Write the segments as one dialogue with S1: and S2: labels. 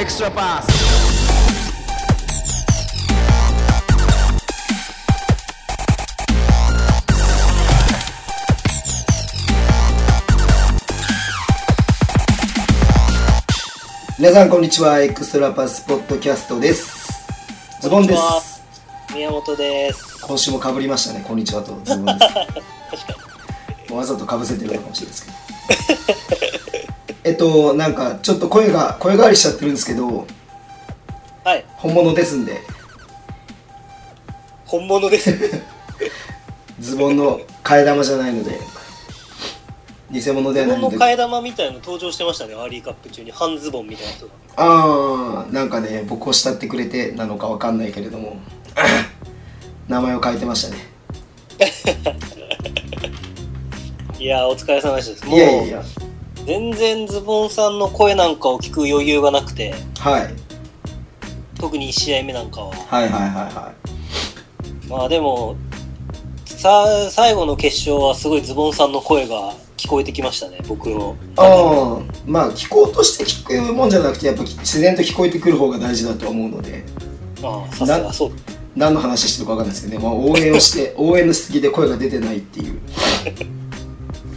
S1: extra pass.
S2: 皆さんこんにちはエクストラパスポッドキャストですズボンで
S3: こんにちは
S2: す
S3: 宮本です。
S2: 今週もかぶりましたねこんにちはとズボンです
S3: 確かに。
S2: もうわざとかぶせてるのかもしれないですけどえっとなんかちょっと声が声変わりしちゃってるんですけど
S3: はい、
S2: 本物ですんで
S3: 本 物です。
S2: ズボンの替え玉じゃないので偽物ではない
S3: 自分
S2: の
S3: の
S2: で
S3: 替え玉みたいなの登場してましたね、アーリーカップ中に半ズボンみたいな人が。
S2: ああなんかね僕を慕ってくれてなのかわかんないけれども 名前を変えてましたね
S3: いやー、お疲れ様でした。も、
S2: いやいやいうや
S3: 全然ズボンさんの声なんかを聞く余裕がなくて、
S2: はい
S3: 特に1試合目なんかは。
S2: はいはいはいはい
S3: まあでも、さ最後の決勝はすごいズボンさんの声が聞こえてきましたね、僕の。
S2: ああまあ聞こうとして聞くもんじゃなくてやっぱ自然と聞こえてくる方が大事だと思うので
S3: まあ、さす
S2: な
S3: が、そう。
S2: 何の話してるかわかんないですけどね、まあ、応援をして 応援のしすぎで声が出てないっていう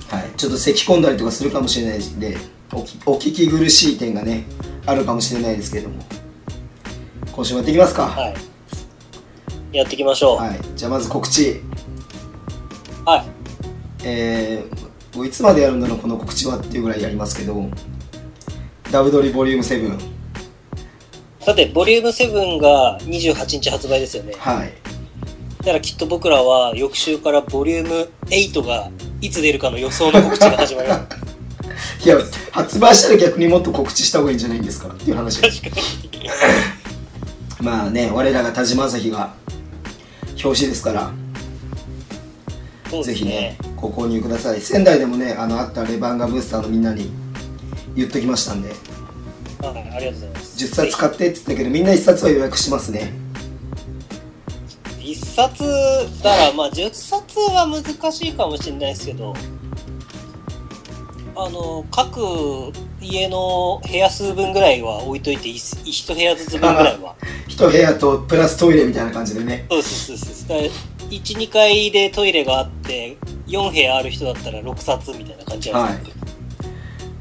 S2: はいちょっと咳き込んだりとかするかもしれないんでおきお聞き苦しい点がねあるかもしれないですけども今週もやっていきますか
S3: はい。やっていきましょう。はい。
S2: はい、じゃあまず告知、えー、もういつまでやるんだろうこの告知はっていうぐらいやりますけどダブドリボリューム7
S3: さて、ボリューム7が28日発売ですよね。
S2: はい
S3: だからきっと僕らは翌週からボリューム8がいつ出るかの予想の告知が始まります。
S2: いや発売したら逆にもっと告知した方がいいんじゃないんですかっていう話
S3: 確か
S2: まあね我らが田島朝日が表紙ですから
S3: に。そう
S2: ぜ
S3: です
S2: ひね
S3: ね。
S2: ご購入ください仙台でもねあのあったレバンガブースターのみんなに言っときましたんで
S3: はい、ありがとうございます。
S2: 10冊買ってって言ったけどみんな1冊は予約しますね
S3: 1冊、だからまあ10冊は難しいかもしれないですけど、あの、各家の部屋数分ぐらいは置いといて、1, 部屋ずつ分ぐらいは。
S2: 1部屋とプラストイレみたいな感じでね
S3: そうそうそうそう。だから1、2階でトイレがあって、4部屋ある人だったら6冊みたいな感じなんですけど。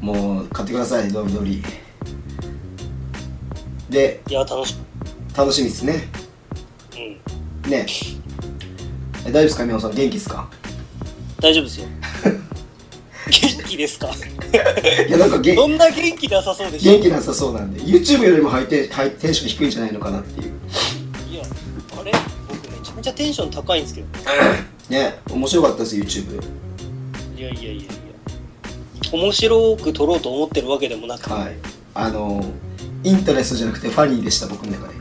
S2: もう買ってくださいドブドリで
S3: いや、楽し
S2: 楽しみですね
S3: み。うん。
S2: ねえ大丈夫ですか宮本さん元気ですか
S3: 大丈 夫ですよ元気ですか
S2: いやなんか元
S3: どんな元気なさそうでしょ
S2: 元気なさそうなんで YouTube よりもハイテンハイテンション低いんじゃないのかなっていう
S3: いやあれ僕めちゃめちゃテンション高いんですけど
S2: ね面白かったです YouTube
S3: いやいやいやいや面白く撮ろうと思ってるわけでもなく、
S2: はいあのインタレストじゃなくてファニーでした僕の中で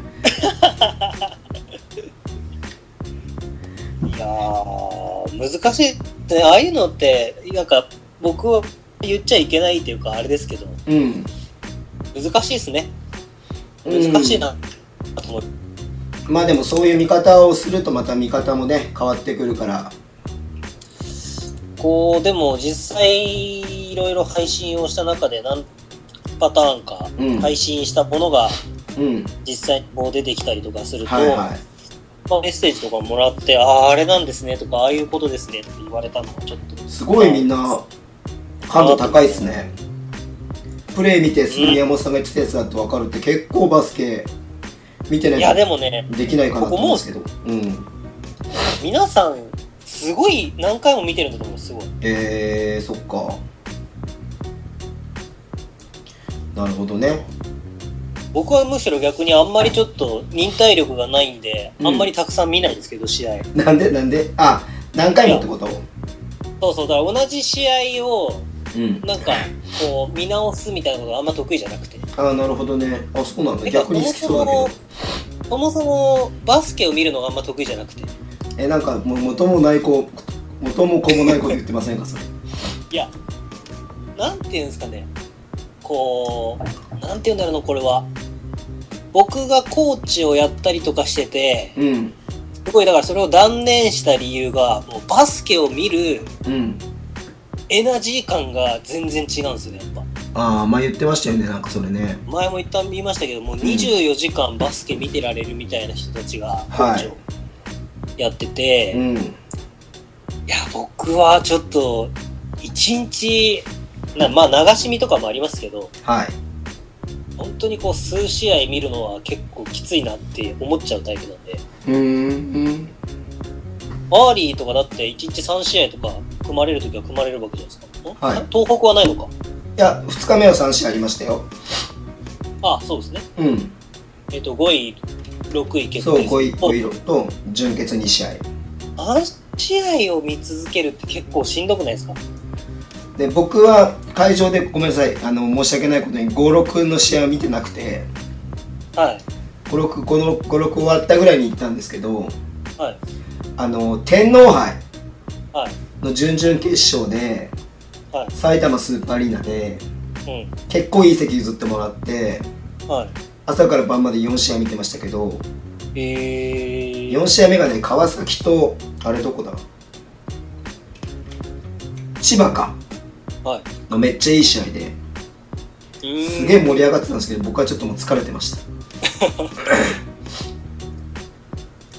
S3: い、やー難しいねああいうのってなんか僕は言っちゃいけないというかあれですけど
S2: うん
S3: 難しいですね
S2: うん
S3: 難しいな、あとも
S2: まあでもそういう見方をするとまた見方もね変わってくるから
S3: こうでも実際いろいろ配信をした中で何パターンか
S2: うん
S3: 配信したものが、
S2: うん
S3: 実際にこう出てきたりとかすると、
S2: はいはい
S3: まあメッセージとかもらって、ああ、あれなんですねとか、ああいうことですねって言われたのはちょっと、
S2: すごいみんな感度高いですねプレー見てすぐ宮本さんが言ってたやつだって分かるって結構バスケ見てないい
S3: や、で
S2: と
S3: もね、
S2: できないかなと思うんですけどうん
S3: 皆さん、すごい何回も見てるんだと思う、すごい。
S2: えー、そっかなるほどね
S3: 僕はむしろ逆にあんまりちょっと忍耐力がないんで、
S2: うん
S3: あんまりたくさん見ないんですけど、試合。
S2: なんでなんであ何回もってこと
S3: そうそう、だから同じ試合を、
S2: うん
S3: なんか、こう、見直すみたいなことがあんま得意じゃなくて。
S2: あーなるほどねあそうなんだ逆に好きそうだ
S3: そも
S2: け
S3: そもそもそもバスケを見るのがあんま得意じゃなくて。
S2: どえなんかもう元もない子元も子もない子って言ってませんかそれ
S3: いや、なんていうんですかね、こう、なんていうんだろうな、これは。僕がコーチをやったりとかしてて、
S2: うん
S3: すごいだからそれを断念した理由が、もうバスケを見る
S2: うん
S3: エナジー感が全然違うんですよね、やっぱ。
S2: ああまあ言ってましたよねなんかそれね
S3: 前も一旦言いましたけどもう24時間バスケ見てられるみたいな人たちがコーチをやってて、
S2: う
S3: い、
S2: ん
S3: や僕はちょっと一日なまあ流し見とかもありますけど
S2: はい
S3: 本当にこう数試合見るのは結構きついなって思っちゃうタイプなんで
S2: うーん
S3: アーリーとかだって1日3試合とか組まれるときは組まれるわけじゃないですか、ん
S2: はい
S3: 東北はないのか
S2: いや2日目は3試合ありましたよ
S3: あそうですね
S2: うん
S3: えっ、と5位6位決
S2: そう
S3: 定
S2: 5位
S3: お
S2: 5色と準決2試合
S3: あの試合を見続けるって結構しんどくないですか
S2: で僕は会場でごめんなさいあの申し訳ないことに56の試合を見てなくて
S3: はい
S2: 56この56終わったぐらいに行ったんですけど
S3: はい
S2: あの天皇杯
S3: はい
S2: の準々決勝で
S3: はい
S2: 埼玉スーパーアリーナで
S3: う
S2: 結構いい席譲ってもらって
S3: んは
S2: 朝から晩まで4試合見てましたけど
S3: いえー、
S2: 4試合目がね川崎とあれどこだ千葉か
S3: はい
S2: のめっちゃいい試合で
S3: うーん
S2: すげえ盛り上がってたんですけど僕はちょっともう疲れてました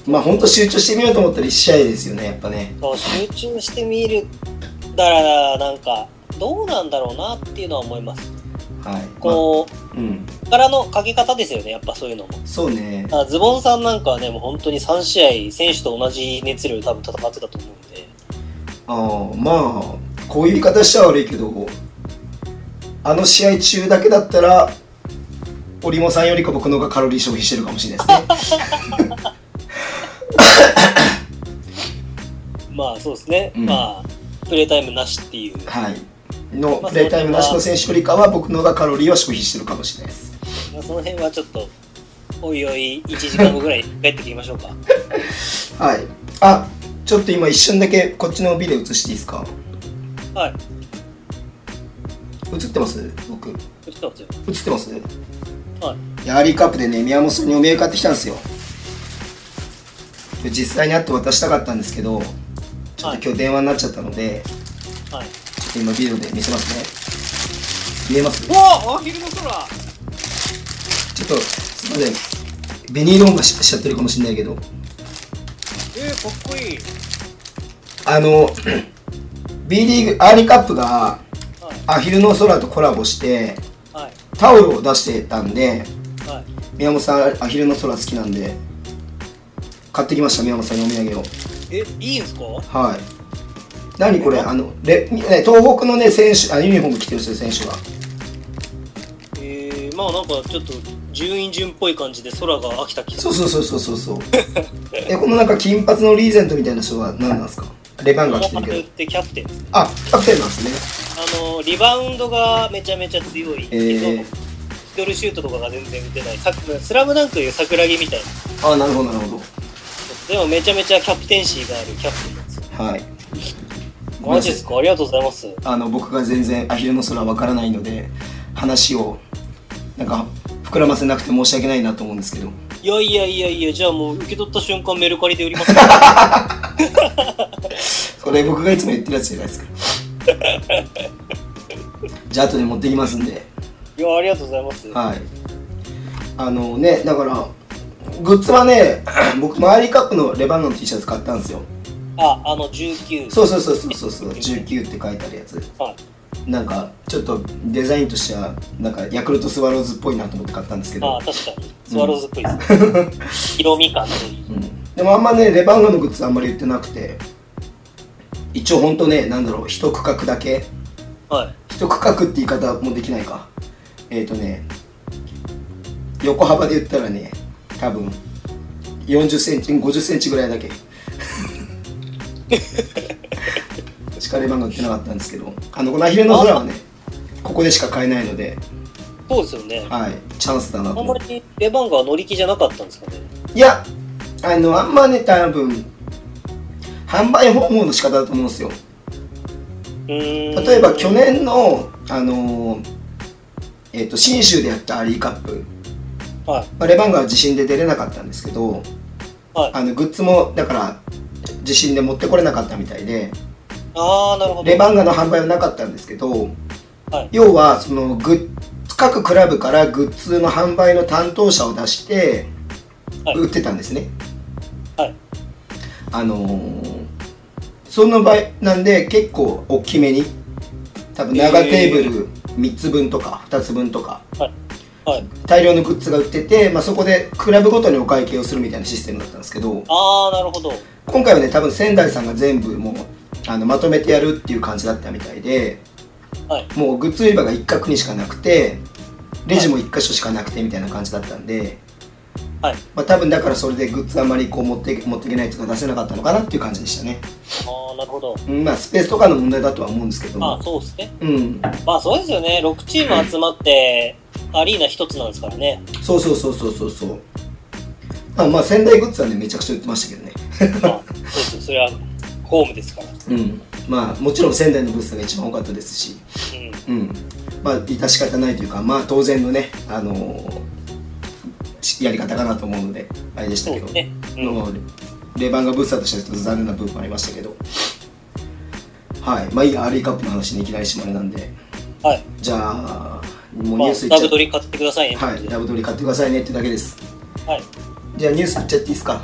S2: まあほんと集中してみようと思ったら1試合ですよねやっぱね
S3: そう集中して見るだからなんかどうなんだろうなっていうのは思います
S2: はい
S3: こ
S2: まあうん
S3: う力のかけ方ですよねやっぱそういうのも
S2: そうね
S3: あズボンさんなんかはねもう本当に3試合選手と同じ熱量で多分戦ってたと思うんで
S2: ああまあこういう言い方しちゃ悪いけどあの試合中だけだったら織茂さんよりか僕の方がカロリー消費してるかもしれないですね
S3: まあそうですね、
S2: うん
S3: まあプレータイムなしっていう
S2: はいのプレータイムなしの選手よりかは僕の方がカロリーは消費してるかもしれないです
S3: まあその辺はちょっとおいおい1時間後ぐらい帰ってきまし ょうか
S2: はいあちょっと今一瞬だけこっちのビデオ映していいですか
S3: はい
S2: 映ってます僕映
S3: ちょっと待ってよ
S2: ってます
S3: はい
S2: ヤーリーカップでね宮本さんにお土産買ってきたんですよで実際に会って渡したかったんですけどちょっと今日電話になっちゃったので、
S3: はい
S2: ちょっと今ビデオで見せますね見えますちょ
S3: わあ昼の空
S2: っとすいませんベニーローンがししちゃってるかもしれないけど
S3: えー、かっこいい
S2: あの B リーグアーリーカップが
S3: はい
S2: アヒルの空とコラボして
S3: はい
S2: タオルを出してたんで
S3: はい
S2: 宮本さんアヒルの空好きなんで買ってきました宮本さんにお土産を
S3: えいいんすか
S2: はい。何これあのレね東北のね選手あユニフォーム着てる人選手が
S3: えー、まあなんかちょっと順位順っぽい感じで空が秋田来た
S2: そうそうそうそうそうそう えこのなんか金髪のリーゼントみたいな人は何なんですかレバンが着てるけど
S3: ってキャプテンですね
S2: あキャプテンなんですね
S3: あのリバウンドがめちゃめちゃ強いけど、
S2: えー
S3: ミドルシュートとかが全然打てないさスラムダンクでいう桜木みたいな
S2: あなるほどなるほ
S3: でもめちゃめちゃキャプテンシーがあるキャプテンなんですよ
S2: どはいごめん
S3: マ
S2: な
S3: ジ
S2: さ
S3: で
S2: い
S3: すかありがとうございます
S2: あの僕が全然アヒルの空わからないので話をなんか膨らませなくて申し訳ないなと思うんですけど
S3: いやいやいやいやじゃあもう受け取った瞬間メルカリで売 ります
S2: それ僕がいつも言ってるやつじゃない ですかじゃあ後で持ってきますんで
S3: いやありがとうございます
S2: はい。あのね、だから、グッズはね、 僕、マーリーカップのレバノン T シャツ買ったんですよ。
S3: ああの19
S2: そうそうそうそうそうそう、19って書いてあるやつ。
S3: はい
S2: なんか、ちょっとデザインとしては、なんか、ヤクルトスワローズっぽいなと思って買ったんですけ
S3: あ
S2: ど
S3: あ、確かにスワローズっぽいですね、色味感といい
S2: うん、でもあんまね、レバノンのグッズあんまり売ってなくて、一応ほんとね、なんだろう、一区画だけ、
S3: はい
S2: 一区画って言い方もできないか。えっ、ー、とね、横幅で言ったらね、多分40センチ、50センチぐらいだけ。 しかレバンが売ってなかったんですけど、あのこのアヒルの空はね、ここでしか買えないので、
S3: そうですよね
S2: はい、チャンスだなと
S3: あんま
S2: 思っ
S3: り
S2: て。
S3: レバンガは乗り気じゃなかったんですかね
S2: いや、あの、あんまね、多分販売方法の仕方だと思うんですよ。
S3: うーん
S2: 例えば去年の、あのーえっ、と、信州でやったアリーカップ。
S3: はい
S2: まあ、レバンガは地震で出れなかったんですけど
S3: はい
S2: あのグッズもだから地震で持ってこれなかったみたいで
S3: ああなるほど
S2: レバンガの販売はなかったんですけど
S3: はい
S2: 要はそのグッ各クラブからグッズの販売の担当者を出して
S3: はい
S2: 売ってたんですね、
S3: はい
S2: あのーその場合なんで結構大きめに多分長テーブル3つ分とか2つ分とか
S3: はい。
S2: 大量のグッズが売ってて、まあ、そこでクラブごとにお会計をするみたいなシステムだったんですけど
S3: ああ、なるほど。はい。
S2: 今回はね多分仙台さんが全部もうあのまとめてやるっていう感じだったみたいで
S3: はい。
S2: もうグッズ売り場が一角にしかなくてレジも一箇所しかなくてみたいな感じだったんで、
S3: ああ、
S2: まあ、多分だからそれでグッズあんまりこう持って持っていけないとか出せなかったのかなっていう感じでしたね、
S3: なるほど。
S2: うんまあスペースとかの問題だとは思うんですけど
S3: まあ、そうですね。
S2: うん
S3: まあ、そうですよね。6チーム集まって、アリーナ一つなんですか らね。
S2: そうそうそうそうそうそうあまあ仙台グッズはねめちゃくちゃ売ってましたけどね
S3: まあ、そうですよ。それは、ホームですから。
S2: うんまあもちろん仙台のブースが一番多かったですし
S3: うん。
S2: うん、まあ致し方ないというかまあ当然のね、あのーやり方かなと思うのであれでした
S3: そう
S2: け
S3: で
S2: ど、
S3: すね。うん。
S2: のレバンガブッサーとしてはちょっと残念な部分もありましたけどはいまあいいや RE カップの話にいきなりしまれなんで
S3: はい。
S2: じゃあもうニ
S3: ま
S2: ュ
S3: あ
S2: ース、いっ
S3: ダ
S2: ちゃ
S3: ブ
S2: って
S3: 取り買ってくださいね。
S2: はいダブドリ買ってくださいねってだけです
S3: はい。
S2: じゃあニュースいっちゃっていいですか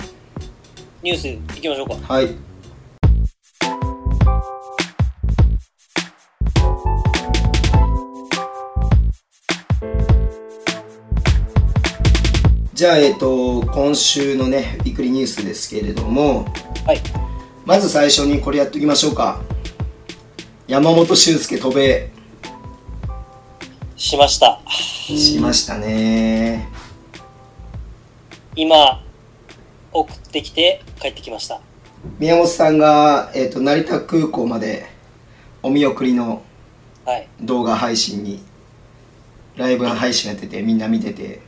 S3: ニュース行きましょうか。
S2: はいじゃあ、えっと、今週のね、びっくりニュースですけれども、
S3: はい。
S2: まず最初にこれやっときましょうか。山本修介渡米
S3: しました。
S2: しましたね。
S3: 今、送ってきて帰ってきました。
S2: 宮本さんが、えっと、成田空港までお見送りの
S3: はい。
S2: 動画配信にライブ配信やっててみんな見てて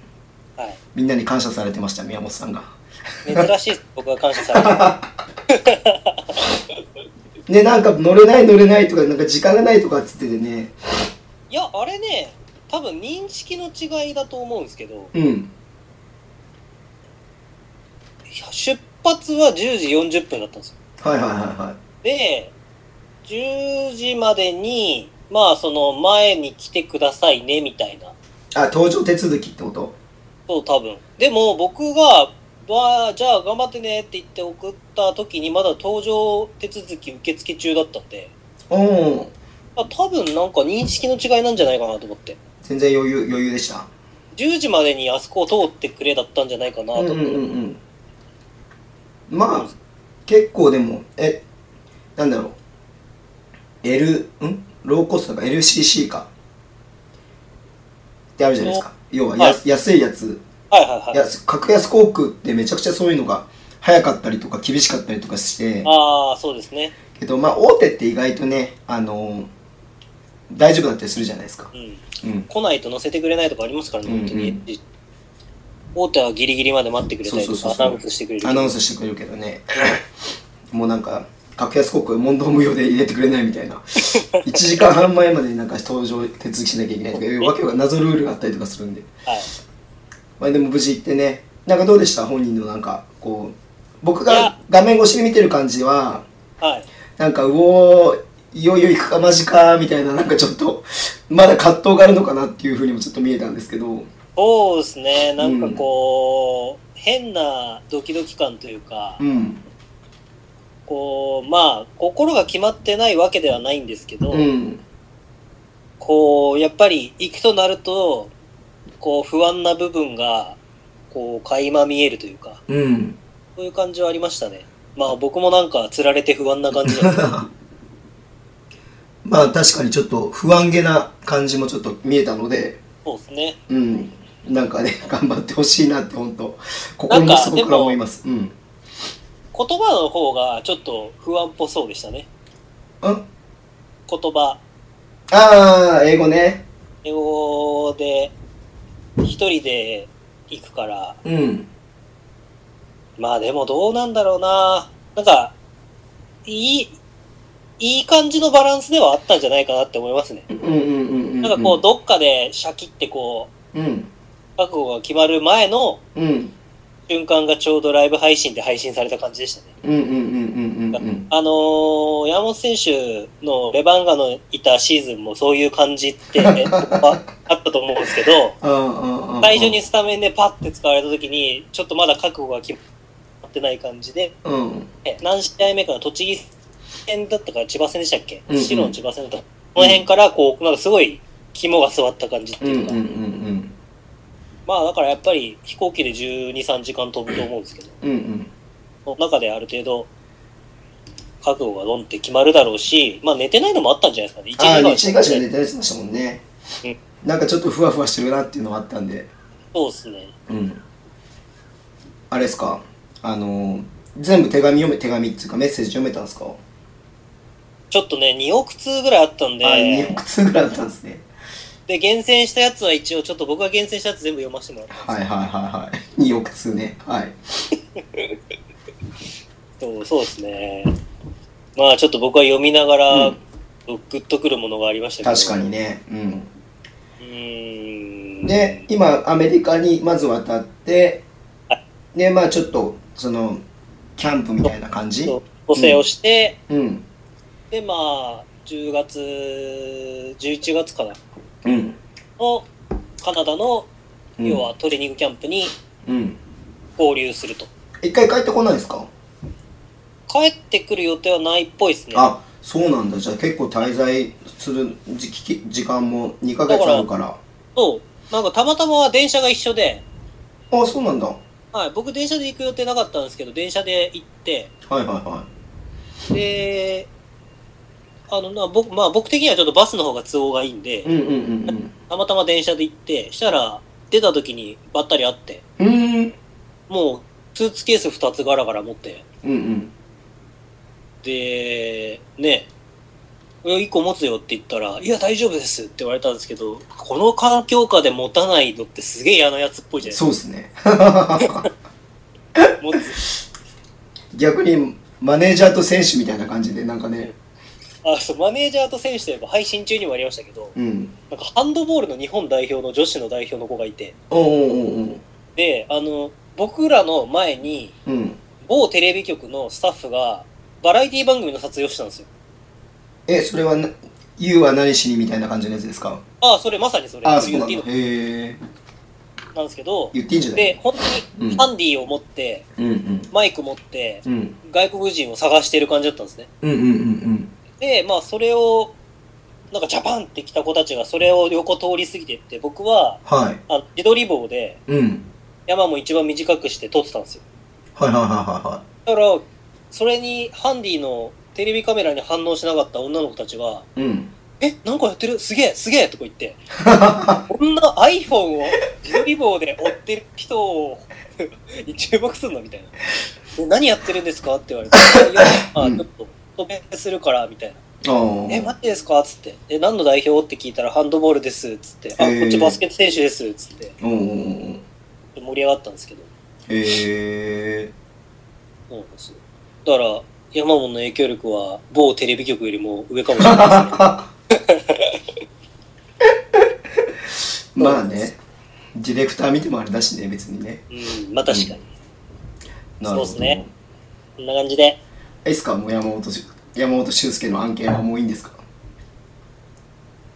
S3: はい。
S2: みんなに感謝されてました宮本さんが
S3: 珍し いです僕は感謝されてる
S2: ねなんか乗れない乗れないとかなんか時間がないとかっつっててね
S3: いやあれね多分認識の違いだと思うんですけどい
S2: うん
S3: や出発は10時40分だったんですよ
S2: はいはいはいは
S3: で10時までにまあその前に来てくださいねみたいない
S2: あ搭乗手続きってこと
S3: そう多分でも僕が「わあじゃあ頑張ってね」って言って送った時にまだ搭乗手続き受付中だったんで
S2: おお
S3: まあ多分なんか認識の違いなんじゃないかなと思って
S2: 全然余裕余裕でした
S3: 10時までにあそこを通ってくれだったんじゃないかなと
S2: うんう
S3: 思っ
S2: んう
S3: て、
S2: んうんまあ結構でもえなんだろう L んローコストか LCC かってあるじゃないですか要はや、
S3: はい
S2: 安いやつ
S3: はいはいはい
S2: いや格安航空ってめちゃくちゃそういうのが早かったりとか厳しかったりとかして
S3: ああ、そうですね。
S2: けどまあ大手って意外とねあの大丈夫だったりするじゃないですか、
S3: うん。
S2: うん、
S3: 来ないと乗せてくれないとかありますからね、本当に。
S2: うん
S3: 大手はギリギリまで待ってくれたりと
S2: そうそう
S3: か、
S2: そう
S3: アナウンスしてくれる。
S2: アナウンスしてくれるけどね もうなんか格安航空問答無用で入れてくれないみたいな 1時間半前までになんか登場手続きしなきゃいけないとかいうわけが謎ルールがあったりとかするんで、
S3: はい。
S2: まあ、でも無事行ってねなんかどうでした本人のなんかこう僕
S3: い
S2: が
S3: や
S2: 画面越しで見てる感じは
S3: はい。
S2: なんかうおーいよいよ行くかマジかみたいななんかちょっとまだ葛藤があるのかなっていうふうにもちょっと見えたんですけど
S3: そうですね。なんかこう、変なドキドキ感というか、
S2: うん
S3: こう、まあ、心が決まってないわけではないんですけど、
S2: うん
S3: こう、やっぱり行くとなると、こう、不安な部分が、こう、垣間見えるというか、
S2: うん
S3: そういう感じはありましたね。まあ、僕もなんか、釣られて不安な感じだった。
S2: まあ確かにちょっと不安げな感じもちょっと見えたので
S3: そうですね。
S2: うんなんかね 頑張ってほしいなって本当心の底から思いますうん
S3: 言葉の方がちょっと不安っぽそうでしたね
S2: あ
S3: 言葉
S2: あー英語ね
S3: 英語で一人で行くから
S2: うん
S3: まあでもどうなんだろうななんかいいいい感じのバランスではあったんじゃないかなって思いますね
S2: うんうんうんうんうん
S3: なんかこうどっかでシャキってこ
S2: うん
S3: う覚悟が決まる前の
S2: うん
S3: 瞬間がちょうどライブ配信で配信された感じでしたね
S2: うんうんうんうんうんうん
S3: あのー山本選手のレバンガのいたシーズンもそういう感じって、 ね、僕はあったと思うんですけど、
S2: うんうんうんうん
S3: 最初にスタメンでパッて使われた時に、ちょっとまだ覚悟が決まってない感じで、
S2: うん
S3: え何試合目かの栃木戦だったから千葉戦でしたっけ
S2: うんうん
S3: 白の千葉戦だった。この辺から、こう、なんかすごい肝が据わった感じって
S2: うんう
S3: い
S2: ん
S3: う
S2: う
S3: か、
S2: んうん
S3: まあだからやっぱり飛行機で12、3時間飛ぶと思うんですけど、
S2: うんうん
S3: その中である程度、覚悟がドンって決まるだろうし、まあ寝てないのもあったんじゃないですか
S2: あ
S3: ね。
S2: あ1時間しか
S3: ね
S2: 寝てないって言ってましたもんね
S3: うん
S2: なんかちょっとふわふわしてるなっていうのがあったんで
S3: そうですね。
S2: うんあれですかあのー全部手紙読め手紙っていうかメッセージ読めたんですか
S3: ちょっとね、2億通ぐらいあったん
S2: あ2
S3: で
S2: 億、通ぐらいあったんですね
S3: で、厳選したやつは一応、ちょっと僕が厳選したやつ全部読ませてもらったんです
S2: はいはいはいはい2億 通ねはい
S3: けど、そうですね。まあちょっと僕は読みながら、
S2: うん
S3: グッとくるものがありましたけど。
S2: 確かに。ねうん
S3: うーん。
S2: で今アメリカにまず渡って
S3: は
S2: でまあちょっとそのキャンプみたいな感じ
S3: そう補正をして、
S2: うん
S3: で、まあ、10月、11月かな、
S2: うん
S3: の、カナダの、
S2: うん
S3: 要はトレーニングキャンプに
S2: うん
S3: 合流すると。
S2: 一回帰ってこないですか
S3: 帰ってくる予定はないっぽいですね。
S2: あそうなんだじゃあ結構滞在する時期時間も2ヶ月あるから
S3: そう。なんかたまたま電車が一緒で、
S2: あそうなんだは
S3: はい、僕電車で行く予定なかったんですけど、電車で行って、
S2: いはいは
S3: で、あの、な僕、まあ僕的にはちょっとバスの方が都合がいいんで
S2: い、うんうんうん
S3: たまたま電車で行って、したら、出た時にばったり会って、
S2: うんうん
S3: もう、スーツケース2つガラガラ持って、
S2: うんうん
S3: で、ね、これ1個持つよって言ったら、いや大丈夫ですって言われたんですけど、この環境下で持たないのってすげえ嫌なやつっぽいじゃない
S2: そうですね
S3: ですか。持つ。
S2: 逆にマネージャーと選手みたいな感じでなんかね
S3: あ、そう、マネージャーと選手といえば配信中にもありましたけど、
S2: うん
S3: なんかハンドボールの日本代表の女子の代表の子がいて、
S2: おうおうおう
S3: で、あの、僕らの前に、
S2: おううん
S3: 某テレビ局のスタッフが、バラエティ番組の撮影をしたんですよ。
S2: えそれはな「YOU は何しに」みたいな感じのやつですか
S3: ああ、それまさにそれ、
S2: あそう
S3: 言
S2: な
S3: っ
S2: ん
S3: ていい
S2: だ
S3: の
S2: へえ
S3: なんですけど、
S2: 言っていいんじゃな
S3: で
S2: い、
S3: 本当
S2: うん
S3: にハンディを持って、
S2: うんうん
S3: マイク持って、
S2: うん
S3: 外国人を探してる感じだったんですね。
S2: うんうんうん
S3: で、まあ、それを、なんかジャパンって来た子たちがそれを横通り過ぎてって、僕は、
S2: はい
S3: あの自撮り棒で
S2: うん
S3: 山も一番短くして撮ってたんですよ。
S2: はいはいはいはいは
S3: だから、それに、ハンディのテレビカメラに反応しなかった女の子たちが、
S2: いうん
S3: え、なんかやってるすげえすげえとか言 って、こんな iPhone を自撮り棒で追ってる人を に注目すんのみたいな。で何やってるんですかって言われて、いや、あ
S2: うん
S3: ちょっと、渡米するから、みたいな。
S2: ああ
S3: え、マジですかつって。え、何の代表って聞いたら、ハンドボールです、つって。あ、
S2: へー
S3: こっちバスケット選手です、つって。
S2: おうおうおう
S3: 盛り上がったんですけど。
S2: へえ
S3: そうなんですよだから、山本の影響力は、某テレビ局よりも上かもしれな いですね。
S2: まあねディレクター見てもあれだしね別にね
S3: うん、まあ確かに。
S2: なるほど
S3: そうっすねこんな感じで。
S2: いいっすかもう山本し山本俊介の案件はもういいんですか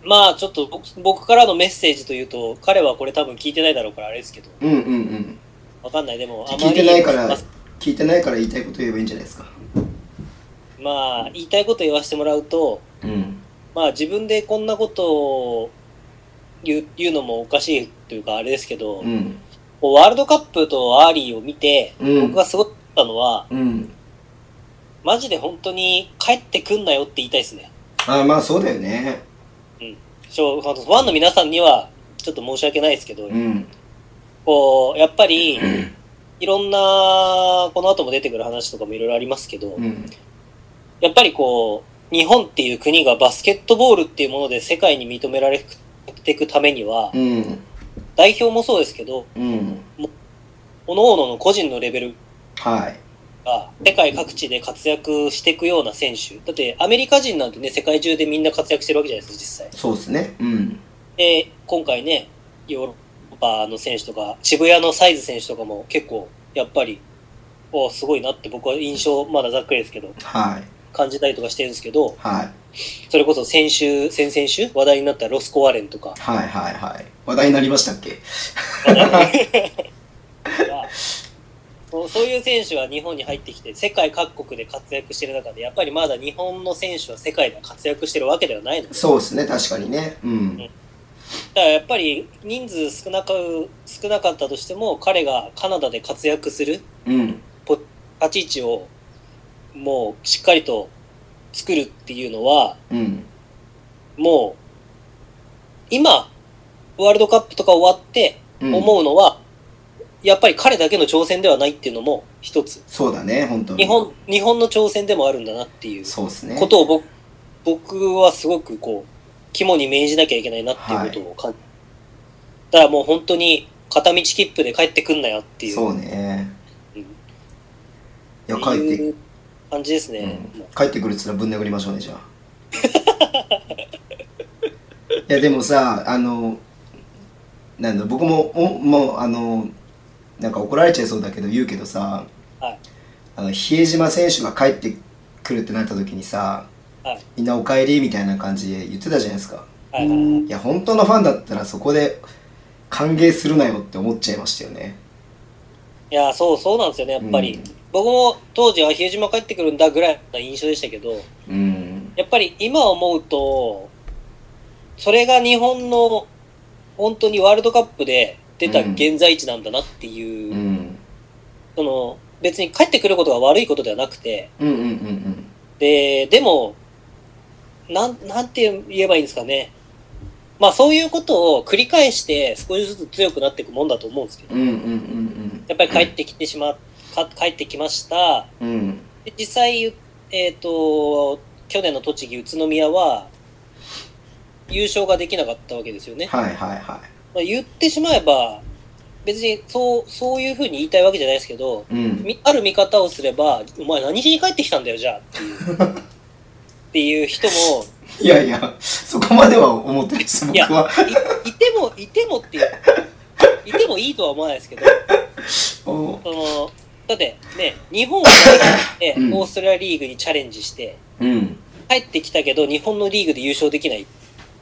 S3: まあちょっと僕僕からのメッセージというと、彼はこれ多分聞いてないだろうからあれですけど、
S2: うんうんうん
S3: わかんない。でも、あまり
S2: 聞いてないから
S3: ま
S2: 聞いてないから言いたいこと言えばいいんじゃないですか
S3: まあ言いたいこと言わせてもらうと、
S2: うん
S3: まあ自分でこんなことを言う言うのもおかしいというかあれですけど、
S2: うん
S3: こうワールドカップとアーリーを見て、
S2: うん
S3: 僕がすごかったのは、
S2: うん
S3: マジで本当に帰ってくんなよって言いたいですね。
S2: あまあそうだよね
S3: しょうファンの皆さんには、ちょっと申し訳ないですけど、
S2: うん
S3: こう、やっぱり、いろんな、この後も出てくる話とかもいろいろありますけど、
S2: うん
S3: やっぱりこう、日本っていう国がバスケットボールっていうもので世界に認められていくためには、
S2: うん
S3: 代表もそうですけど、
S2: うん
S3: 各々の個人のレベル
S2: はい
S3: が世界各地で活躍していくような選手。だってアメリカ人なんてね、世界中でみんな活躍してるわけじゃないですか、実際。
S2: そうですねうん
S3: で、今回ね、ヨーロッパの選手とか、渋谷のサイズ選手とかも結構、やっぱり、おすごいなって僕は印象、まだざっくりですけど、
S2: はい
S3: 感じたりとかしてるんですけど、
S2: はい
S3: それこそ先週、先々週話題になったロスコアレンとか
S2: はいはいはい話題になりましたっけ
S3: が、 そうそういう選手が日本に入ってきて、世界各国で活躍してる中で、やっぱりまだ日本の選手は世界で活躍してるわけではないので、だか
S2: そうですね確かにねうん
S3: らやっぱり人数少なか少なかったとしても、彼がカナダで活躍する
S2: うん
S3: 立ち位置を、もうしっかりと作るっていうのは、
S2: うん
S3: もう、今、ワールドカップとか終わって
S2: うん
S3: 思うのは、やっぱり彼だけの挑戦ではないっていうのも一つ。
S2: そうだね本当に
S3: 日本、日本の挑戦でもあるんだなっていう
S2: そうですね
S3: ことを僕、僕はすごくこう、肝に銘じなきゃいけないなっていうことを感じ、だからもう本当に片道切符で帰ってくんなよっていう
S2: そうね
S3: うん
S2: いや帰
S3: っ
S2: ってて
S3: いう感じですね。
S2: うん
S3: もう
S2: 帰ってくるっつったらぶん殴りましょうねじゃあ いやでもさあのなんだ僕もおもうあのなんか怒られちゃいそうだけど言うけどさ、
S3: はい
S2: あの比江島選手が帰ってくるってなった時にさ、
S3: はい
S2: みんな「おかえり」みたいな感じで言ってたじゃないですか
S3: はいはいはい
S2: いや本当のファンだったらそこで歓迎するなよって思っちゃいましたよね
S3: いや、そう、そうなんですよね、やっぱり。
S2: うん
S3: 僕も当時は比江島帰ってくるんだぐらいの印象でしたけど、
S2: うん
S3: やっぱり今思うと、それが日本の本当にワールドカップで出た現在地なんだなっていうう、
S2: ん
S3: その別に帰ってくることが悪いことではなくて、
S2: うんうんうんうん
S3: で、でも、なん、なんて言えばいいんですかね。まあそういうことを繰り返して少しずつ強くなっていくもんだと思うんですけど、
S2: うんうんうん
S3: やっぱり帰ってきてしま、か帰ってきました。
S2: うんうん
S3: で実際、えっ、と、去年の栃木、宇都宮は、優勝ができなかったわけですよね。
S2: はいはいは
S3: まあ、言ってしまえば、別にそう、そういうふうに言いたいわけじゃないですけど、
S2: いうん
S3: みある見方をすれば、お前何しに帰ってきたんだよ、じゃあ、っていう。っていう人も、
S2: いやいやそこまでは思ってないです
S3: い
S2: 僕
S3: や
S2: は、
S3: いいても、いてもっていう、いてもいいとは思わないですけど、
S2: お
S3: その、だってね、日本を代表して、
S2: うん
S3: オーストラリアリーグにチャレンジして、
S2: うん
S3: 帰ってきたけど、日本のリーグで優勝できない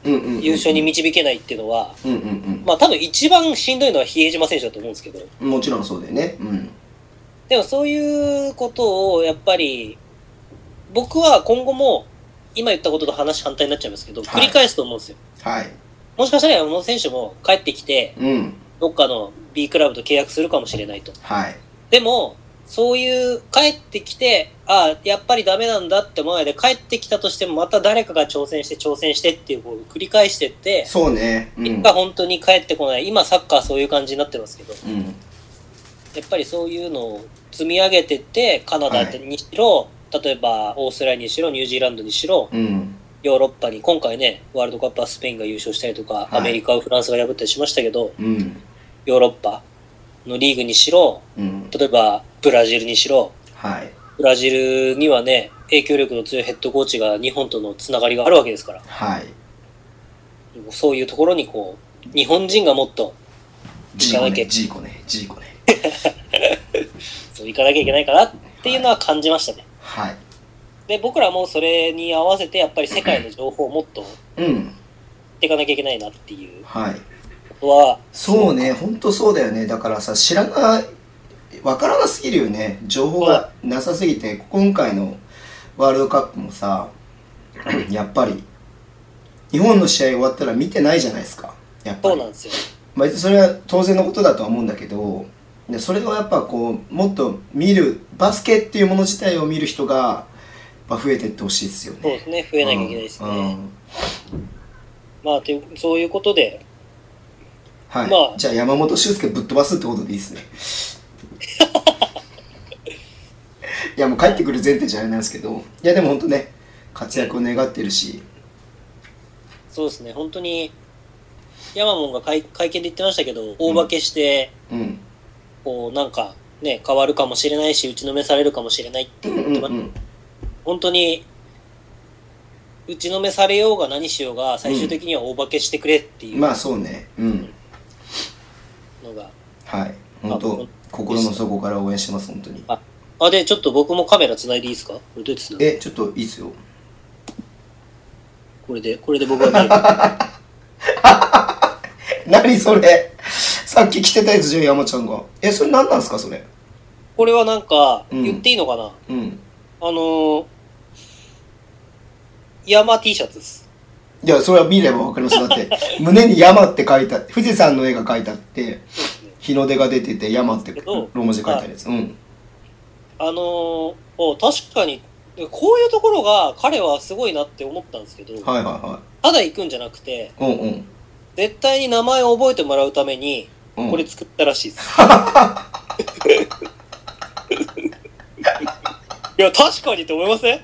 S2: うんうんうん
S3: 優勝に導けないっていうのは、
S2: うんうん
S3: まあ多分一番しんどいのは比江島選手だと思うんですけど、
S2: うんもちろんそうだよねうん
S3: でもそういうことをやっぱり、僕は今後も、今言ったことと話反対になっちゃいますけど、
S2: はい
S3: 繰り返すと思うんですよ。
S2: はい
S3: もしかしたら山本選手も帰ってきて、
S2: うん
S3: どっかの B クラブと契約するかもしれないと。
S2: はい
S3: でも、そういう帰ってきて、ああ、やっぱりダメなんだって思わないで、帰ってきたとしてもまた誰かが挑戦して挑戦してっていうこう繰り返してって、
S2: そうねうん
S3: 結果本当に帰ってこない。今サッカーそういう感じになってますけど、
S2: うん
S3: やっぱりそういうのを積み上げてって、カナダにしろ、例えばオーストラリアにしろ、ニュージーランドにしろ、
S2: うん
S3: ヨーロッパに、今回ね、ワールドカップはスペインが優勝したりとか、
S2: はい
S3: アメリカをフランスが破ったりしましたけど、
S2: うん
S3: ヨーロッパのリーグにしろ、
S2: うん
S3: 例えばブラジルにしろ、
S2: はい
S3: ブラジルにはね、影響力の強いヘッドコーチが日本とのつながりがあるわけですから、
S2: はい
S3: そういうところにこう、日本人がもっと、
S2: ジーコ
S3: 行かなき
S2: ね
S3: ゃ
S2: ジーコねジーコね
S3: そう行かなきゃいけないかなっていうのは感じましたね。
S2: はい
S3: で、僕らもそれに合わせて、やっぱり世界の情報をもっと
S2: うん
S3: っていかなきゃいけないなっていう
S2: はい
S3: ことは、
S2: そうね、本当そうだよね。だからさ、知らない、わからなすぎるよね。情報がなさすぎて、今回のワールドカップもさ、 やっぱり、日本の試合終わったら見てないじゃないですか。やっぱ
S3: そう
S2: り
S3: なん。ですよ。
S2: まあ、それは当然のことだとは思うんだけど、でそれをやっぱこう、もっと見る、バスケっていうもの自体を見る人が、やっぱ増えてってほしいですよね。
S3: そうですね、増えなきゃいけないですね。
S2: うんうん
S3: まあという、そういうことで、
S2: はい、
S3: まあ
S2: じゃあ山本修介ぶっ飛ばすってことでいいですね いやもう帰ってくる前提じゃあれなんですけどいやでも本当ね活躍を願ってるし
S3: そうですね、本当に、ヤマモンが会会見で言ってましたけど、大化けして、
S2: うん
S3: こう、なんか、ね、変わるかもしれないし、打ちのめされるかもしれないって
S2: う
S3: 言
S2: ん
S3: っ
S2: う
S3: て
S2: ん
S3: ま
S2: う
S3: す、
S2: ん
S3: 本当に、打ちのめされようが何しようが、最終的には大化けしてくれっていうの
S2: ま
S3: が、
S2: あそうねうんはい本
S3: あ本
S2: 当心の底から応援してます本当に
S3: ああ、で、ちょっと僕もカメラ繋いでいいですかこれどうやって繋ぐ
S2: えちょっといいっすよ
S3: これで、これで僕は見える。
S2: 何それさっき着てたやつじゃん山ちゃんがえそれ何なんすかそれ
S3: これはなんか、
S2: うん
S3: 言っていいのかな、
S2: うん
S3: あのー、山 T シャツです。
S2: いやそれは見ればわかりますだって胸に山って書いた富士山の絵が書いてあって日の出が出てて山ってローマ字で書いてあるやつうん
S3: あのーお、確かに、こういうところが彼はすごいなって思ったんですけど、
S2: はいは
S3: ただ行くんじゃなくて、
S2: いはいうんうん
S3: 絶対に名前を覚えてもらうために、
S2: うん、
S3: これ作ったらしいです。 いや、確かにって思いません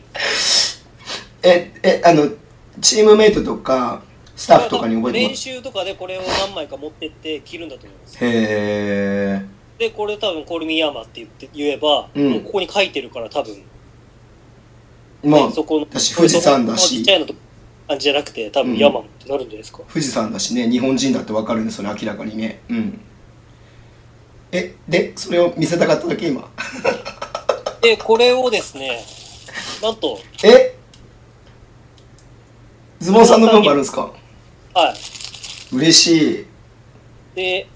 S2: ええあのチームメイトとかスタッフとかに覚えてもら
S3: 練
S2: う
S3: 習とかでこれを何枚か持ってって着るんだと思います。
S2: へえ
S3: で、これ多分、コルミヤマって言って言えば、
S2: うん
S3: もうここに書いてるから多分、
S2: まあ
S3: ねそこの、
S2: 私富士山だし
S3: そこのちっちゃいのと感じじゃなくて、多分山ってなるんじゃないですか。
S2: 富士山だしね日本人だってわかるんですよね明らかにねうんえでそれを見せたかっただけ今
S3: で、これをですね、なんと、
S2: えズボンさんの分もあるんですか
S3: はい。
S2: 嬉しい
S3: で、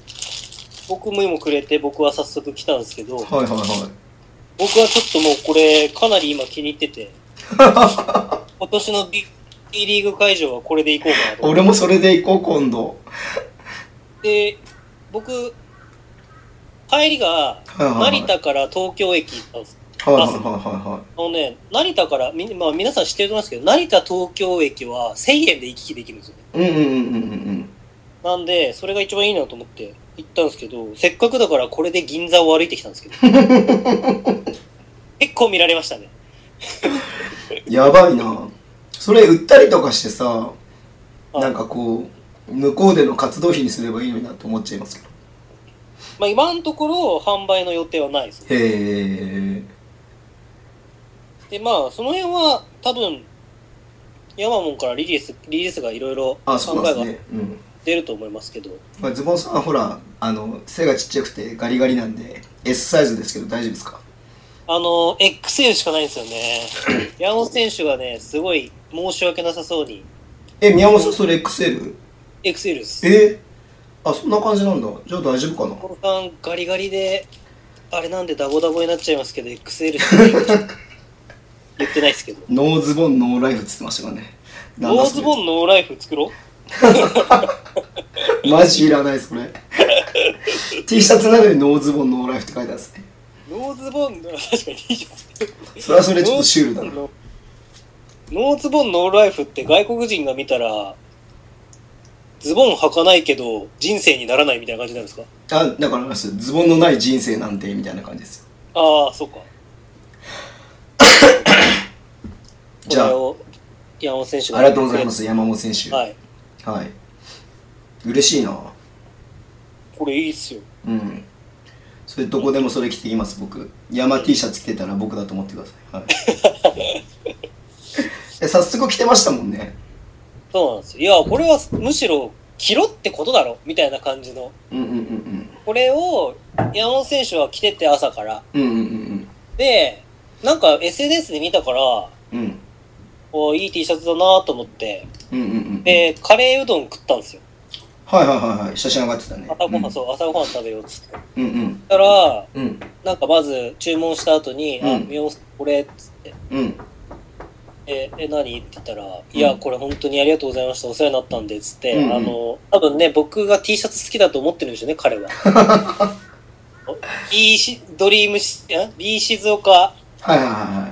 S3: 僕ももくれて、僕は早速来たんですけど、
S2: はいはいは
S3: 僕はちょっともうこれ、かなり今気に入っ てて、今年の B リーグ会場はこれで行こうかなと
S2: い
S3: 思って。
S2: 俺もそれで行こう今度
S3: で、僕、帰りが、
S2: はいはいはい
S3: 成田から東京駅行ったんです。
S2: はいはいはいは
S3: あのね、成田から、みまあ、皆さん知ってると思いますけど、成田東京駅は1000円で行き来できるんですよね。
S2: いはいうんうんうんうんうん
S3: なんで、それが一番いいなと思って行ったんですけど、せっかくだからこれで銀座を歩いてきたんですけど。 結構見られましたね。
S2: うんやばいなそれ売ったりとかしてさ
S3: はい
S2: なんかこう向こうでの活動費にすればいいのになって思っちゃいますけど
S3: まあ今のところ販売の予定はないです。
S2: へえ
S3: で、まあその辺は多分、ヤマモンからリリース、リリースがいろいろ
S2: あそう
S3: 販
S2: な
S3: 売
S2: んで
S3: が
S2: すねうん
S3: 出ると思いますけど、
S2: まあ、ズボンさんはほらあの背がちっちゃくてガリガリなんで S サイズですけど大丈夫ですか
S3: あの、XL しかないんですよね。 山本選手がね、すごい申し訳なさそうに、
S2: え宮本さんそれ XL?
S3: XL です。
S2: えあそんな感じなんだじゃあ大丈夫かな
S3: この間ガリガリで、あれなんでダボダボになっちゃいますけど、XL しかないんで言ってないですけど。
S2: ノーズボンノーライフっつってましたからね
S3: ノーズボ
S2: ン
S3: ンノーライフ作ろう
S2: マジいらないです これ T シャツなのにノーズボンノーライフって書いてあるんですね
S3: ノーズボン、確かにいいじゃん。
S2: それはそれちょっとシュールだな
S3: ノーズボンノーライフって外国人が見たら、ズボン履かないけど人生にならないみたいな感じなんですか
S2: あだからあれですよズボンのない人生なんてみたいな感じですよ
S3: ああ、そうか。
S2: じゃあ
S3: これを山本選手
S2: ありがとうございます山本選手
S3: はい。
S2: はい、嬉しいな
S3: これいいっすよ。
S2: うん。それどこでもそれ着てきます僕。山 T シャツ着てたら僕だと思ってください。は い。え早速着てましたもんね。
S3: そうなんですよ。いや、これはむしろ、着ろってことだろみたいな感じの。
S2: うんうんうん
S3: これを、山本選手は着てて朝から。
S2: うん。うんうん
S3: で、なんか SNS で見たから、
S2: うんうん。うん
S3: おいい T シャツだなと思って、
S2: うんうんうん。
S3: で、カレーうどん食ったんですよ。
S2: はいはいはいはい。写真上がってたね。
S3: 朝ごはん、
S2: う
S3: そう、朝ごはん食べようっつって。
S2: ん。うん
S3: だから、
S2: うん。うん
S3: なんかまず注文した後に、
S2: う
S3: あ、
S2: ん
S3: みおんこれ、っつって。
S2: うん。
S3: え、え、何って言ったら、いや、これ本当にありがとうございました。お世話になったんで、つって、
S2: うんうん
S3: あの、多分ね、僕が T シャツ好きだと思ってるんでしょう ね、彼は。お B し、ドリームし、ん ?B 静岡
S2: はいはいはいはい。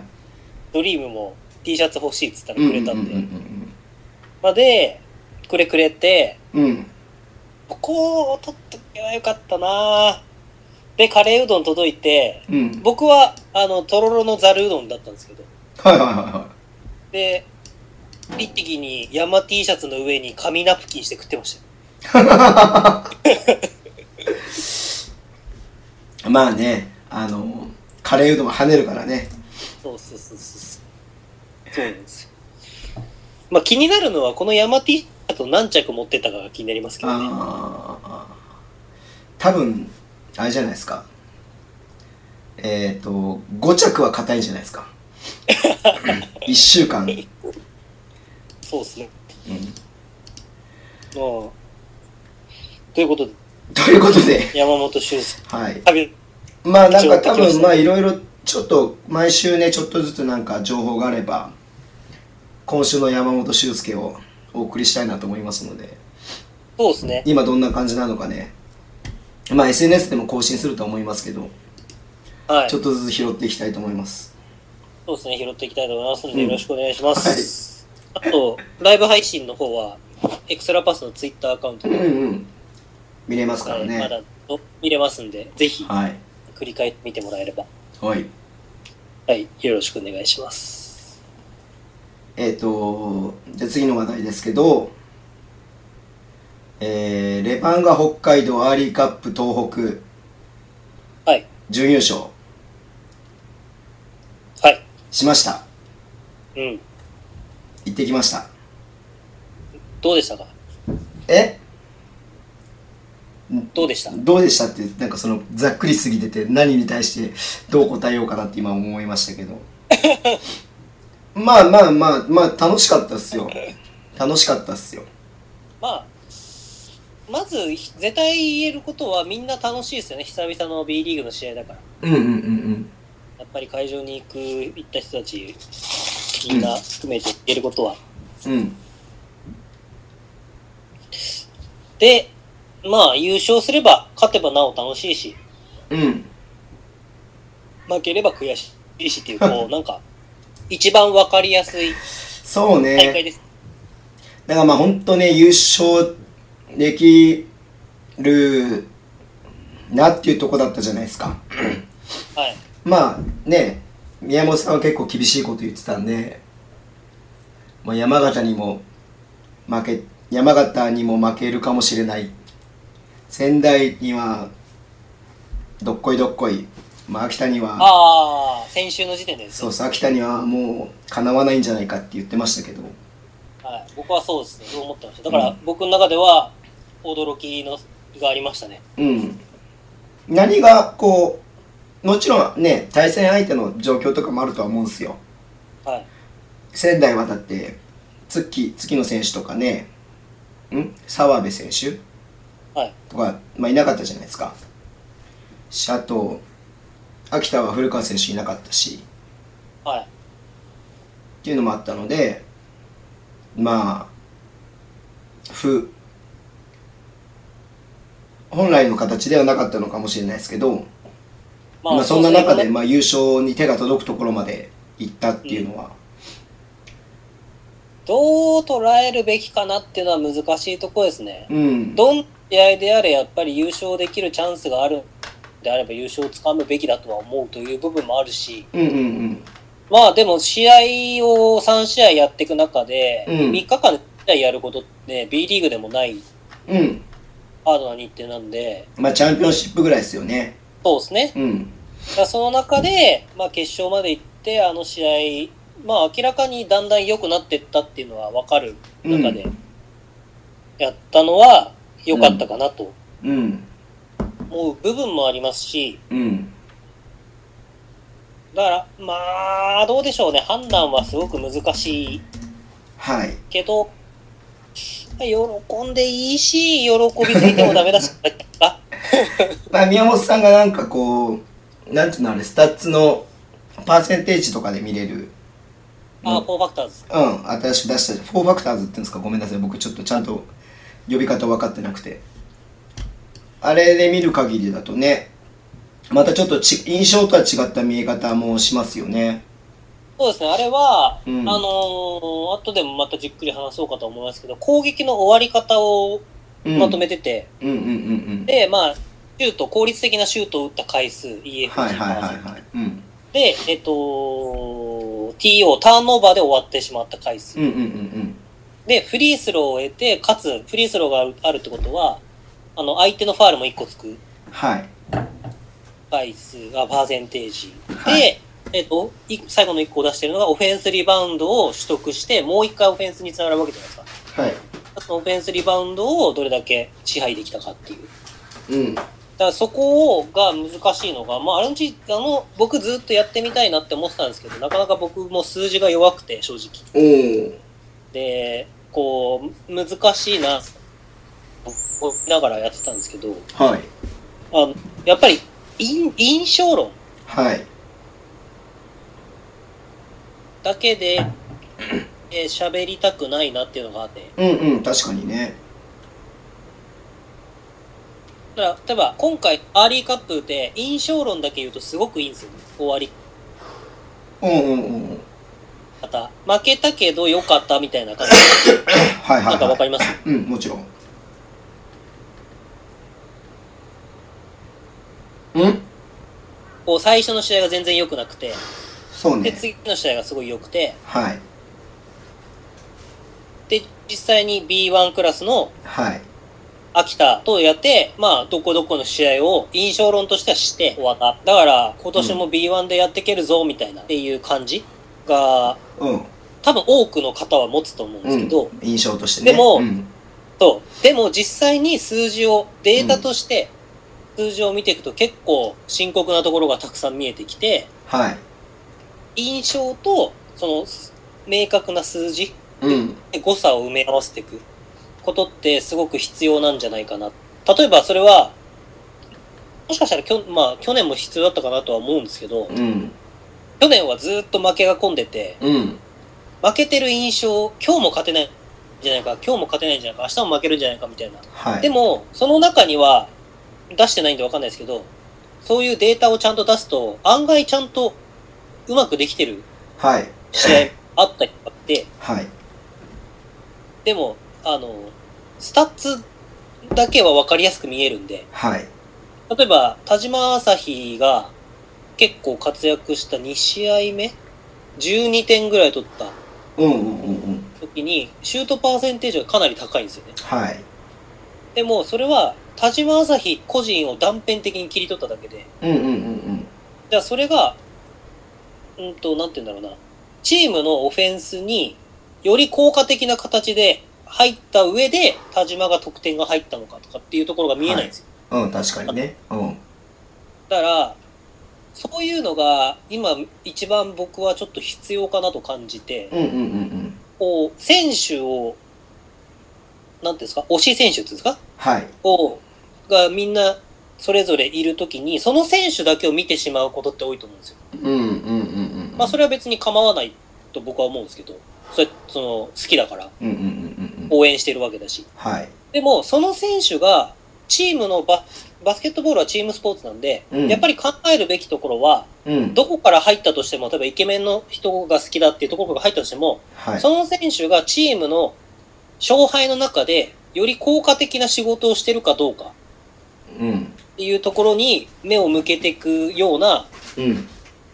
S3: ドリームも T シャツ欲しいっつったら
S2: うん
S3: く
S2: う
S3: れ
S2: ん
S3: た
S2: うん
S3: で。
S2: ん
S3: まあ、で、くれくれて、
S2: うん。うん。
S3: ここを取っとけばよかったなで、カレーうどん届いて、
S2: うん。
S3: 僕は、あの、とろろのざるうどんだったんですけど、
S2: はいはいはいは
S3: で、一滴に山 T シャツの上に紙ナプキンして食ってましたよ。
S2: い。まあね、あの、カレーうどんは跳ねるからね。
S3: そうそうそうそう。そうなんですよ。まあ気になるのはこの山 T シャツを何着持ってたかが気になりますけどね。
S2: ああ。多分、あれじゃないですか。えっ、と5着は硬いんじゃないですか1週間、うん、
S3: そうですね。まあ、ということで、
S2: ということで
S3: 山本修介、
S2: はい
S3: 旅、
S2: まあなんか多分まあいろいろちょっと毎週ねちょっとずつなんか情報があれば今週の山本修介をお送りしたいなと思いますので
S3: そうですね。
S2: 今どんな感じなのかねまあ SNS でも更新すると思いますけど、
S3: はい。
S2: ち
S3: そ
S2: ょっとずつ拾っていきたいと思います
S3: うですね。拾っていきたいと思いますので、よろしくお願いします。あと、ライブ配信の方は、エクストラパスのツイッターアカウント
S2: うん
S3: で、
S2: うん見れますか
S3: は
S2: ら
S3: い
S2: ね
S3: まだ見れますんで、ぜひ、
S2: はい
S3: 繰り返ってみてもらえれば。
S2: はい
S3: はい。よろしくお願いします。
S2: えっ、とじゃあ次の話題ですけどえー、レバンガ北海道アーリーカップ東北
S3: はい。
S2: 準優勝
S3: はい。
S2: しました
S3: うん。
S2: 行ってきました
S3: どうでしたか
S2: え
S3: どうでした
S2: どうでしたってなんかそのざっくりすぎてて何に対してどう答えようかなって今思いました けどまあまあまあまあ楽しかったっすよ楽しかったっすよ
S3: まあ、まず、絶対言えることは、みんな楽しいですよね。久々の B リーグの試合だから。
S2: うんうんうんうん
S3: やっぱり会場に行く、行った人たち、みんな含めて言えることは。
S2: うん
S3: で、まあ、優勝すれば、勝てばなお楽しいし、
S2: うん
S3: 負ければ悔しいしってい う、こう、なんか、一番わかりやすい
S2: そう
S3: 大会
S2: ね
S3: です。
S2: だからまあ本当ね優勝できるなっていうとこだったじゃないですか
S3: はい。
S2: まあね宮本さんは結構厳しいこと言ってたんで、まあ、山形にも負け山形にも負けるかもしれない仙台にはどっこいどっこい、まあ、秋田には
S3: ああ、先週の時点でです
S2: そ
S3: ね
S2: う。そう秋田にはもうかなわないんじゃないかって言ってましたけど
S3: はい。僕はそうですね。そう思ってました。だか
S2: う
S3: ら、僕の中では、驚きの、がありましたね。
S2: うん何がこうもちろんね対戦相手の状況とかもあるとは思うんですよ
S3: はい。
S2: 仙台はだって月月野選手とかねん澤部選手
S3: はい。
S2: とか、まあ、いなかったじゃないですかしあと秋田は古川選手いなかったし
S3: はい。
S2: っていうのもあったのでまあふ本来の形ではなかったのかもしれないですけど、まあ、そんな中で、
S3: うすね
S2: まあ、優勝に手が届くところまで行ったっていうのは、
S3: どう捉えるべきかなっていうのは難しいところですね。
S2: うん、
S3: どんな試合であれ、やっぱり優勝できるチャンスがあるんであれば優勝をつかむべきだとは思うという部分もあるし、
S2: うんうん
S3: まあでも試合を3試合やっていく中で、
S2: うん
S3: 3日間で試合やることって、B リーグでもない
S2: うんうん
S3: ハードな日程なんで、
S2: まあチャンピオンシップぐらいですよね
S3: そうですね。
S2: うん
S3: だからその中で、まあ決勝まで行って、あの試合、まあ明らかにだんだん良くなっていったっていうのは分かる中で、やったのは良かったかなと
S2: うん
S3: 思う部分もありますし、
S2: うん
S3: だから、まあ、どうでしょうね。判断はすごく難しい
S2: はい
S3: けど、喜んでいいし、喜びすぎてもダメ だし、あ
S2: まあ、宮本さんがなんかこう、なんていうのあれ、スタッツのパーセンテージとかで見れる、
S3: あ、フォーファクターズ。
S2: うん、新しく出した、フォーファクターズって言うんですか、ごめんなさい、僕ちょっとちゃんと呼び方分かってなくて。あれで見る限りだとね、またちょっとち印象とは違った見え方もしますよね。
S3: そうですね、あれは、
S2: うん
S3: あのー後でもまたじっくり話そうかと思いますけど、攻撃の終わり方を
S2: うん、
S3: まとめてて、
S2: うんうんうんうん。
S3: で、まあ、シュート、効率的なシュートを打った回数、EFG
S2: はいはいはいはい。うん。
S3: で、えっと、TO、ターンオーバーで終わってしまった回数
S2: う。んうんうん
S3: で、フリースローを得て、かつ、フリースローがあるあるってことは、あの、相手のファールも1個つく
S2: うん。はい。
S3: 回数がパーセンテージ。
S2: はい
S3: で、えっと、い最後の1個を出してるのが、オフェンスリバウンドを取得して、もう1回オフェンスにつながるわけじゃないですか。
S2: はい。
S3: そのオフェンスリバウンドをどれだけ支配できたかっていう
S2: うん。
S3: からそこをが難しいのが、まあ、あれのうち、あの、僕ずっとやってみたいなって思ってたんですけど、なかなか僕も数字が弱くて、正直。
S2: おー
S3: で、こう、難しいな、思いながらやってたんですけど、
S2: はい
S3: あの、やっぱり、印印象論
S2: はい
S3: だけで、えー喋りたくないなっていうのがあって、
S2: うんうん確かにね
S3: だから、例えば今回、アーリーカップで印象論だけ言うとすごくいいんですよ、ね。終わり
S2: うんうんうんうん
S3: 方。負けたけど良かったみたいな感じ。
S2: はいは、
S3: ないんかわか
S2: はい、
S3: ります
S2: うんもちろんうん
S3: こう最初の試合が全然良くなくて、
S2: そう
S3: で、
S2: ね
S3: 次の試合がすごい良くて、
S2: はい
S3: で、実際に B1 クラスの
S2: はい
S3: 秋田とやって、まあ、どこどこの試合を印象論としてはして終わった。だから、今年も B1 でやっていけるぞ、みたいな、っていう感じが、
S2: うん
S3: 多分多くの方は持つと思うんですけど、
S2: 印象としてね
S3: でも
S2: うん、
S3: そう。でも実際に数字を、データとして、数字を見ていくと結構深刻なところがたくさん見えてきて、
S2: はい
S3: 印象と、その、明確な数字
S2: うん
S3: で誤差を埋め合わせていくことってすごく必要なんじゃないかな。例えばそれは、もしかしたらきょ、まあ、去年も必要だったかなとは思うんですけど、
S2: うん
S3: 去年はずっと負けが込んでて、
S2: うん
S3: 負けてる印象、今日も勝てないんじゃないか、今日も勝てないんじゃないか、明日も負けるんじゃないかみたいな。
S2: はい
S3: でも、その中には出してないんでわかんないですけど、そういうデータをちゃんと出すと、案外ちゃんとうまくできてる
S2: はい
S3: 試合あったりとかって、
S2: はい
S3: でも、あの、スタッツだけは分かりやすく見えるんで、
S2: はい
S3: 例えば、田島朝日が結構活躍した2試合目 ?12 点ぐらい取った
S2: うんうんうんうん
S3: 時に、シュートパーセンテージがかなり高いんですよね。
S2: はい
S3: でも、それは、田島朝日個人を断片的に切り取っただけで、
S2: うんうんうん
S3: じゃあそれが、うんと、なんて言うんだろうな。チームのオフェンスにより効果的な形で入った上で、田島が得点が入ったのかとかっていうところが見えないんですよ。
S2: うんうん確かにねうん
S3: だから、そういうのが今一番僕はちょっと必要かなと感じて、
S2: うんうんうんうん
S3: こう、選手を、なんていうんですか、推し選手っていうんですか
S2: はい
S3: を、がみんなそれぞれいるときに、その選手だけを見てしまうことって多いと思うんですよ。
S2: うんうんうんうん
S3: まあそれは別に構わないと僕は思うんですけど、それ、その、好きだから
S2: うんうんうんうんうん
S3: 応援してるわけだし。
S2: はい
S3: でも、その選手が、チームのバ、バスケットボールはチームスポーツなんで、
S2: うん
S3: やっぱり考えるべきところは、
S2: うん
S3: どこから入ったとしても、例えばイケメンの人が好きだっていうところから入ったとしても、
S2: はい
S3: その選手がチームの勝敗の中で、より効果的な仕事をしてるかどうか
S2: うん
S3: っていうところに目を向けていくような
S2: うん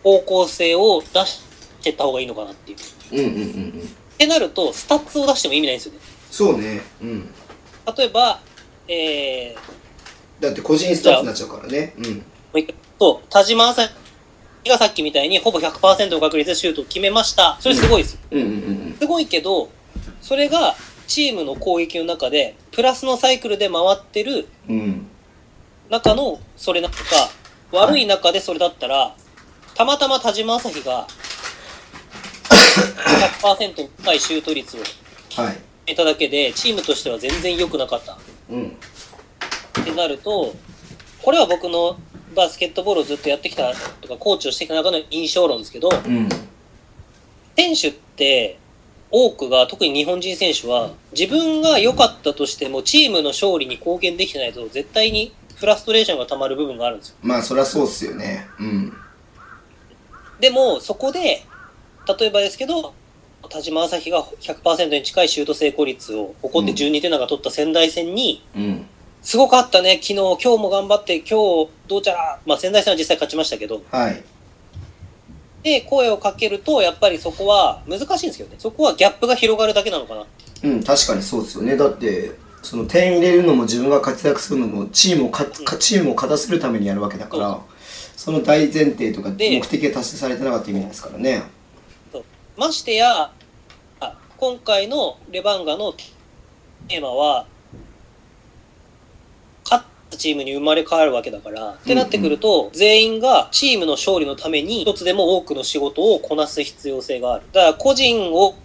S3: 方向性を出していった方がいいのかなっていう。
S2: うんうんうんうん
S3: ってなると、スタッツを出しても意味ないんですよね。
S2: そうねうん
S3: 例えば、えー、も
S2: だって個人スタッフになっちゃうからねうん
S3: う一回、そう、田島朝日がさっきみたいにほぼ100%の確率でシュートを決めました。それすごいですよ。
S2: うんうんうん
S3: すごいけど、それがチームの攻撃の中で、プラスのサイクルで回ってる
S2: うんうん
S3: 中のそれなのか、
S2: はい
S3: 悪い中でそれだったら、たまたま田島朝日が100%の高いシュート率を決
S2: はい
S3: めただけで、チームとしては全然良くなかった。
S2: うん
S3: ってなると、これは僕のバスケットボールをずっとやってきたとか、コーチをしてきた中の印象論ですけど、
S2: うん
S3: 選手って、多くが、特に日本人選手は、自分が良かったとしても、チームの勝利に貢献できてないと、絶対にフラストレーションが溜まる部分があるんですよ。
S2: まあそりゃそうっすよねうん
S3: でも、そこで、例えばですけど、田島朝日が100%に近いシュート成功率を誇って12点なんか取った仙台戦に、
S2: うん
S3: すごかったね、昨日、今日も頑張って、今日、どうちゃら、まあ仙台戦は実際勝ちましたけど、
S2: はい
S3: で、声をかけると、やっぱりそこは難しいんですけどね。そこはギャップが広がるだけなのかな。
S2: うん確かにそうですよねだってその点入れるのも自分が活躍するのもチームをかかチームを勝たせるためにやるわけだから、その大前提とか
S3: で
S2: 目的が達成されてなかった意味ないですからね
S3: ましてや、あ今回のレバンガのテーマは、勝ったチームに生まれ変わるわけだから、ってなってくると、全員がチームの勝利のために一つでも多くの仕事をこなす必要性がある。だから個人を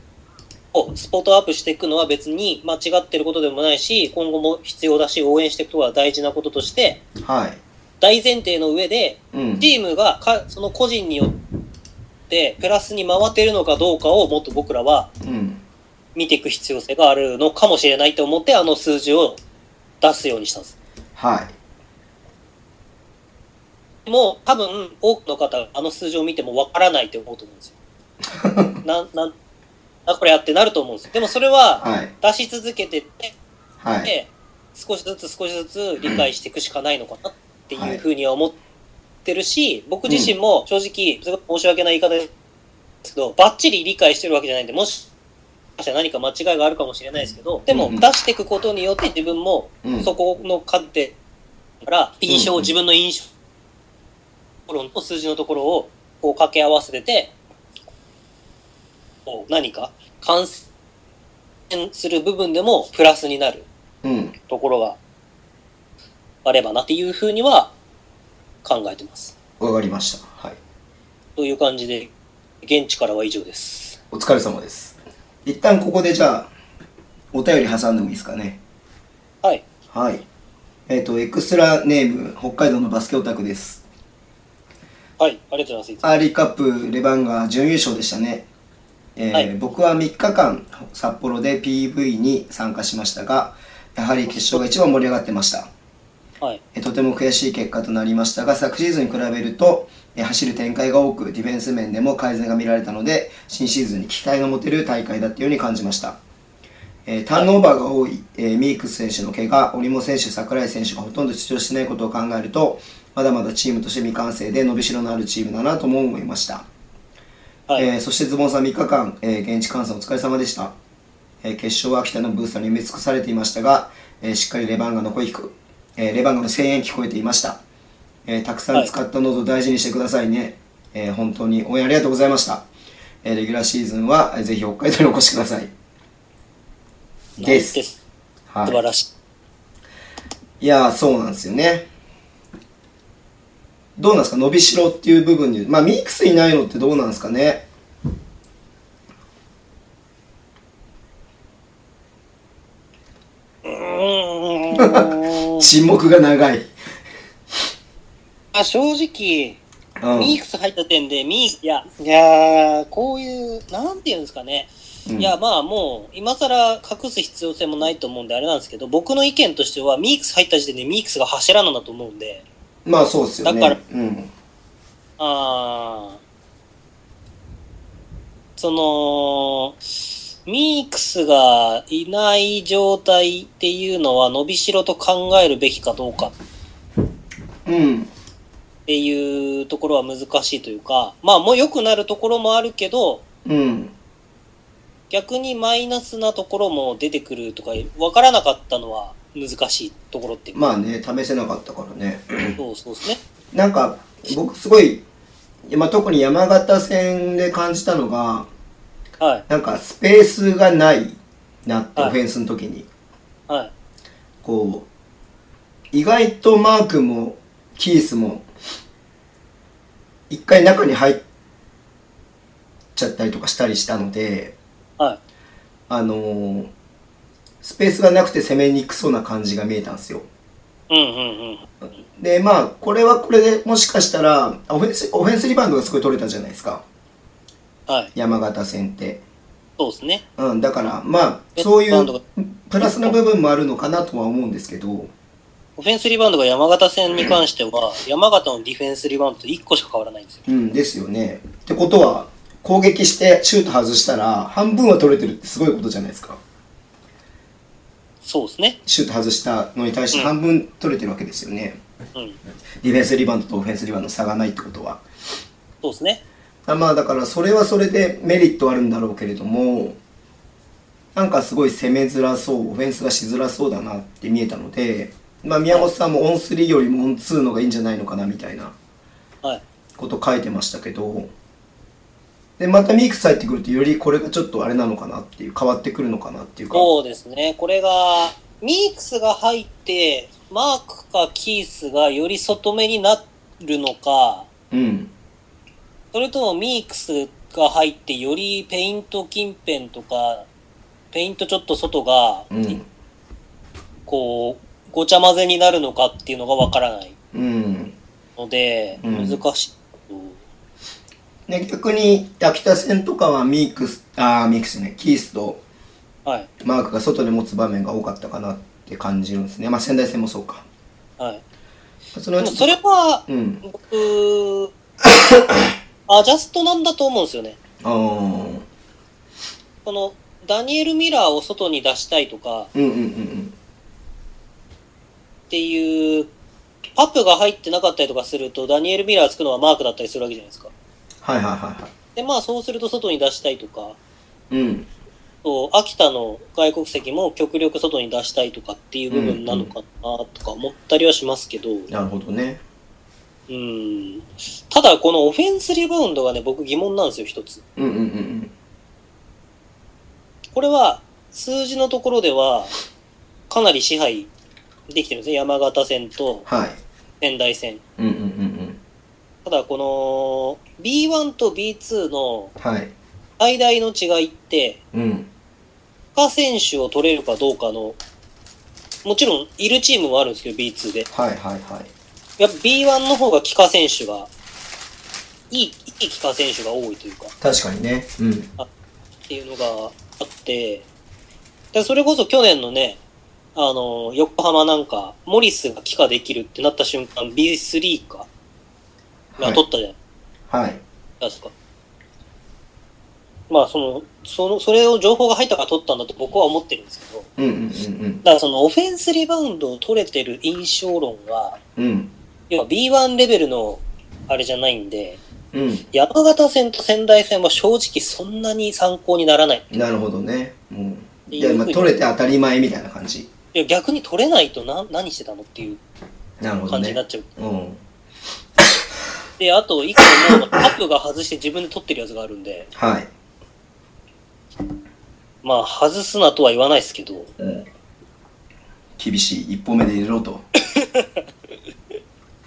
S3: をスポットアップしていくのは別に間違ってることでもないし、今後も必要だし、応援していくことは大事なこととして、
S2: はい。
S3: 大前提の上で、
S2: うん。
S3: チームがかその個人によってプラスに回ってるのかどうかをもっと僕らは
S2: うん。
S3: 見ていく必要性があるのかもしれないと思って、あの数字を出すようにしたんです。
S2: はい。
S3: もう多分多くの方があの数字を見てもわからないって思うと思うんですよ。なん、なん、あ、これやってなると思うんですよ。でもそれは
S2: はい。
S3: 出し続けてって、
S2: はい。
S3: で少しずつ少しずつ理解していくしかないのかなっていうふうには思ってるし、僕自身も正直、すごい申し訳ない言い方ですけど、バッチリ理解してるわけじゃないんで、もし、かしたら何か間違いがあるかもしれないですけど、でも
S2: うんう
S3: 出
S2: ん
S3: していくことによって自分も
S2: うん
S3: そこの観点から印象、
S2: うんうん
S3: 自分の印象ところと数字のところをこう掛け合わせてて、こう何か感染する部分でもプラスになる
S2: うん。
S3: ところがあればなっていうふうには考えてます。
S2: わかりました。はい。
S3: という感じで、現地からは以上です。
S2: お疲れ様です。一旦ここでじゃあ、お便り挟んでもいいですかね。
S3: はい。
S2: はい。えっ、と、エクストラネーム、北海道のバスケオタクです。
S3: はい。ありがとうございます。
S2: アーリーカップレバンが準優勝でしたね。えー
S3: はい
S2: 僕は3日間、札幌で PV に参加しましたが、やはり決勝が一番盛り上がってました。
S3: はい。
S2: えーとても悔しい結果となりましたが昨シーズンに比べるとえー走る展開が多くディフェンス面でも改善が見られたので新シーズンに期待の持てる大会だったように感じました、えーターンオーバーが多い、えーミークス選手の怪我折茂選手櫻井選手がほとんど出場してないことを考えるとまだまだチームとして未完成で伸びしろのあるチームだなとも思いました
S3: はい。
S2: えーそしてズボンさん3日間、えー現地観戦お疲れ様でした、えー決勝は北のブースターに埋め尽くされていましたが、えーしっかりレバンガの声聞く、えーレバンガの声援聞こえていました、えーたくさん使った喉を大事にしてくださいね、えー本当に応援ありがとうございました、えーレギュラーシーズンはえーぜひ北海道にお越しくださいです
S3: です
S2: は
S3: 素晴
S2: い、
S3: らしい。
S2: いやーそうなんですよねどうなんですか伸びしろっていう部分にまあミックスいないのってどうなんですかね
S3: うーん
S2: 沈黙が長い、
S3: あ正直、
S2: うん
S3: ミークス入った点で、ミーいや、いやーこういう、なんていうんですかね。
S2: うん
S3: いや、まあもう、今更隠す必要性もないと思うんで、あれなんですけど、僕の意見としては、ミークス入った時点でミークスが柱なんだと思うんで、
S2: まあそうですよね。
S3: だから
S2: うん。
S3: ああ。その、ミークスがいない状態っていうのは伸びしろと考えるべきかどうか
S2: うん。
S3: っていうところは難しいというか、まあもう良くなるところもあるけど、
S2: うん。
S3: 逆にマイナスなところも出てくるとか、わからなかったのは難しいところっていうか、
S2: まあね、試せなかったからね。
S3: そうそうですね。
S2: なんか、僕すごい、まあ、特に山形戦で感じたのが、
S3: はい、
S2: なんかスペースがないなって、
S3: はい
S2: オフェンスの時に。
S3: はい、
S2: こう、意外とマークもキースも、一回中に入っちゃったりとかしたりしたので、
S3: はい。
S2: あのースペースがなくて攻めにくそうな感じが見えたんですよ。
S3: うんうんうん。
S2: でまあこれはこれでもしかしたらオフェンスオフェンスリバウンドがすごい取れたじゃないですか
S3: はい、
S2: 山形戦って、
S3: そうですね。
S2: うん、だからまあそうい
S3: リバウンド
S2: う
S3: が
S2: プラスの部分もあるのかなとは思うんですけど
S3: オフェンスリバウンドが山形戦に関しては、山形のディフェンスリバウンドと1個しか変わらないんですよ。
S2: うんですよねってことは攻撃してシュート外したら半分は取れてるってすごいことじゃないですか
S3: そうですね。
S2: シュート外したのに対して半分取れてるわけですよね、
S3: うん。
S2: ディフェンスリバウンドとオフェンスリバウンドの差がないってことは
S3: そうですね。
S2: あまあだからそれはそれでメリットはあるんだろうけれどもなんかすごい攻めづらそうオフェンスがしづらそうだなって見えたので、まあ、宮本さんもオン3よりもオン2のがいいんじゃないのかなみたいな
S3: はい。
S2: こと書いてましたけどでまたミークス入ってくるとよりこれがちょっとあれなのかなっていう変わってくるのかなっていうか
S3: そうですね。これが、ミークスが入って、マークかキースがより外目になるのか、
S2: うん
S3: それともミークスが入ってよりペイント近辺とか、ペイントちょっと外が、
S2: うん
S3: こう、ごちゃ混ぜになるのかっていうのがわからない
S2: うん
S3: ので、
S2: うん
S3: 難しい。
S2: ね、逆に秋田戦とかはミークスあーミークスねキースと
S3: はい、
S2: マークが外で持つ場面が多かったかなって感じるんですねまあ仙台戦もそうか
S3: はい。
S2: そ
S3: で
S2: のう
S3: も
S2: ち
S3: それは、
S2: うん
S3: 僕、アジャストなんだと思うんですよね。
S2: あー
S3: この、ダニエル・ミラーを外に出したいとか
S2: うんうんうん
S3: っていう、パプが入ってなかったりとかすると、ダニエル・ミラーつくのはマークだったりするわけじゃないですか。
S2: はいはいはいは
S3: で、まあそうすると外に出したいとか、
S2: いうん
S3: と秋田の外国籍も極力外に出したいとかっていう部分なのかなとか思ったりはしますけど、
S2: なるほどね
S3: うん。ただこのオフェンスリバウンドがね、僕疑問なんですよ、一つ。
S2: うんうんうん
S3: これは数字のところではかなり支配できてるんですね。山形戦と
S2: はい
S3: 仙台戦。
S2: うんうんうんうん
S3: ただこの B1 と B2 の
S2: はい
S3: 最大の違いって、
S2: うん
S3: 他選手を取れるかどうかの、もちろんいるチームもあるんですけど、B2 で。
S2: はいはいはい
S3: やっぱ B1 の方が帰化選手が、いい、いい帰化選手が多いというか、
S2: 確かにねうん
S3: っていうのがあって、でそれこそ去年のね、あの、横浜なんか、モリスが帰化できるってなった瞬間、B3 か、が取ったじゃない
S2: はい
S3: ですか。まあ、その、その、それを情報が入ったから取ったんだと僕は思ってるんですけど、
S2: うんうんうん
S3: だからそのオフェンスリバウンドを取れてる印象論は、
S2: うんうん
S3: 要は B1 レベルのあれじゃないんで、
S2: うん
S3: 山形戦と仙台戦は正直そんなに参考にならない。
S2: なるほどねうんい
S3: い
S2: や
S3: うふ
S2: ま
S3: う
S2: あ
S3: に
S2: 取れて当たり前みたいな感じ
S3: いや逆に取れないとな何してたのっていう
S2: なるほど
S3: 感じになっ
S2: ね
S3: ちゃう。
S2: うん
S3: で、あと一個もうアップが外して自分で取ってるやつがあるんで、
S2: はい
S3: まあ外すなとは言わないですけど、
S2: 厳しい一歩目で入れろ と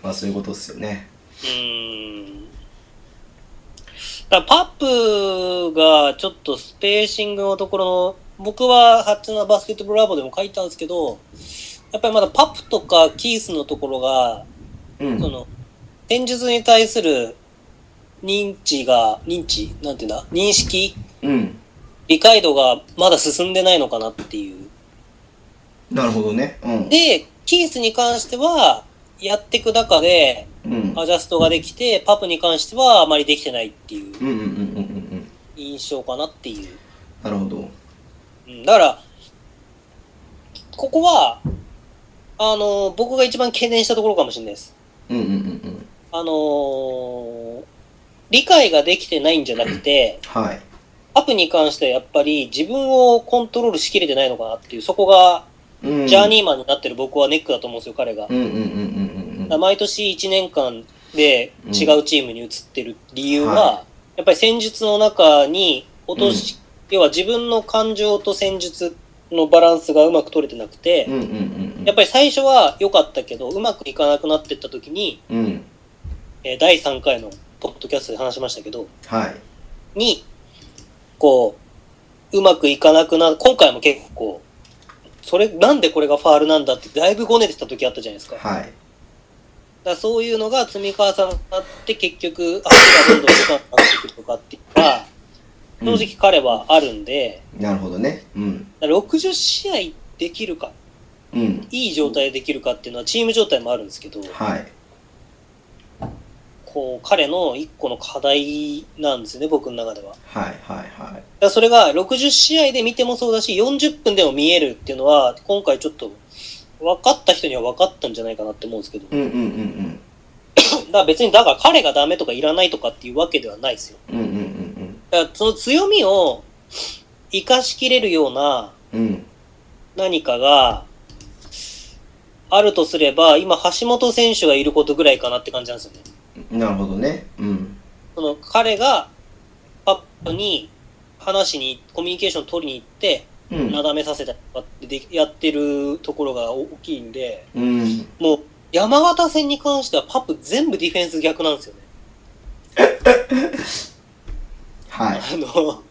S2: まあそういうことですよね
S3: うーん。だからパップがちょっとスペーシングのところの、僕はハッチのバスケットブラボーでも書いたんですけど、やっぱりまだパップとかキースのところが、
S2: うん
S3: その、戦術に対する認知が、認知なんていうんだ認識
S2: うん
S3: 理解度がまだ進んでないのかなっていう。
S2: なるほどねうん
S3: で、キースに関しては、やっていく中で、
S2: うん
S3: アジャストができて、パプに関してはあまりできてないっていう
S2: うんうんうんうんうんうん
S3: 印象かなっていう。
S2: なるほど
S3: うん、だから、ここは、あの、僕が一番懸念したところかもしれないです。
S2: うんうんうんうん
S3: あのー理解ができてないんじゃなくて、
S2: はい
S3: アップに関してはやっぱり自分をコントロールしきれてないのかなっていう、そこが
S2: うん
S3: ジャーニーマンになってる僕はネックだと思うんですよ、彼が。だ
S2: う
S3: か
S2: んうんうんうんうん
S3: ら毎年1年間で違うチームに移ってる理由
S2: うん
S3: は
S2: は、
S3: やっぱり戦術の中に落とし、要は自分の感情と戦術のバランスがうまく取れてなく
S2: う
S3: て、
S2: んうんうんうん
S3: やっぱり最初は良かったけど、うまくいかなくなってった時に、
S2: うん
S3: えー第3回のポッドキャストで話しましたけど、
S2: はい
S3: に、こう、うまくいかなくな、今回も結構、それ、なんでこれがファールなんだって、だいぶごねてた時あったじゃないですか。だか
S2: はい
S3: らそういうのが積み重なって、結局、あれがどんどん良くなってくるとかっていうの
S2: う
S3: が、
S2: ん
S3: 正直彼はあるんで、
S2: なるほどねうん
S3: だから60試合できるか、
S2: うん
S3: いい状態でできるかっていうのは、チーム状態もあるんですけど、
S2: はい
S3: こう、彼の一個の課題なんですよね、僕の中では。
S2: はいはいはい
S3: だからそれが60試合で見てもそうだし、40分でも見えるっていうのは、今回ちょっと、分かった人には分かったんじゃないかなって思うんですけど。だ
S2: うんうんうん
S3: から別に、だから彼がダメとかいらないとかっていうわけではないですよ。
S2: うんうんうんうん
S3: だからその強みを生かしきれるような
S2: うんうん
S3: 何かがあるとすれば、今、橋本選手がいることぐらいかなって感じなんですよね。
S2: なるほどねうん
S3: その彼がパップに話しに、コミュニケーション取りに行って、
S2: うん
S3: なだめさせたりとかってでやってるところが大きいんで、
S2: うん
S3: もう山形戦に関してはパップ全部ディフェンス逆なんですよね。
S2: はい
S3: あの、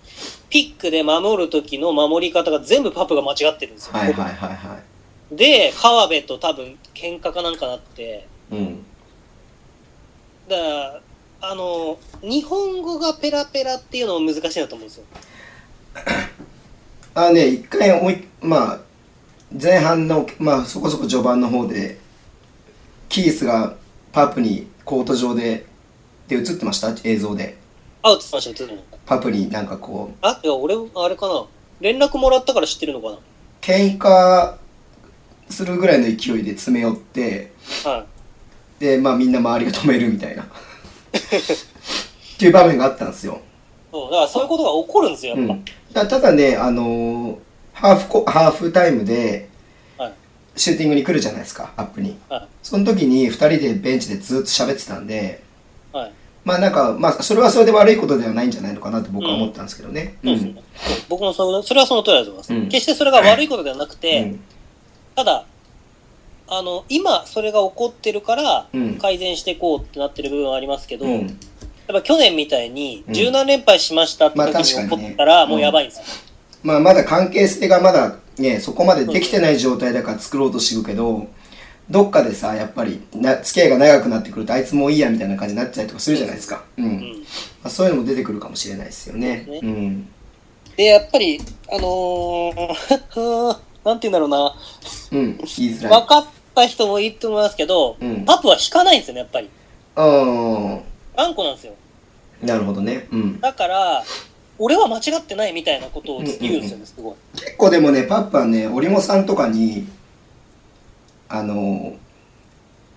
S3: ピックで守る時の守り方が全部パップが間違ってるんですよ。
S2: はいはいはいは
S3: で、川辺と多分喧嘩かなんかなって、
S2: いうん
S3: だから、あの、日本語がペラペラっていうのも難しいなと思うんですよ。
S2: あね一回思いまあ前半のまあそこそこ序盤の方でキースがパープにコート上でで映ってました映像で
S3: アウトさんしか映るの。
S2: パープになんかこう
S3: あ、いや、俺、あれかな。連絡もらったから知ってるのか
S2: 喧嘩するぐらいの勢いで詰め寄って
S3: な。はい。
S2: でまあみんな周りが止めるみたいなっていう場面があったんですよ、
S3: そう、だからそういうことが起こるんですよ、
S2: う
S3: やっぱ。
S2: ん、だただねあのーハーフコハーフタイムで
S3: はい
S2: シューティングに来るじゃないですかアップに
S3: は
S2: その時に2人でベンチでずっと喋ってたんで
S3: い。はい。
S2: まあなんかまあそれはそれで悪いことではないんじゃないのかなと僕は思ったんですけどね。
S3: そうですね。そう僕もそれそれはその通りだと思います。
S2: うん
S3: 決してそれが悪いことではなくて、
S2: うん
S3: ただ、あの、今それが起こってるから
S2: うん、
S3: 改善していこうってなってる部分はありますけど、
S2: う
S3: やっ
S2: ん
S3: ぱ去年みたいに、
S2: うん
S3: 十何連敗しましたって
S2: まあ
S3: 時に
S2: 確か
S3: 起
S2: に
S3: こ
S2: ね
S3: ったら、もうやばいんですよ。
S2: まあまだ関係性がまだねそこまでできてない状態だから作ろうとしてるけどどっかでさやっぱりな付き合いが長くなってくるとあいつもういいやみたいな感じになっちゃうとかするじゃないですか、うん
S3: う
S2: ま
S3: ん
S2: あ、そういうのも出てくるかもしれないですよね。
S3: そうです
S2: うん
S3: で、やっぱり、あのー なんて言うんだろ
S2: うん、言いづ
S3: うな、
S2: ら
S3: 分
S2: い。
S3: かった人もいると思いますけど、
S2: うん
S3: パプは引かないんですよね、やっぱり。
S2: あ
S3: 頑固なんですよ。
S2: あなるほどね、うん、
S3: だから、俺は間違ってないみたいなことを言うんですよね、すごい。
S2: 結構でもねパッパはね織茂さんとかにあの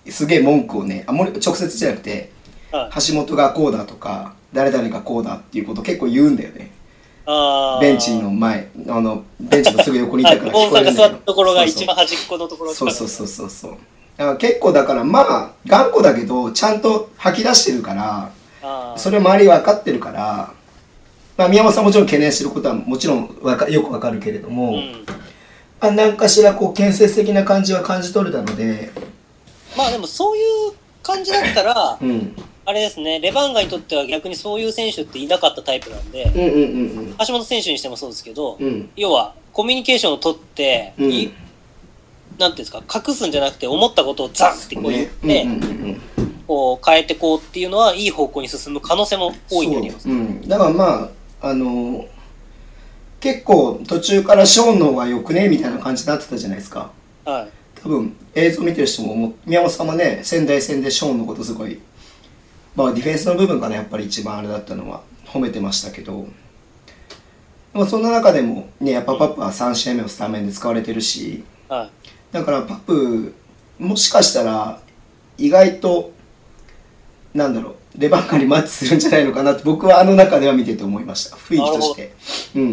S2: すげえ文句をねあもう直接じゃなくて
S3: はい。
S2: 橋本がこうだとか誰々がこうだっていうことを結構言うんだよね
S3: あー
S2: ベンチの前あのベンチのすぐ横にいたから
S3: はい、
S2: 聞
S3: ゴ
S2: こ
S3: ー
S2: え
S3: ン
S2: る
S3: さ
S2: んだけ
S3: んが座
S2: ど
S3: ったところが一番端っこのところ。
S2: そうそうそううそうそうだから結構だからまあ頑固だけどちゃんと吐き出してるから
S3: あー
S2: それを周り分かってるから、まあ、宮本さんもちろん懸念してることはもちろんわかよく分かるけれども、
S3: うん、
S2: あ何かしらこう建設的な感じは感じ取れたので、
S3: まあでもそういう感じだったら、
S2: うん、うん
S3: あれですね、レバンガにとっては逆にそういう選手っていなかったタイプなんで、
S2: うんうん
S3: 橋本選手にしてもそうですけど、
S2: うんうん
S3: 要はコミュニケーションを取って、
S2: うん
S3: いなんていうんですか、隠すんじゃなくて思ったことをザンってこう言って、
S2: うんうんうんうん
S3: こう変えてこうっていうのはいい方向に進む可能性も大いにあります。
S2: そううん、だからまああの結構途中からショーンの方がよくねみたいな感じになってたじゃないですか
S3: はい。
S2: 多分映像見てる人も思っ宮本さんもね仙台戦でショーンのことすごいまあディフェンスの部分かなやっぱり一番あれだったのは褒めてましたけどまあそんな中でもねやっぱパップは3試合目をスタメンで使われてるし
S3: はい。
S2: だからパップもしかしたら意外となんだろうレバンガにマッチするんじゃないのかなって僕はあの中では見てて思いました雰囲気として、うん、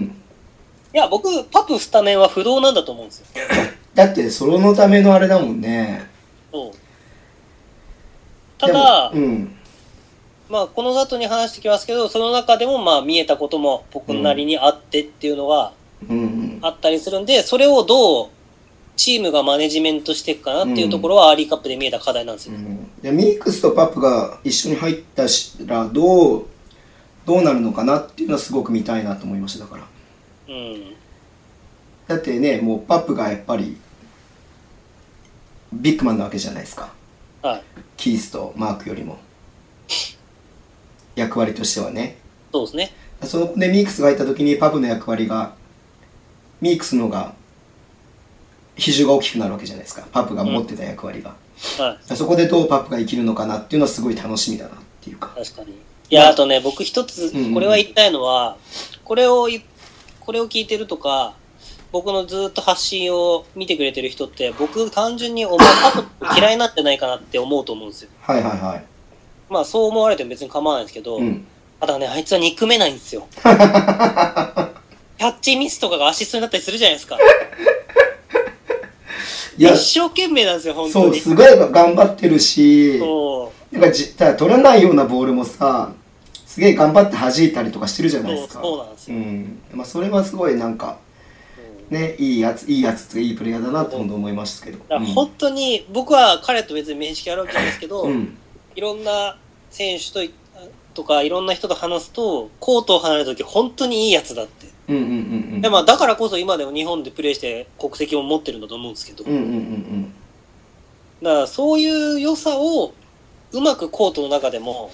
S3: いや、僕、パプスタメンは不動なんだと思うんですよ。
S2: だってソロのためのあれだもんね
S3: そうただ、
S2: でもうん
S3: まあ、この後に話してきますけど、その中でも、まあ、見えたことも僕なりにあってっていうのが
S2: うんうん
S3: あったりするんで、それをどうチームがマネジメントしていくかなっていうところは、アーリーカップで見えた課題なんです
S2: う
S3: よ。
S2: んでミークスとパップが一緒に入ったらどうどうなるのかなっていうのはすごく見たいなと思いましただから
S3: うん。
S2: だってねもうパップがやっぱりビッグマンなわけじゃないですか
S3: はい。
S2: キースとマークよりも役割としてはね
S3: そうですね。
S2: そのでミークスが入った時にパブの役割がミークスのが比重が大きくなるわけじゃないですかパブが持ってた役割が、
S3: は
S2: そこでどうパブが生きるのかなっていうのはすごい楽しみだなっていうか
S3: い。確かに。いや、
S2: まあ
S3: あとね、僕一つ
S2: うんうん、
S3: これは言いたいのは、これをい、これを聞いてるとか、僕のずっと発信を見てくれてる人って、僕単純にお前パプ嫌いなんじゃないかなって思うと思うんですよ。
S2: はいはいはい
S3: まあそう思われても別に構わないですけど、
S2: うん
S3: ただね、あいつは憎めないんで すよ。キャッチミスとかがアシストになったりするじゃないですか。
S2: いや
S3: 一生懸命なんですよ、本当
S2: そう
S3: に。
S2: すごい頑張ってるし
S3: そ
S2: なんかじただ取らないようなボールもさすげえ頑張って弾いたりとかしてるじゃ
S3: う
S2: ないで
S3: そう
S2: すか
S3: そうなんです
S2: う
S3: よ。
S2: んまあ、それはすごいなんか
S3: うん
S2: ねいいやついいやつっていうかいいプレイヤーだなって本当思いましたけど
S3: だから本当に、僕は彼と別に面識あるわけじゃないですけど、
S2: うんうん
S3: いろんな選手といとか、いろんな人と話すと、コートを離れるとき、本当にいいやつだって。
S2: うんうんうんうん
S3: でまあ、だからこそ今でも日本でプレーして国籍を持ってるんだと思うんですけど、
S2: うんうんうん
S3: だからそういう良さをうまくコートの中でも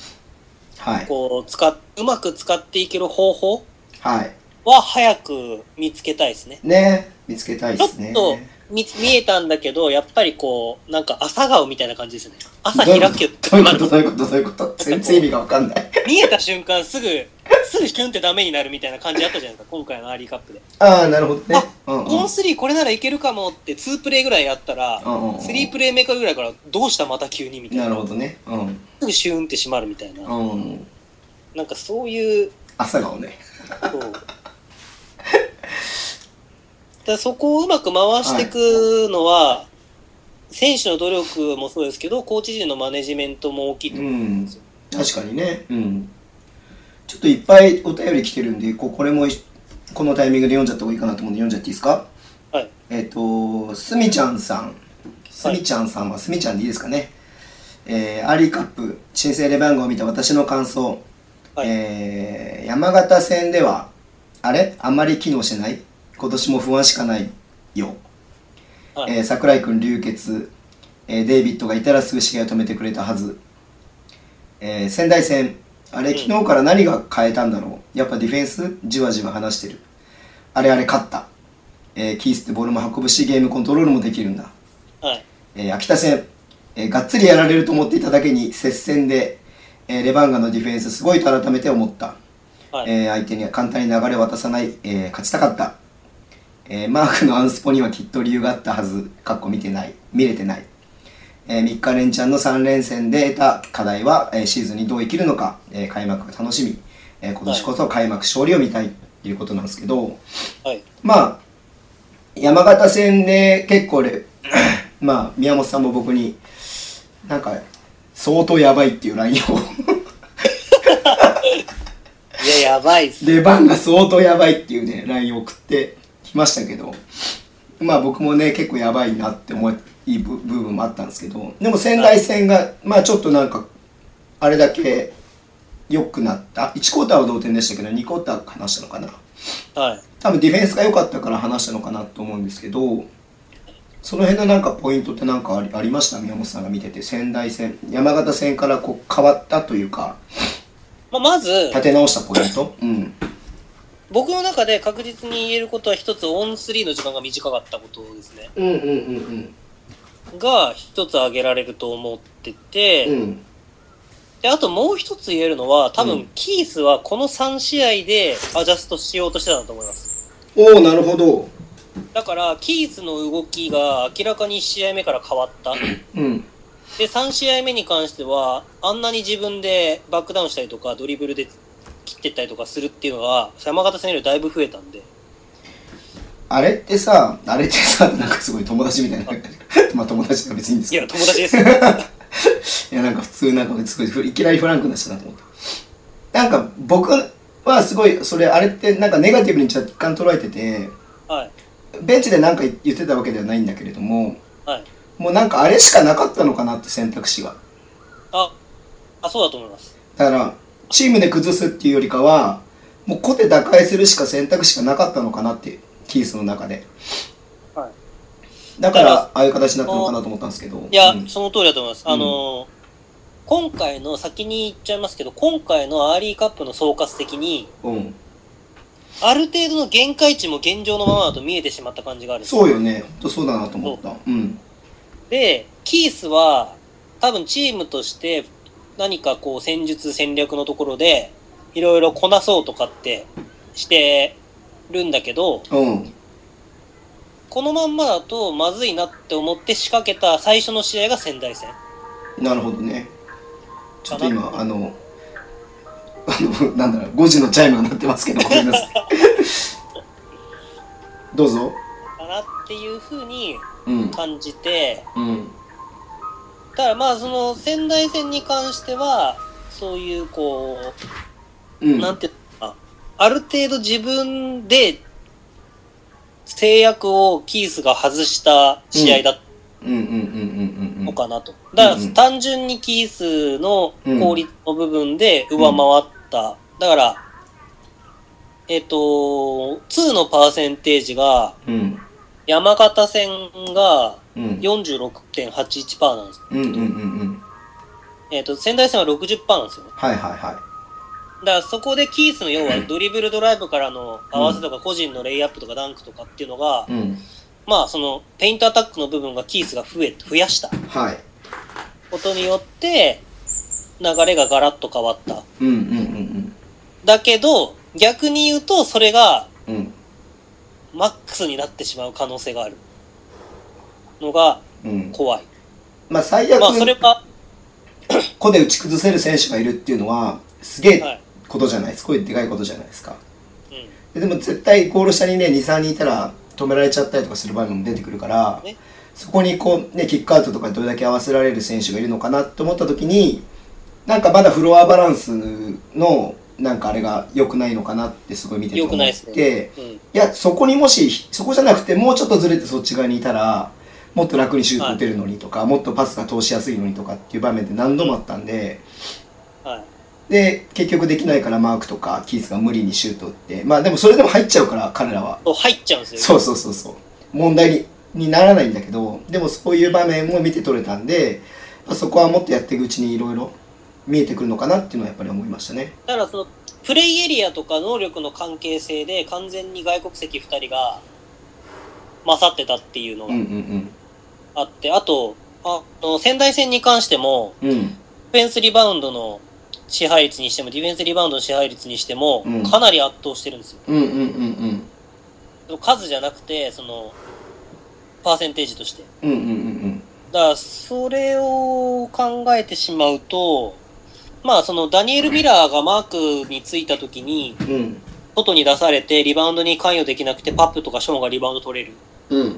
S2: はい
S3: こう使っうまく使っていける方法
S2: はい
S3: は早く見つけたいですね。
S2: ね見つけたいですね
S3: ちょっ見見えたんだけど、やっぱりこう、なんか朝顔みたいな感じですね。朝開ける
S2: どういうことどういうことどういうこと全然意味がわかんない
S3: 見えた瞬間すぐ、すぐキュンってダメになるみたいな感じあったじゃないですか、今回のアーリーカップで。
S2: ああなるほどねうんうん
S3: この3これならいけるかもって2プレイぐらいやったら、
S2: うんうんうん
S3: 3プレイメーカーぐらいからどうしたまた急にみたいな。
S2: なるほどねうん
S3: すぐシューンって閉まるみたいな。
S2: うん
S3: なんかそういう
S2: 朝顔ね
S3: そうだそこをうまく回していくのは、選手の努力もそうですけど、コーチ陣のマネジメントも大きいと
S2: う
S3: 思う。
S2: ん確かにねうんちょっといっぱいお便り来てるんでこうこれもいこのタイミングで読んじゃった方がいいかなと思うんで読んじゃっていいですか
S3: はい。
S2: えっ、と、すみちゃんさん。すみちゃんさんはすみちゃんでいいですかね。えー、アーリーカップ、新生レバンガを見た私の感想。
S3: はい
S2: えー山形戦では、あれあんまり機能してない今年も不安しかないよ。
S3: はい
S2: えー桜井君流血、えーデイビッドがいたらすぐ試合を止めてくれたはず、えー仙台戦あれ
S3: うん
S2: 昨日から何が変えたんだろうやっぱディフェンスじわじわ離してるあれあれ勝った、えーキースってボールも運ぶしゲームコントロールもできるんだ、
S3: はい。
S2: えー秋田戦、えーがっつりやられると思っていただけに接戦で、えーレバンガのディフェンスすごいと改めて思った
S3: はい。
S2: えー相手には簡単に流れを渡さない、えー勝ちたかった、えーマークのアンスポにはきっと理由があったはずかっこ見てない見れてない、えー、3日連チャンの3連戦で得た課題は、えーシーズンにどう生きるのか、えー開幕が楽しみ、えー今年こそ開幕勝利を見たいということなんですけど、
S3: はい。
S2: まあ山形戦で結構レ まあ宮本さんも僕になんか相当やばいっていうラインを
S3: いや、やばいっす。
S2: 出番が相当やばいっていうね LINE を送ってきましたけどまあ僕もね結構やばいなって思い部部分もあったんですけどでも仙台戦が、まあちょっとなんかあれだけ良くなった1クォーターは同点でしたけど2クォーター話したのかな
S3: はい。
S2: 多分ディフェンスが良かったから話したのかなと思うんですけどその辺のなんかポイントってなんかありありました宮本さんが見てて仙台戦山形戦からこう変わったというか
S3: まあ、まず、
S2: 立て直したポイントうん
S3: 僕の中で確実に言えることは一つ、オンスリーの時間が短かったことですね。
S2: うんうんうん
S3: が、一つ挙げられると思ってて、
S2: うん
S3: で、あともう一つ言えるのは、多
S2: う
S3: 分
S2: ん、
S3: キースはこの3試合でアジャストしようとしてたんだと思います。
S2: おおなるほど
S3: だから、キースの動きが明らかに1試合目から変わった。
S2: うん
S3: で、3試合目に関しては、あんなに自分でバックダウンしたりとか、ドリブルで切ってったりとかするっていうのは、山形戦よりだいぶ増えたんで。
S2: あれってさあれってさなんかすごい友達みたいな まあ友達が別にいいんです
S3: い
S2: け
S3: や、
S2: ど
S3: 友達 です。はい
S2: やなんか普通なんかすごいふいきなりフランクな人だと思ったなんか僕はすごいそれあれってなんかネガティブに若干捉えてて
S3: い。
S2: ベンチでなんか言ってたわけではないんだけれども
S3: はい。
S2: もうなんかあれしかなかったのかなって選択肢が
S3: あ、あ、そうだと思います。
S2: だからチームで崩すっていうよりかはもう個で打開するしか選択肢がなかったのかなってキースの中で
S3: はい
S2: だから
S3: だから
S2: ああいう形になったのかなと思ったんですけど
S3: いや、
S2: うん
S3: その通りだと思います。あのー今回の、先に言っちゃいますけど、今回のアーリーカップの総括的に、
S2: うん、
S3: ある程度の限界値も現状のままだと見えてしまった感じがあるんです
S2: そうよね本当そうだなと思ったうん
S3: で、キースは、多分チームとして、何かこう戦術戦略のところで、いろいろこなそうとかってしてるんだけど、
S2: うん
S3: このまんまだとまずいなって思って仕掛けた最初の試合が仙台戦。
S2: なるほどねちょっと今あのあのなんだろう5時のチャイムが鳴ってますけどごめんな さいどうぞ
S3: かなっていう風に
S2: うん
S3: 感じて、
S2: うん
S3: ただまあその仙台戦に関しては、そういうこう、
S2: うん
S3: なんていうのかなある程度自分で制約をキースが外した試合だっ
S2: うんうんうんうん
S3: た
S2: うんう
S3: の
S2: ん
S3: かなと。だから、
S2: うん
S3: 単純にキースの効率の部分で上回った。だから、えっ、と、2のパーセンテージが、
S2: うん
S3: 山形戦が
S2: うん
S3: 46.81%なんです。
S2: うんうんうんうん
S3: えっ、と、仙台戦は60%なんですよ。
S2: はいはいはい
S3: だからそこでキースの要はドリブルドライブからの合わせとか個人のレイアップとかダンクとかっていうのが、
S2: うん
S3: まあそのペイントアタックの部分がキースが増え、増やした
S2: はい
S3: ことによって流れがガラッと変わった。
S2: うんうんうん
S3: だけど逆に言うとそれが
S2: うんうん
S3: マックスになってしまう可能性があるのが
S2: うん
S3: 怖い。
S2: まあ最悪
S3: まあそれは、
S2: 個で打ち崩せる選手がいるっていうのはすげ
S3: は
S2: え
S3: い。
S2: ことじゃないですごいでかいことじゃないですか
S3: うん。
S2: ででも絶対ゴール下にね23人いたら止められちゃったりとかする場合も出てくるから、
S3: ね
S2: そこにこうねキックアウトとかにどれだけ合わせられる選手がいるのかなと思った時になんかまだフロアバランスのなんかあれが良くないのかなってすごい見てて
S3: 良
S2: 思
S3: く
S2: っ
S3: ないです
S2: て
S3: ね。うん。
S2: いやそこにもしそこじゃなくてもうちょっとずれてそっち側にいたらもっと楽にシュート打てるのにとか、もっとパスが通しやすいのにとかっていう場面で何度もあったんで。
S3: はい。
S2: で結局できないからマークとかキースが無理にシュート打ってまあでもそれでも入っちゃうから彼らは
S3: そう入っちゃうんですよ。
S2: そうそうそうそう問題ににならないんだけどでもそういう場面も見て取れたんでまあそこはもっとやっていくうちにいろいろ見えてくるのかなっていうのはやっぱり思いましたね
S3: だからそのプレイエリアとか能力の関係性で完全に外国籍2人が勝ってたっていうの
S2: う
S3: が
S2: んうん
S3: あって、あとああの仙台戦に関しても
S2: うんうん
S3: ディフェンスリバウンドの支配率にしてもディフェンスリバウンドの支配率にしても
S2: うん
S3: かなり圧倒してるんですよ。
S2: うんうんうん
S3: その数じゃなくてそのパーセンテージとして。
S2: うんうんうんうん
S3: だからそれを考えてしまうとまあそのダニエル・ミラーがマークについた時に
S2: うんうん
S3: 外に出されてリバウンドに関与できなくてパップとかショーンがリバウンド取れる
S2: うん
S3: っ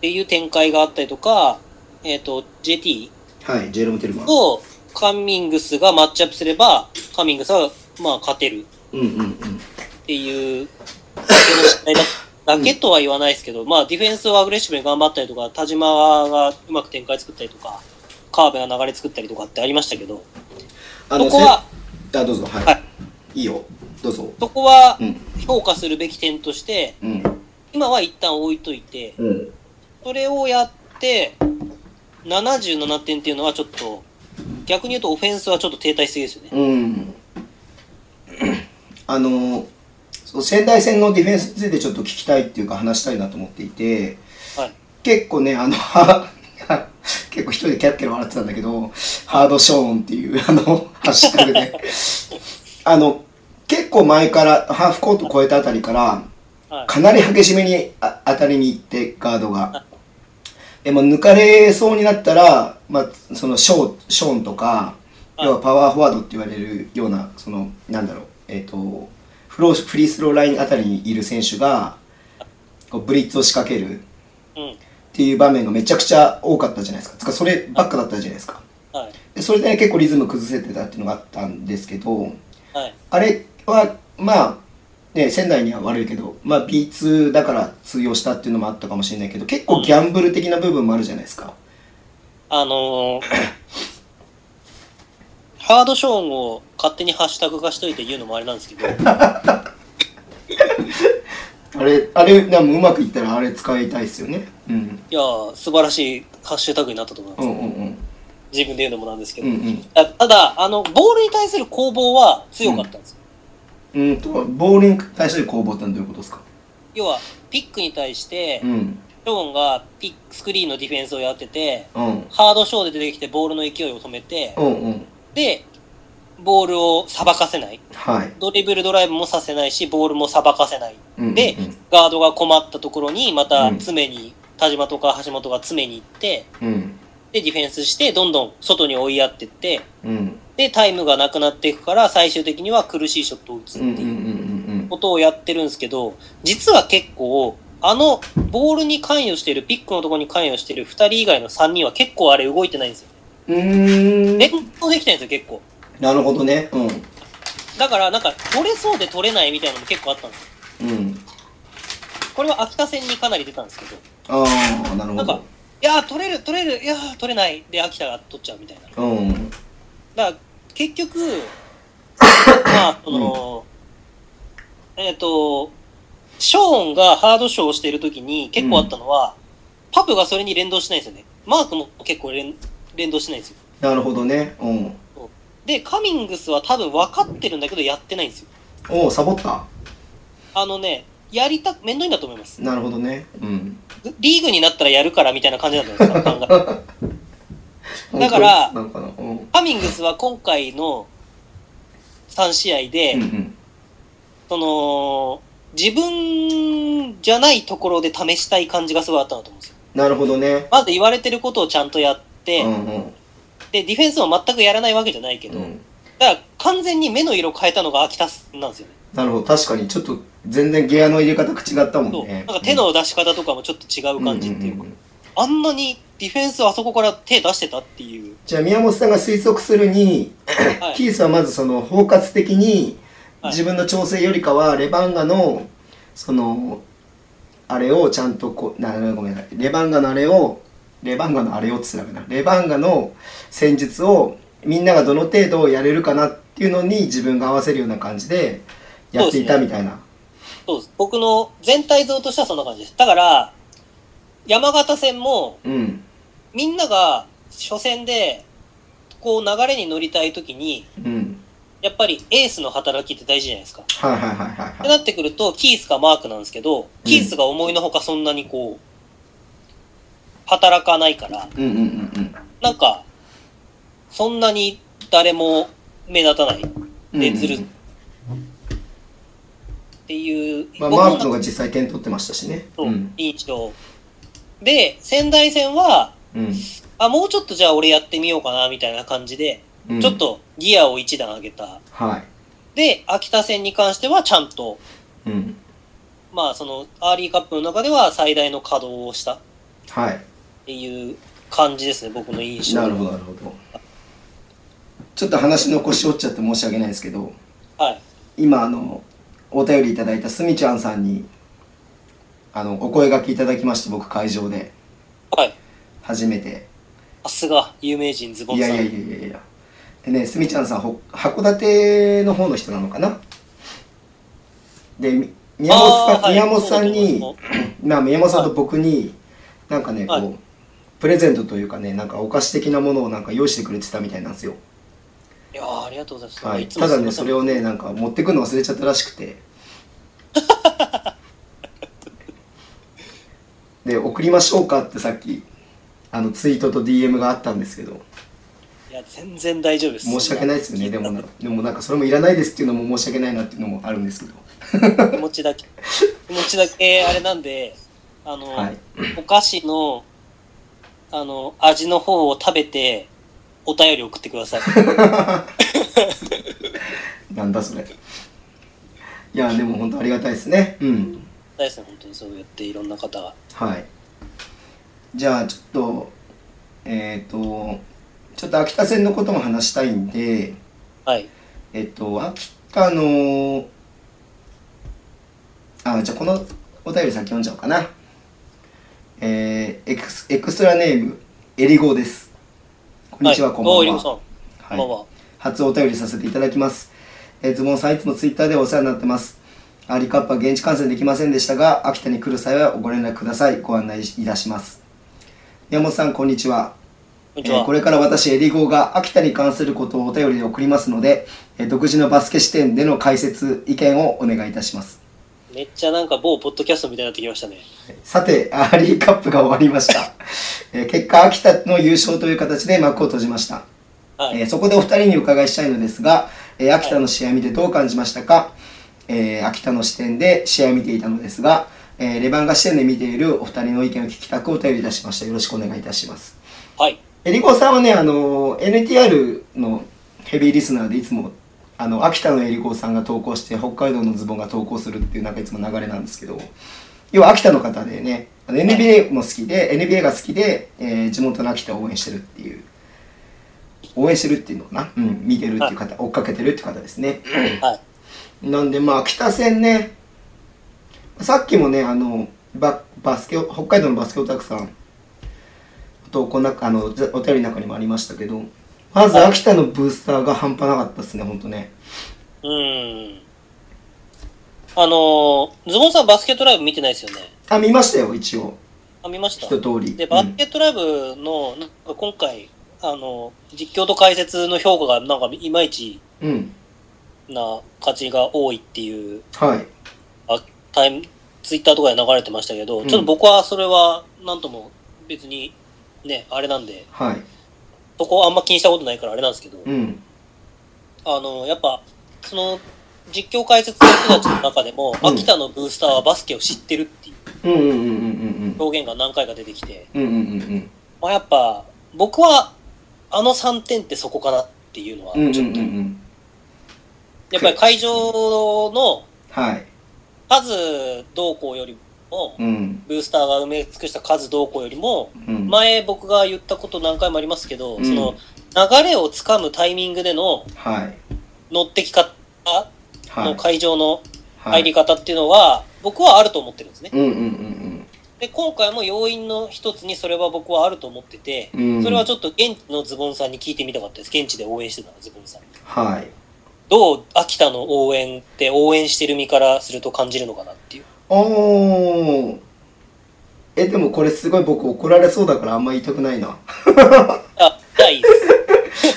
S3: ていう展開があったりとか、えっ、と、JT
S2: はいジェロム・テルマン
S3: とカミングスがマッチアップすれば、カミングスはまあ勝てる
S2: うんうんうん
S3: っていう、その試合だだけとは言わないです けど、まあディフェンスをアグレッシブに頑張ったりとか、田島がうまく展開作ったりとか、カーベが流れ作ったりとかってありましたけど、
S2: あ
S3: そこは、
S2: せあどうぞはい、
S3: はい、
S2: いいよどうぞ
S3: そこは
S2: うん
S3: 評価するべき点として、
S2: うん
S3: 今は一旦置いといて、
S2: うん
S3: それをやって、77点っていうのはちょっと、逆に言うとオフェンスはちょっと停滞しすぎですよね。
S2: うん、あのそう仙台戦のディフェンスについてちょっと聞きたいっていうか話したいなと思っていて
S3: はい。
S2: 結構ねあの は結構一人でキャッキャ笑ってたんだけど「ハードショーン」っていうあのハッシュタグであの結構前からハーフコート超えたあたりから
S3: はい。
S2: かなり激しめにあ当たりに行ってガードが。でも抜かれそうになったら、まあ、そのショーショーンとか
S3: はい
S2: 要はパワーフォワードって言われるようなそのなんだろう、えー、とフローフリースローラインあたりにいる選手がこうブリッツを仕掛けるっ
S3: うん。
S2: ていう場面がめちゃくちゃ多かったじゃないですかつかそればっかだったじゃないですか
S3: はい。
S2: でそれで、ね、結構リズム崩せてたっていうのがあったんですけど
S3: はい。
S2: あれはまあ、ね、仙台には悪いけど、まあ、B2 だから通用したっていうのもあったかもしれないけど結構ギャンブル的な部分もあるじゃないですか。
S3: あのー、 ハードショーンを勝手にハッシュタグ化しといて言うのもあれなんですけ ど、
S2: あれ、あれ、でもうまくいったらあれ使いたいですよね。うん。
S3: いやー、素晴らしいハッシュタグになったと思いま
S2: う
S3: す。
S2: んうんうん。
S3: 自分で言うのもなんですけ
S2: う
S3: ど。
S2: ん
S3: あただ、あの、ボールに対する攻防は強かったんですよ。
S2: うん。うんと、ボールに対する攻防ってのはどういうことですか
S3: 要は、ピックに対して
S2: う、ん。
S3: ショーンがピックスクリーンのディフェンスをやってて、
S2: うん。
S3: ハードショーで出てきてボールの勢いを止めて、
S2: うんうん。
S3: で、ボールをさばかせない。
S2: はい。
S3: ドリブルドライブもさせないし、ボールもさばかせない。
S2: うんうんうん
S3: で、ガードが困ったところに、また
S2: うん
S3: 詰めに、田島とか橋本が詰めに行って、
S2: うん。
S3: で、ディフェンスして、どんどん外に追いやってって、
S2: うん。
S3: で、タイムがなくなっていくから、最終的には苦しいショットを打
S2: う
S3: つって
S2: んうんうんう
S3: いうんことをやってるんですけど、実は結構、あの、ボールに関与してる、ピックのところに関与してる2人以外の3人は結構あれ動いてないんですよ。
S2: うん。うーん。
S3: 連動できてないんですよ、結構。
S2: なるほどね。うん。
S3: だから、なんか、取れそうで取れないみたいなのも結構あったんですよ。
S2: うん。
S3: これは秋田戦にかなり出たんですけど、
S2: ああなるほ
S3: なんか
S2: ど、
S3: いやー取れる、取れる、いやー取れない、で、秋田が取っちゃうみたいな。だか
S2: うん
S3: ら、結局、まあ、その、えっ、と、ショーンがハードショーをしているときに結構あったのは、パプがそれに連動しないんですよね。マークも結構連連動しないんですよ。
S2: なるほどねうん
S3: で、カミングスは多分分かってるんだけどやってないんですよ。
S2: おおサボった
S3: あのね、やりたく、面倒いんだと思います。
S2: なるほどねうん
S3: リーグになったらやるからみたいな感じなんだと思います、考えだ
S2: 本
S3: か
S2: 当
S3: ら
S2: なんかなうんうん
S3: カミングスは今回の3試合で、
S2: うん
S3: その、自分じゃないところで試したい感じがすごいあったなと思うんですよ。
S2: なるほどね
S3: まず言われてることをちゃんとやって、
S2: うんうん
S3: で、ディフェンスも全くやらないわけじゃないけど、
S2: うん
S3: だから完全に目の色変えたのが秋田戦なんですよね。
S2: なるほど確かにちょっと全然ギアの入れ方違ったも
S3: そ
S2: ん
S3: う。
S2: ね
S3: なんか手の出し方とかもちょっと違う感じっていうか、
S2: んんんん
S3: あんなにディフェンスあそこから手出してたっていう。
S2: じゃあ宮本さんが推測するに、
S3: はい
S2: キースはまずその包括的に
S3: はい
S2: 自分の調整よりかはレバンガのそのあれをちゃんとこうななごめんなさいレバンガのあれをレバンガのあれをって言ってたかなレバンガの戦術をみんながどの程度やれるかなっていうのに自分が合わせるような感じでやっていたみたいな、
S3: そうです。僕の全体像としてはそんな感じです。だから、山形戦も、
S2: うん
S3: みんなが初戦で、こう流れに乗りたいときに、
S2: うん
S3: やっぱりエースの働きって大事じゃないですか。っ
S2: はいはいはいはい
S3: て
S2: は
S3: ないってくると、キースかマークなんですけど、キースが思いのほかそんなにこう、働かないから、
S2: うんうんうん
S3: なんか、そんなに誰も目立たないっ
S2: うん
S3: でずる
S2: うんうん
S3: ていう、
S2: まあ、
S3: 僕
S2: マ
S3: の
S2: ークの
S3: 中
S2: 方が実際点取ってましたしねう
S3: の
S2: ん
S3: 印象。で、仙台戦は、
S2: うん
S3: あ、もうちょっとじゃあ俺やってみようかな、みたいな感じで、
S2: うん
S3: ちょっとギアを一段上げた。
S2: はい
S3: で、秋田戦に関してはちゃんと、
S2: うん
S3: まあその、アーリーカップの中では最大の稼働をしたっ
S2: はい
S3: ていう感じですね、僕の印象。
S2: なるほどなるほどちょっと話の腰折っちゃって申し訳ないですけど
S3: はい。
S2: 今あのお便りいただいたすみちゃんさんにあのお声がけいただきまして僕会場で
S3: はい。
S2: 初めて
S3: さすが、有名人ズボ
S2: い
S3: ンさ
S2: や
S3: ん。
S2: いやいやいやいやでねすみちゃんさんほ函館の方の人なのかなでみ宮本さん,、
S3: あーはい
S2: 宮本さん
S3: そうだ
S2: に
S3: と、
S2: まあ、宮本さんと僕に、なんかねこう、
S3: はい
S2: プレゼントというかねなんかお菓子的なものをなんか用意してくれてたみたいなんですよ
S3: いやーありがとうございます。
S2: はい、
S3: つも
S2: た
S3: す
S2: だ
S3: いません
S2: ねそれをねなんか持ってくの忘れちゃったらしく てで送りましょうかってさっきあのツイートと DM があったんですけど
S3: いや、全然大丈夫です。
S2: 申し訳ないですよねでも
S3: 聞
S2: ない
S3: た
S2: でもなんかそれもいらないですっていうのも申し訳ないなっていうのもあるんですけど
S3: 気持ちだけ、気持ちだけ、あれなんで、あの、
S2: はい
S3: お菓子の、あの、味の方を食べて、お便り送ってく ださい。
S2: なんだそれいやでも本当ありがたいですねうん
S3: 大ですね、本当にそうやっていろんな方が。
S2: はいじゃあちょっとえっ、とちょっと秋田戦のことも話したいんで
S3: はい。
S2: えっと、秋田の、あ、じゃあこのお便り先読んじゃおうかな。えーエクス、エクストラネーム、エリゴーです。こんにちは、
S3: い、
S2: こんばんは。
S3: おーリンゴさん。
S2: はい
S3: こんばんは。
S2: 初お便りさせていただきます、えーズボンさんいつもツイッターでお世話になってますアーリカップは現地観戦できませんでしたが秋田に来る際はご連絡くださいご案内いたします山本さんこんにちは
S3: こんにちは。
S2: えーこれから私エリゴーが秋田に関することをお便りで送りますので、えー独自のバスケ視点での解説意見をお願いいたします
S3: めっちゃなんか某ポッドキャストみたいになってきましたね。
S2: さて、アーリーカップが終わりました。 えー結果、秋田の優勝という形で幕を閉じました。
S3: はい。
S2: えーそこでお二人にお伺いしたいのですが、えー秋田の試合見てどう感じましたか、えー秋田の視点で試合を見ていたのですが、えーレバンガ視点で見ているお二人の意見を聞きたくお便りいたしました。よろしくお願いいたします。
S3: はい。
S2: えりこさんはね、あの、NTR のヘビーリスナーでいつも、あの、秋田のえりこさんが投稿して、北海道のズボンが投稿するっていう、なんかいつも流れなんですけど、要は秋田の方でね、あの NBA も好きで、NBA が好きで、えー地元の秋田を応援してるっていう、応援してるっていうのかなうん、見てるっていう方、追っかけてるっていう方ですね。
S3: はい。
S2: なんで、まあ、秋田戦ね、さっきもねあのババスケ北海道のバスケオタクさんとこんなあのお便りの中にもありましたけどまず秋田のブースターが半端なかったですね本当ね
S3: うん。あのー、ズボンさんバスケットライブ見てないですよね。
S2: あ見ましたよ一応
S3: あ、見ました。
S2: 一通り
S3: で、バスケットライブの、なんか今回、あの、実況と解説の評価がなんかいまいち
S2: うん、うん、
S3: な価値が多いっていう、
S2: はい
S3: あタイム、ツイッターとかで流れてましたけど、
S2: うん
S3: ちょっと僕はそれは、なんとも別に、ね、あれなんで、
S2: はい
S3: そこあんま気にしたことないからあれなんですけど、
S2: うん
S3: あの、やっぱ、その、実況解説の人たちの中でも、
S2: うん
S3: 秋田のブースターはバスケを知ってるっていう
S2: うんうんうんうんうん
S3: 表現が何回か出てきて、
S2: うんうんうんうん
S3: まあ、やっぱ、僕は、あの3点ってそこかなっていうのは、ち
S2: うんう
S3: ょっ
S2: ん
S3: と、
S2: うんうん
S3: やっぱり会場の
S2: はい
S3: 数どうこうよりも、
S2: うん
S3: ブースターが埋め尽くした数どうこうよりも、
S2: うん
S3: 前僕が言ったこと何回もありますけど、
S2: うん
S3: その流れをつかむタイミングでの
S2: はい
S3: 乗ってき方
S2: はい
S3: の会場の
S2: は
S3: 入
S2: い
S3: り方っていうのは、僕はあると思ってるんですね。
S2: うんうんうん
S3: で、今回も要因の一つにそれは僕はあると思ってて、
S2: うんうん
S3: それはち
S2: ょっ
S3: ょっと現地のズボンさんに聞いてみたかったです。現地で応援してたズボンさんに。
S2: とはい
S3: どう秋田の応援って応援してる身からすると感じるのかなっていう。
S2: おーえでもこれすごい僕怒られそうだからあんま言いたくないな
S3: あ、じゃあいい で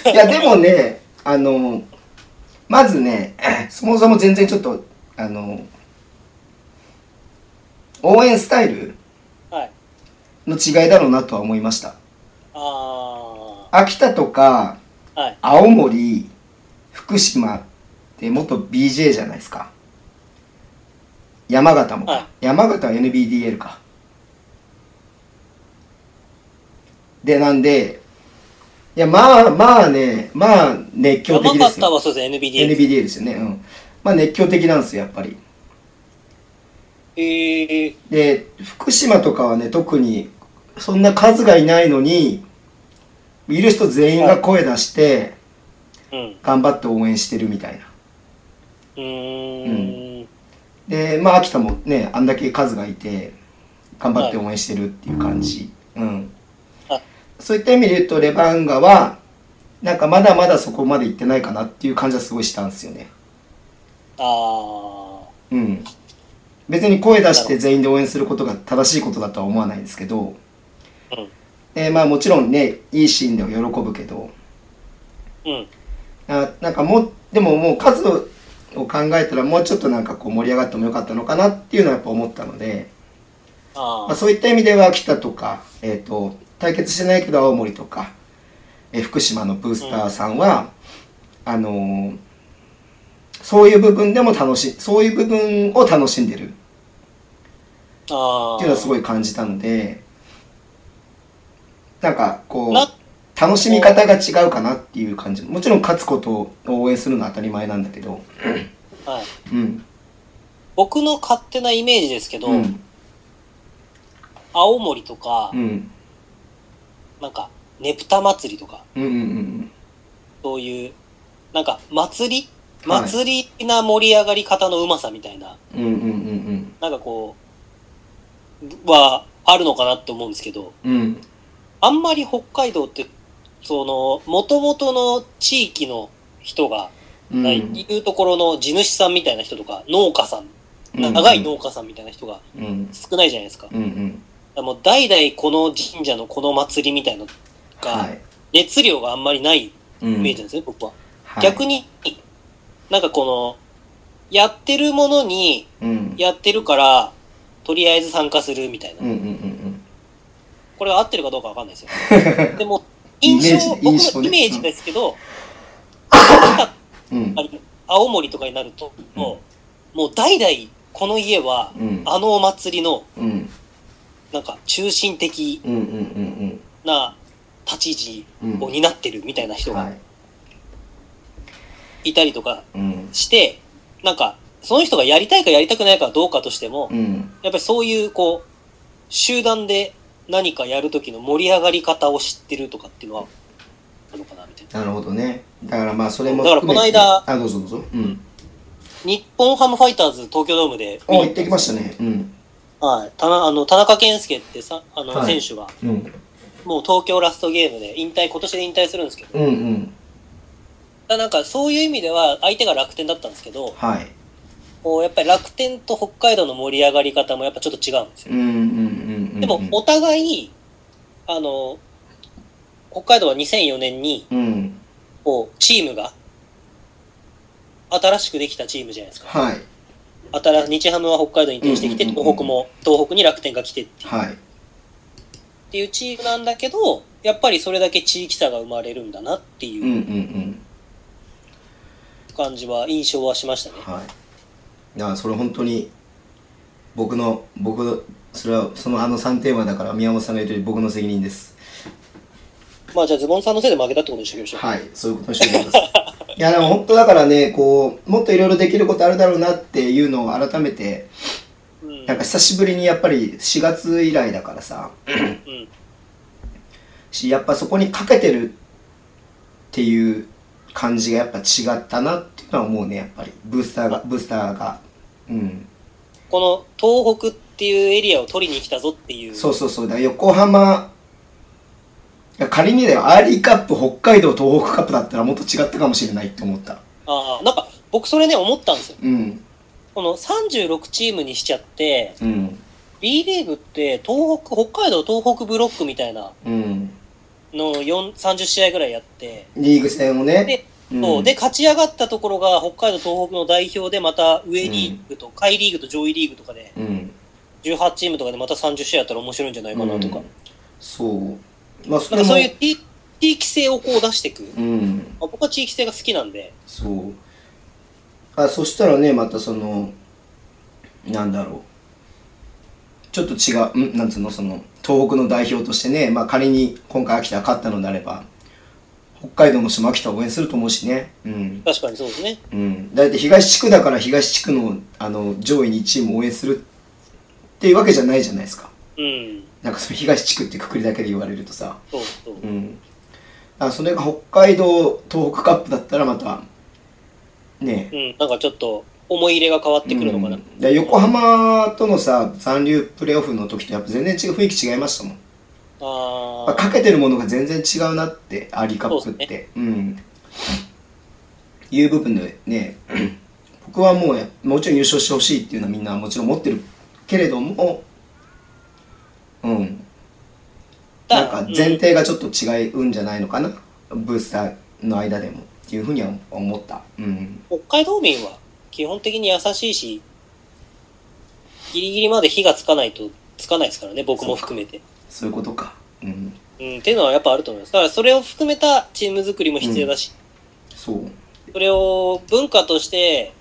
S3: す。
S2: いやでもね あのまずね そもそも全然ちょっとあの応援スタイル
S3: はい。
S2: の違いだろうなとは思いました
S3: あ
S2: 秋田とか
S3: ー。はい。
S2: 青森福島って元 BJ じゃないですか山形もか、
S3: はい
S2: 山形は NBDL かでなんでいやまあまあねまあ熱狂的
S3: 山
S2: です
S3: 形
S2: よ
S3: はそうですね、NBD。
S2: NBDL ですよねうんまあ熱狂的なんですよやっぱり
S3: えー、
S2: で福島とかはね特にそんな数がいないのにいる人全員が声出して
S3: うん。
S2: 頑張って応援してるみたいな
S3: うーん。
S2: でまあ秋田もねあんだけ数がいて頑張って応援してるっていう感じ、うん
S3: はい
S2: そういった意味で言うとレバンガはなんかまだまだそこまで行ってないかなっていう感じはすごいしたんですよね
S3: あ
S2: うん別に声出して全員で応援することが正しいことだとは思わないんですけど、
S3: ー。うん。
S2: えーまあもちろんねいいシーンでは喜ぶけど
S3: うん。
S2: あなんかもうでももう数を考えたらもうちょっとなんかこう盛り上がってもよかったのかなっていうのはやっぱ思ったので、
S3: あ
S2: まあ、
S3: ー。
S2: そういった意味では秋田とか、えー、と対決してないけど青森とか、えー福島のブースターさんは、あのーそういう部分でも楽しそういう部分を楽しんでるって
S3: あー。
S2: いうのはすごい感じたのでなんかこ
S3: な
S2: う楽しみ方が違うかなっていう感じもちろん勝つことを応援するのは当たり前なんだけど
S3: はい。
S2: うん
S3: 僕の勝手なイメージですけど、
S2: うん
S3: 青森とか、
S2: うん
S3: なんか、ねぷた祭りとか、
S2: うんうんうん
S3: そういう、なんか、祭り
S2: はい
S3: 祭りな盛り上がり方のうまさみたいな、
S2: うんうんうん
S3: なんかこう、は、あるのかなって思うんですけど、
S2: うんうん
S3: あんまり北海道って、その、元々の地域の人が、
S2: うん
S3: いうところの地主さんみたいな人とか、農家さん、長い農家さんみたいな人が
S2: うんうん
S3: 少ないじゃないですか。だか
S2: うんうん
S3: らもう代々この神社のこの祭りみたいなの
S2: は
S3: が、
S2: い
S3: 熱量があんまりないイ
S2: うん
S3: メージなんですね、僕は。
S2: はい
S3: 逆に、なんかこの、やってるものに、
S2: うん
S3: やってるから、とりあえず参加するみたい
S2: うんう
S3: な。
S2: んうん
S3: これは合ってるかどうかわかんないです よ。でも、印象、
S2: イメージ
S3: 僕のイメ
S2: 印
S3: ー
S2: 象ね
S3: ジです けど、
S2: うんうん
S3: あの青森とかになると、もう、もう代々、この家は、
S2: うん
S3: あのお祭りの、
S2: うん
S3: なんか、中心的
S2: うんうんうん
S3: な立ち
S2: う
S3: 位
S2: ん
S3: 置を担ってるみたいな人
S2: は
S3: が
S2: い
S3: いたりとか
S2: うん
S3: して、なんか、その人がやりたいかやりたくないかはどうかとしても
S2: う、ん
S3: やっぱりそういう、こう、集団で何かやるときの盛り上がり方を知ってるとかっていうのは、あるのかな、みたいな。
S2: なるほどねだからまあそれも
S3: だからこの間
S2: 含めてあどうぞどうぞうん
S3: 日本ハムファイターズ東京ドームで
S2: お行ってきましたねうん
S3: はい、たなあの田中健介ってさあの、
S2: はい
S3: 選手が
S2: うん
S3: もう東京ラストゲームで引退今年で引退するんですけど
S2: うんうん
S3: だなんかそういう意味では相手が楽天だったんですけど
S2: はい
S3: こうやっぱり楽天と北海道の盛り上がり方もやっぱちょっと違うんですよ
S2: うんうんうんうん
S3: でもお互いあの北海道は2004年に
S2: うん
S3: こうチームが新しくできたチームじゃないですか
S2: はい
S3: 新日ハムは北海道に移転してきて
S2: うんうんうんうん
S3: 東北も東北に楽天が来てって
S2: はい
S3: っていうチームなんだけど、やっぱりそれだけ地域差が生まれるんだなって
S2: うんうん
S3: いう
S2: うん
S3: 感じは、印象はしましたね。
S2: はい、いやそれ本当に僕の僕それはそのあの3テーマだから宮本さんが言ってる僕の責任です
S3: まあじゃあズボンさんのせいで負けたってことにしておきましょ
S2: はいそういうことにしておきます いやでも本当だからねこうもっといろいろできることあるだろうなっていうのを改めて
S3: う。うん。
S2: なんか久しぶりにやっぱり4月以来だからさ
S3: うん。
S2: しやっぱそこにかけてるっていう感じがやっぱ違ったなっていうのは思うねやっぱりブースターがブースターがうん
S3: この東北っていうエリアを取りに来たぞっていう。
S2: そうそうそうだから横浜いや仮にだよアーリーカップ北海道東北カップだったらもっと違ったかもしれないって思った
S3: ああ、なんか僕それね思ったんですよ。
S2: うん
S3: この36チームにしちゃって、
S2: うん
S3: B リーグって東北、北海道東北ブロックみたいな
S2: うん
S3: のを4 30試合ぐらいやって、
S2: リーグ戦をね
S3: で
S2: ん
S3: そうで、勝ち上がったところが北海道東北の代表でまた上リーグと、下位リーグと上位リーグとかで
S2: うん
S3: 18チームとかでまた30試合やったら面白いんじゃないかなとか、
S2: うんそうまあそ
S3: な
S2: れ
S3: んか
S2: も
S3: そういう地地域性をこう出していく、
S2: うん
S3: あ僕は地域性が好きなんで、
S2: そうあそしたらねまたそのなんだろうちょっと違うんなんつうのその東北の代表としてね、まあ、仮に今回秋田が勝ったのであれば北海道の人も秋田を応援すると思うしねうん
S3: 確かにそうですね。
S2: うん、だって東地区だから東地区のあの上位にチームを応援するっていうわけじゃないじゃないですか
S3: うん、
S2: なんかその東地区ってくくりだけで言われるとさ
S3: そうそう。
S2: うんだからそれが北海道東北カップだったらまたね
S3: うん、なんかちょっと思い入れが変わってくるのかな。
S2: うんだら横浜とのさ残留プレーオフの時とやっぱ全然違う雰囲気違いましたもん
S3: あ
S2: まあ
S3: あ、
S2: かけてるものが全然違うなってアーリーカップってう,、んいう部分でね 僕はもうやもちろん優勝してほしいっていうのはみんなもちろん持ってるけれどもうんなんか前提がちょっと違うんじゃないのかな、ブースターの間でもっていうふうには思ったうん
S3: うん北海道民は基本的に優しいし、ギリギリまで火がつかないとつかないですからね、僕も含めて。
S2: そういうことかうん
S3: うん、っていうのはやっぱあると思います。だからそれを含めたチーム作りも必要だし、
S2: そう
S3: それを文化として、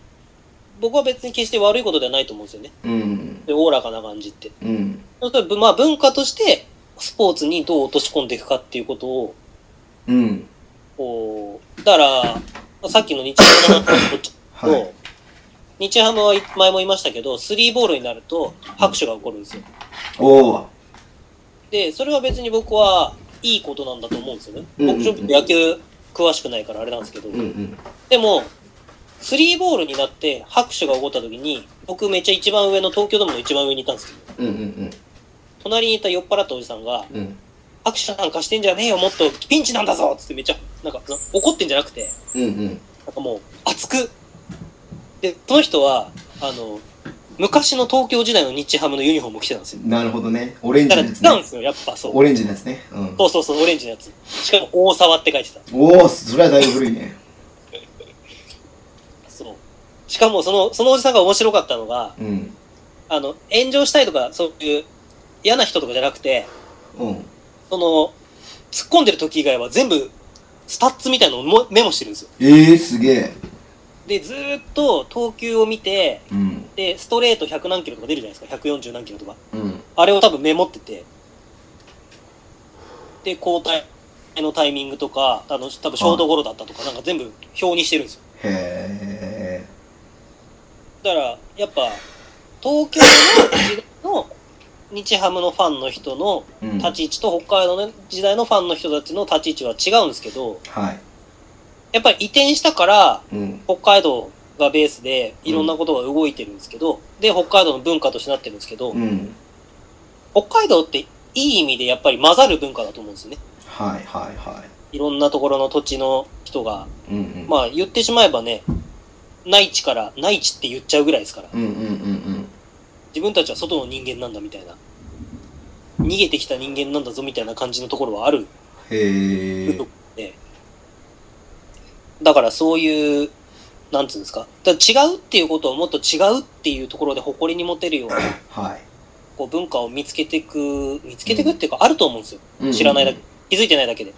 S3: 僕は別に決して悪いことではないと思うんですよね。
S2: うん
S3: でおおらかな感じって。
S2: うん
S3: そうするとまあ文化として、スポーツにどう落とし込んでいくかっていうことを、
S2: うん
S3: こう、だから、さっきの日ハムの話とちょっと、
S2: はい
S3: 日ハムは前も言いましたけど、スリーボールになると拍手が起こるんですよ。
S2: おお
S3: で、それは別に僕はいいことなんだと思うんですよね。
S2: うんうんうん
S3: 僕ちょっと野球詳しくないからあれなんですけど、
S2: うんうん
S3: でも、スリーボールになって拍手が起こった時に、僕めっちゃ一番上の東京ドームの一番上にいたんです
S2: う
S3: けど、
S2: んうん
S3: 隣にいた酔っ払ったおじさんが、
S2: うんうん
S3: 拍手なんかしてんじゃねえよ、もっとピンチなんだぞつってめっちゃ、なんかな怒ってんじゃなくて、
S2: うんうん
S3: なんかもう熱く。で、その人は、あの、昔の東京時代の日ハムのユニフォームを着てたんですよ。
S2: なるほどねオレンジ
S3: だ
S2: の
S3: か
S2: や
S3: ら違
S2: つね
S3: うんですよ、やっぱそう。
S2: オレンジのやつね。うん。
S3: そうそうそう、オレンジのやつ。しかも大沢って書いてた。
S2: おお、それはだいぶ古いね。
S3: そう。しかもその、そのおじさんが面白かったのが、
S2: うん。
S3: あの、炎上したいとか、そういう嫌な人とかじゃなくて、
S2: うん。
S3: その、突っ込んでる時以外は全部、スタッツみたいなのをもメモしてるんですよ。
S2: ええー、すげえ。
S3: で、ずーっと投球を見て、
S2: うん。
S3: で、ストレート100何キロとか出るじゃないですか、140何キロとか。
S2: うん。
S3: あれを多分メモってて、で、交代のタイミングとか、あの、多分ショートゴロだったとか、なんか全部表にしてるんですよ。
S2: へえ。
S3: だから、やっぱ、東京の日ハムのファンの人の
S2: うん。
S3: 立ち位置と北海道の時代のファンの人たちの立ち位置は違うんですけど、
S2: はい。
S3: やっぱり移転したから、
S2: うん。
S3: 北海道がベースで、いろんなことが動いてるんですけど、で、北海道の文化としてなってるんですけど、
S2: うん
S3: 北海道っていい意味でやっぱり混ざる文化だと思うんですよね。
S2: はいはいはい
S3: いろんなところの土地の人が、
S2: うんうん
S3: まあ言ってしまえばね、内地から、内地って言っちゃうぐらいですから、
S2: うんうんうん
S3: 自分たちは外の人間なんだみたいな、逃げてきた人間なんだぞみたいな感じのところはある
S2: うんへえ
S3: ところで、だからそういう、なんつうんですか、だから違うっていうことをもっと違うっていうところで誇りに持てるような、
S2: はい
S3: こう文化を見つけていく、見つけていくっていうか、あると思うんですよ。
S2: うんうん
S3: 知らないだけ、気づいてないだけで。だ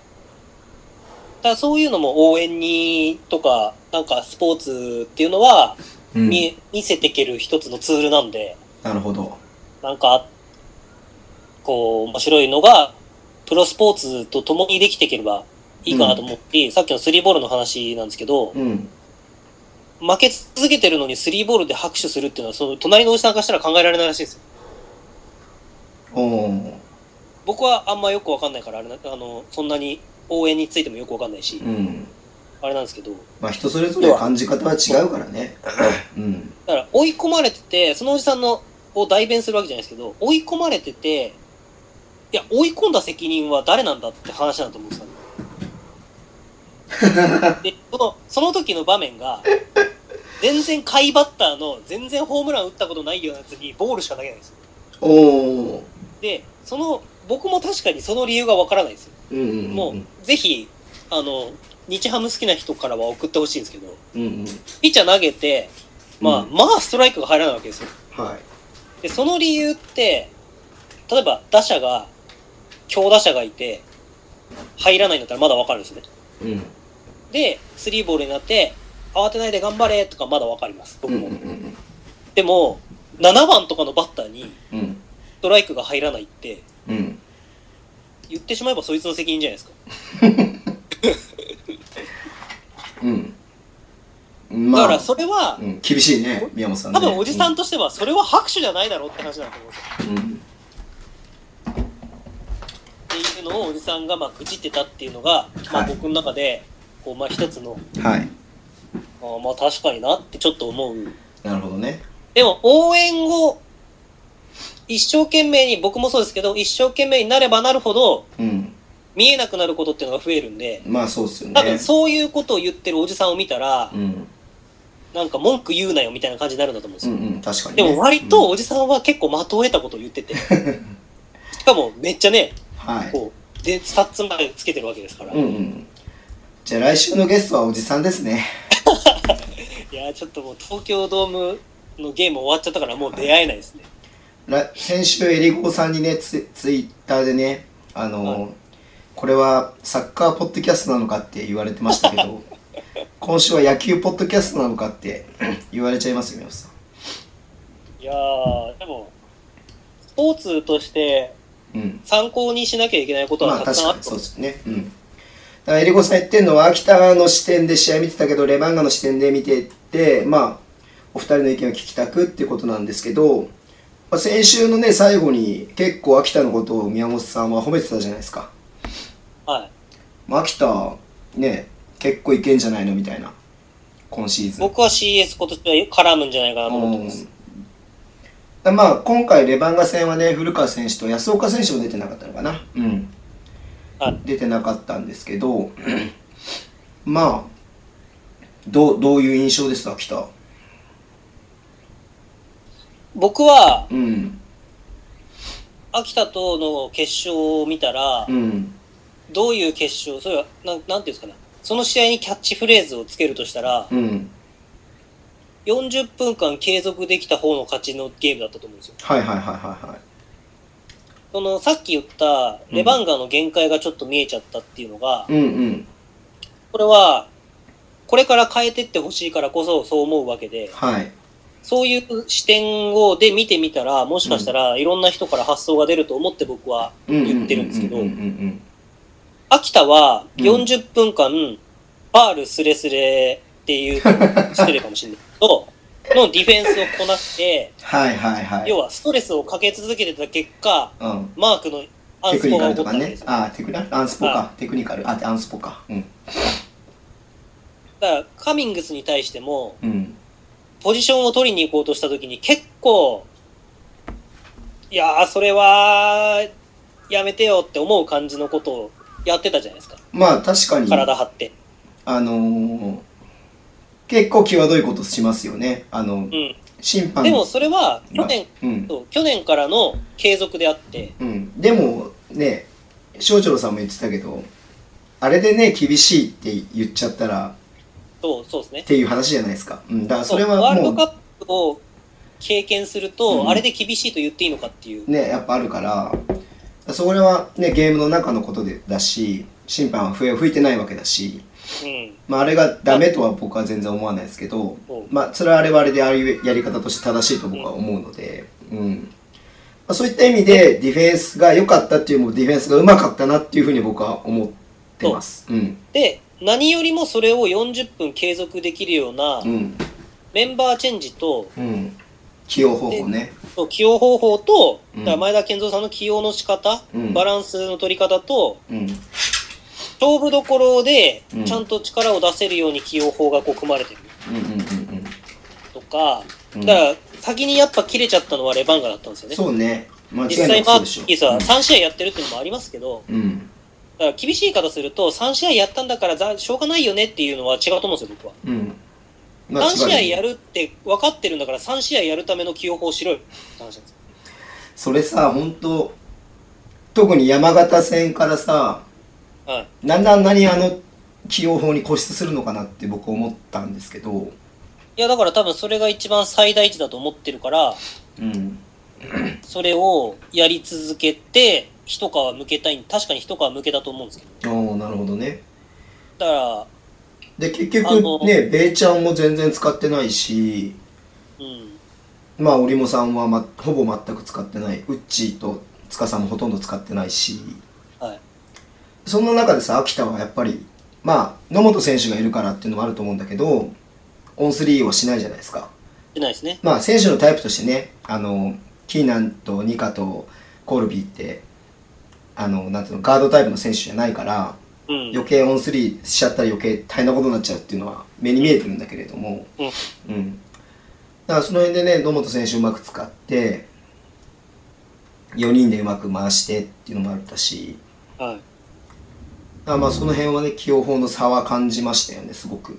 S3: からそういうのも応援にとか、なんかスポーツっていうのは、
S2: うん
S3: 見見せていける一つのツールなんで、
S2: なるほど
S3: なんか、こう、面白いのが、プロスポーツと共にできていければいいかなと思って、さっきのスリーボールの話なんですけど、
S2: うん
S3: 負け続けてるのにスリーボールで拍手するっていうのは、その隣のおじさんからしたら考えられないらしいですよ。
S2: おお
S3: 僕はあんまよくわかんないから、あれな、あの、そんなに応援についてもよくわかんないし、
S2: うん
S3: あれなんですけど、
S2: まあ人それぞれ感じ方は違うから ねうん
S3: だから追い込まれてて、そのおじさんのを代弁するわけじゃないですけど、追い込まれてて、いや、追い込んだ責任は誰なんだって話なんだと思うんですよ。でそのその時の場面が、全然下位バッターの、全然ホームラン打ったことないようなやつにボールしか投げないんですよ。
S2: おお
S3: で、その、僕も確かにその理由がわからないですよ。
S2: うんうんうん
S3: もう、ぜひ、あの、日ハム好きな人からは送ってほしいんですけど、
S2: うんうん
S3: ピッチャー投げて、まあ、
S2: うん
S3: まあストライクが入らないわけですよ。
S2: はい
S3: で、その理由って、例えば打者が、強打者がいて、入らないんだったらまだわかるんですね。
S2: うん
S3: で、スリーボールになって、慌てないで頑張れとかまだわかります、
S2: う
S3: 僕
S2: んうん
S3: も。
S2: うん
S3: でも、7番とかのバッターに
S2: うん
S3: ストライクが入らないって、
S2: うん
S3: 言ってしまえばそいつの責任じゃないですか。
S2: うん
S3: だ
S2: まあ
S3: からそれは
S2: う、ん厳しいね宮本さんね
S3: 多分おじさんとしては、それは拍手じゃないだろうって話なんだと思うんですよ。
S2: うん
S3: っていうのをおじさんがまあ愚痴ってたっていうのが、まあ
S2: はい
S3: 僕の中で、こう、まあ一つの、
S2: うんはい
S3: あーまあ確かになってちょっと思う
S2: なるほどね
S3: でも応援を一生懸命に、僕もそうですけど、一生懸命になればなるほど
S2: うん
S3: 見えなくなることっていうのが増えるんで、
S2: まあそうっすよね
S3: 多分そういうことを言ってるおじさんを見たら
S2: う、ん
S3: なんか文句言うなよみたいな感じになるんだと思うんです
S2: う
S3: よ。
S2: んうん確かに
S3: で
S2: ね
S3: も割とおじさんは結構的を得たことを言っ てて、しかもめっちゃね、
S2: はい
S3: こう、で、スタッツまでつけてるわけですから。
S2: うんうんじゃあ来週のゲストはおじさんですね
S3: いやーちょっともう東京ドームのゲーム終わっちゃったからもう出会えないですね。
S2: ら先週エリゴーさんにねツイツイッターでねあの、
S3: は
S2: これはサッカーポッドキャストなのかって言われてましたけ ど今週は野球ポッドキャストなのかって 言われちゃいますよ宮本さん
S3: い、やーでも、スポーツとして
S2: うん
S3: 参考にしなきゃいけないこと
S2: ま
S3: は
S2: あ
S3: たく
S2: 確
S3: さん
S2: か
S3: ある
S2: に
S3: と
S2: そう
S3: 思う
S2: ですよねうんだからエリゴーさん言ってるのは秋田の視点で試合見てたけどレバンガの視点で見ててまあお二人の意見を聞きたくってことなんですけど、まあ、先週のね最後に結構秋田のことを宮本さんは褒めてたじゃないですか
S3: はい、
S2: まあ秋田ね結構いけんじゃないのみたいな今シーズン
S3: 僕は CS 今年は絡むんじゃないかなと思ってます。
S2: うんまあ今回レバンガ戦はね古川選手と安岡選手も出てなかったのかなうん
S3: はい
S2: 出てなかったんですけど まあどうどういう印象ですか秋田
S3: 僕は
S2: うん
S3: 秋田との決勝を見たら、
S2: うん
S3: どういう決勝、それはなんなんていうんですかね、その試合にキャッチフレーズをつけるとしたら、
S2: うん
S3: 40分間継続できた方の勝ちのゲームだったと思うんですよ。
S2: はいはいはいはいはい
S3: そのさっき言ったレバンガの限界がちょっと見えちゃったっていうのが、
S2: うんうん
S3: これはこれから変えてってほしいからこそそう思うわけで、
S2: はい
S3: そういう視点をで見てみたら、もしかしたらいろんな人から発想が出ると思って僕は、言ってるんですけど
S2: うんうんうん
S3: 秋田は
S2: うん
S3: 40分間、ファールスレスレっていう、失礼かもしれないけ ど、のディフェンスをこなして、
S2: はいはいはい
S3: 要はストレスをかけ続けてた結果、
S2: うん
S3: マークのアン
S2: テク
S3: ス
S2: ニ
S3: ポ
S2: カ
S3: が
S2: ル
S3: 起こ
S2: とか
S3: ったわけで
S2: ね
S3: すよ。
S2: あーテクラアンスポか
S3: あ
S2: テクニカルあアンスポかうん
S3: だからカミングスに対しても、
S2: うん
S3: ポジションを取りに行こうとしたときに結構、いやー、それは、やめてよって思う感じのことをやってたじゃないですか。
S2: まあ確かに
S3: 体張って。
S2: あのー結構際どいことしますよねあの
S3: うん。
S2: 審判
S3: でもそれは、
S2: ま
S3: 去
S2: あ
S3: 年、
S2: うん
S3: そう去年からの継続であって、
S2: うん、でもね翔ちょ郎さんも言ってたけどあれでね厳しいって言っちゃったら
S3: そう、そうですね
S2: っ。ていう話じゃないですか、うん、だからそれ
S3: そうワ
S2: は
S3: ール
S2: も
S3: ドカ
S2: う
S3: ップを経験すると、
S2: うん
S3: あれで厳しいと言っていいのかっていう。
S2: ねやっぱあるからそれはねゲームの中のことでだし審判は笛を吹いてないわけだし、
S3: うん。
S2: まあ、あれがダメとは僕は全然思わないですけど、
S3: そう
S2: まあ、それはあれはあれでああいうやり方として正しいと僕は思うので、うんまあ、そういった意味でディフェンスが良かったっていうよりもディフェンスがうまかったなっていうふうに僕は思ってます。うん
S3: で、何よりもそれを40分継続できるような
S2: うん
S3: メンバーチェンジと、
S2: うん、起用方法ね。
S3: そう起用方法と、
S2: うん
S3: だから前田健三さんの起用の仕方、
S2: うん
S3: バランスの取り方と、
S2: うん、
S3: 勝負どころで
S2: うん
S3: ちゃんと力を出せるように起用法がこう組まれてる
S2: うん、うん、
S3: とか、
S2: うん、
S3: だ
S2: う
S3: から先にやっぱ切れちゃったのはレバンガだったんですよ
S2: ん。
S3: ね。
S2: そうね。間違い
S3: 実際
S2: なく
S3: マ
S2: そう
S3: ー
S2: でしょ。
S3: キーさ、3試合やってるっていうのもありますけど、
S2: うん、
S3: だから厳しい方すると、3試合やったんだからざしょうがないよねっていうのは違うと思うんですよ、僕は。
S2: うん、うん。まあ
S3: 3試合
S2: 違う
S3: やるって分かってるんだから、3試合やるための起用法をしろよって話なんですよ。
S2: それさ、本当特に山形戦からさ、
S3: はい。
S2: なんであんなにあの起用法に固執するのかなって僕思ったんですけど、
S3: いや、だから多分それが一番最大値だと思ってるから、
S2: うん、
S3: それをやり続けて、一皮向けたい、確かに一皮向けたと思うんですけど。
S2: おーなるほどね。
S3: だから、
S2: で、結
S3: あの
S2: 局ね、ベイちゃんも全然使ってないし、
S3: うん。
S2: まあ、織茂さんは、ま、ほぼ全く使ってない。ウッチーと塚さんもほとんど使ってないし、
S3: はい。
S2: その中でさ、秋田はやっぱり、まあ、野本選手がいるからっていうのもあると思うんだけど、オンスリーをしないじゃないですか。
S3: してないですね。
S2: まあ、選手のタイプとしてね、あの、キーナンとニカとコルビーって、あの、なんていうの、ガードタイプの選手じゃないから、
S3: うん。
S2: 余計オンスリーしちゃったら余計大変なことになっちゃうっていうのは目に見えてるんだけれども、
S3: うん
S2: うんだからその辺でね野本選手うまく使って4人でうまく回してっていうのもあったし
S3: はい。
S2: だからまあその辺はね起用法の差は感じましたよねすごく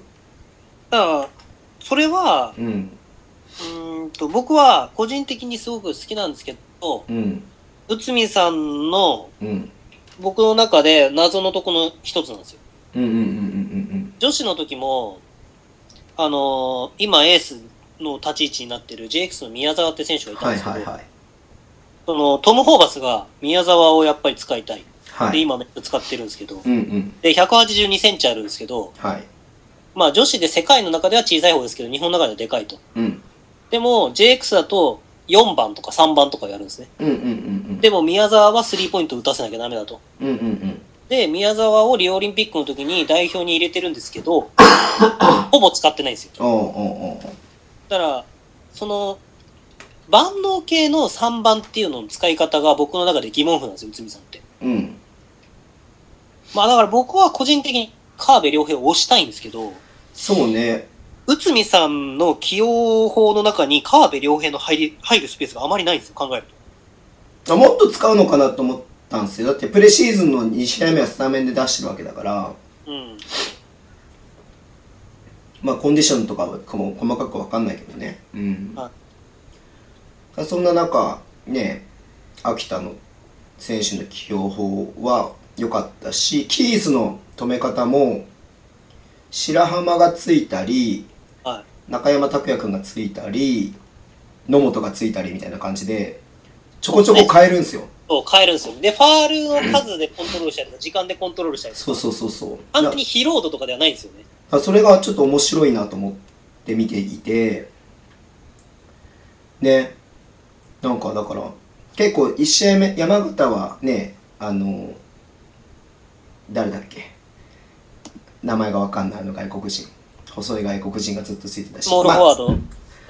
S3: だから、それは、
S2: うん
S3: うーんと、僕は個人的にすごく好きなんですけど、
S2: うん
S3: 内海さんの
S2: うん
S3: 僕の中で謎のとこの一つなんですよ。
S2: うんうんうんうん
S3: 女子の時も、あのー今エースの立ち位置になってる JX の宮沢って選手が
S2: う
S3: い
S2: ん
S3: たん
S2: は
S3: で
S2: い
S3: すけど、
S2: はいはい
S3: そのトム・ホーバスが宮沢をやっぱり使いたい。
S2: は
S3: で、
S2: い
S3: 今めっちゃ使ってるんですけど、
S2: うんうん
S3: で、182センチあるんですけど、
S2: はい
S3: まあ女子で世界の中では小さい方ですけど、日本の中ではでかいと。
S2: うん
S3: でも JX だと4番とか3番とかやるんですね。
S2: うんうんうん
S3: でも宮沢はスリーポイント打たせなきゃダメだと。
S2: うんうんうん
S3: で、宮沢をリオオリンピックの時に代表に入れてるんですけ ど、ほぼ使ってないんですよ。
S2: おうおうおうおう
S3: だから、その、万能系の3番っていうのの使い方が僕の中で疑問符なんですよ、内海さんって。
S2: うん
S3: まあだから僕は個人的に河辺良平を推したいんですけど、
S2: そうね
S3: 内海さんの起用法の中に河辺良平の入り入るスペースがあまりないんですよ、考えると。
S2: あもっと使うのかなと思ったんですよだってプレシーズンの2試合目はスタメンで出してるわけだから、
S3: うん。
S2: まあ、コンディションとかはも細かく分かんないけどね、うん
S3: は
S2: そんな中ね秋田の選手の起用法は良かったしキースの止め方も白浜がついたり
S3: は
S2: 中山拓也君がついたり野本がついたりみたいな感じでちょこちょこ変えるんですよ
S3: い。そう、変えるんですよ。で、ファールの数でコントロールしたりとか、時間でコントロールしたりとか、
S2: そうそうそうそう
S3: 完全に疲労度とかではないんですよね。
S2: あそれがちょっと面白いなと思って見ていてねなんかだから結構1試合目山形はねあの誰だっけ名前が分かんないあの外国人細い外国人がずっとついてたし
S3: モールフォワー
S2: まあ
S3: ド、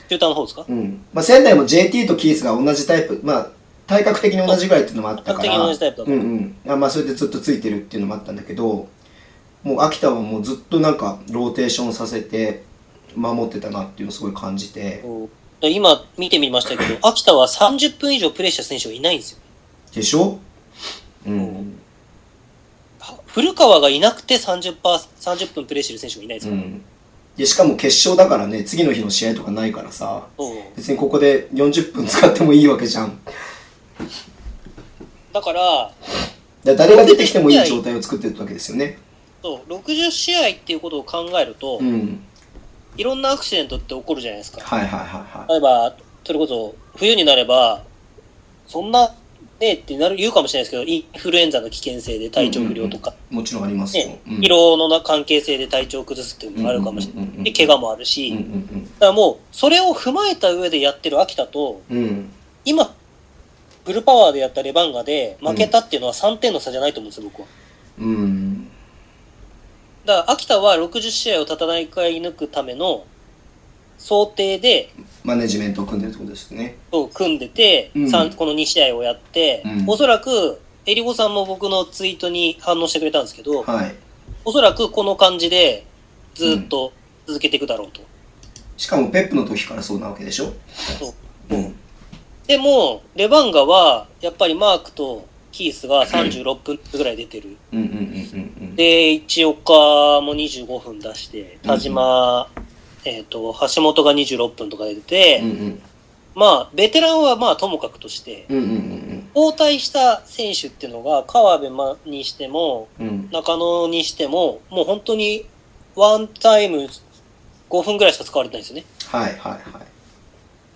S3: 中端の方ですか
S2: うんまあ、仙台も JT とキースが同じタイプまあ体格的に同じぐらいっていうのもあったから
S3: 比較的同じタイプだった
S2: うんうんあまあそれでずっとついてるっていうのもあったんだけどもう秋田はもうずっとなんかローテーションさせて守ってたなっていうのをすごい感じて
S3: うんで今見てみましたけど、秋田は30分以上プレーした選手がいないんですよ。
S2: でしょう
S3: うん
S2: ん、
S3: は古川がいなくて30パー、30分プレーしてる選手がいないです
S2: う
S3: よ。
S2: ん、でしかも決勝だからね次の日の試合とかないからさ
S3: うん
S2: 別にここで40分使ってもいいわけじゃん
S3: だから、
S2: だ誰が出てきてもいい状態を作ってるわけですよね
S3: そう60試合っていうことを考えると、
S2: うん
S3: いろんなアクシデントって起こるじゃないですか。
S2: はいはいはいは
S3: 例えば、それこそ冬になれば、そんなねえってなる言うかもしれないですけど、インフルエンザの危険性で体調不良とか、
S2: いもちろんありますよ、
S3: ね
S2: うん
S3: 疲労のな関係性で体調を崩すっていうのもあるかもしれ
S2: うんうんうんう
S3: なんい。で、怪我もあるし、
S2: うん
S3: だからもう、それを踏まえた上でやってる秋田と、
S2: うんうんうん
S3: 今、フルパワーでやったレバンガで負けたっていうのは3点の差じゃないと思うんですよ、僕は。
S2: うん
S3: だから、秋田は60試合を戦い抜くための想定で、
S2: マネジメントを組んでるってことですね
S3: を組んでて、
S2: うん
S3: さんこの2試合をやって、
S2: うん
S3: おそらく、えりごさんも僕のツイートに反応してくれたんですけど、
S2: はい
S3: おそらくこの感じでずっと続けていくだろうと。
S2: しかもペップの時からそうなわけでしょ
S3: そう
S2: うん
S3: でも、レバンガは、やっぱりマークとキースが36分ぐらい出 てる。
S2: うんうんうんうんうん
S3: で、一岡も25分出して、田島、えっ、と、橋本が26分とか出てて、
S2: うんうん
S3: まあ、ベテランはまあともかくとして、
S2: うんうん
S3: 交代した選手っていうのが、川辺まにしても、
S2: うんうん
S3: 中野にしても、もう本当にワンタイム5分ぐらいしか使われてないんですよね。
S2: はいはいはい
S3: だか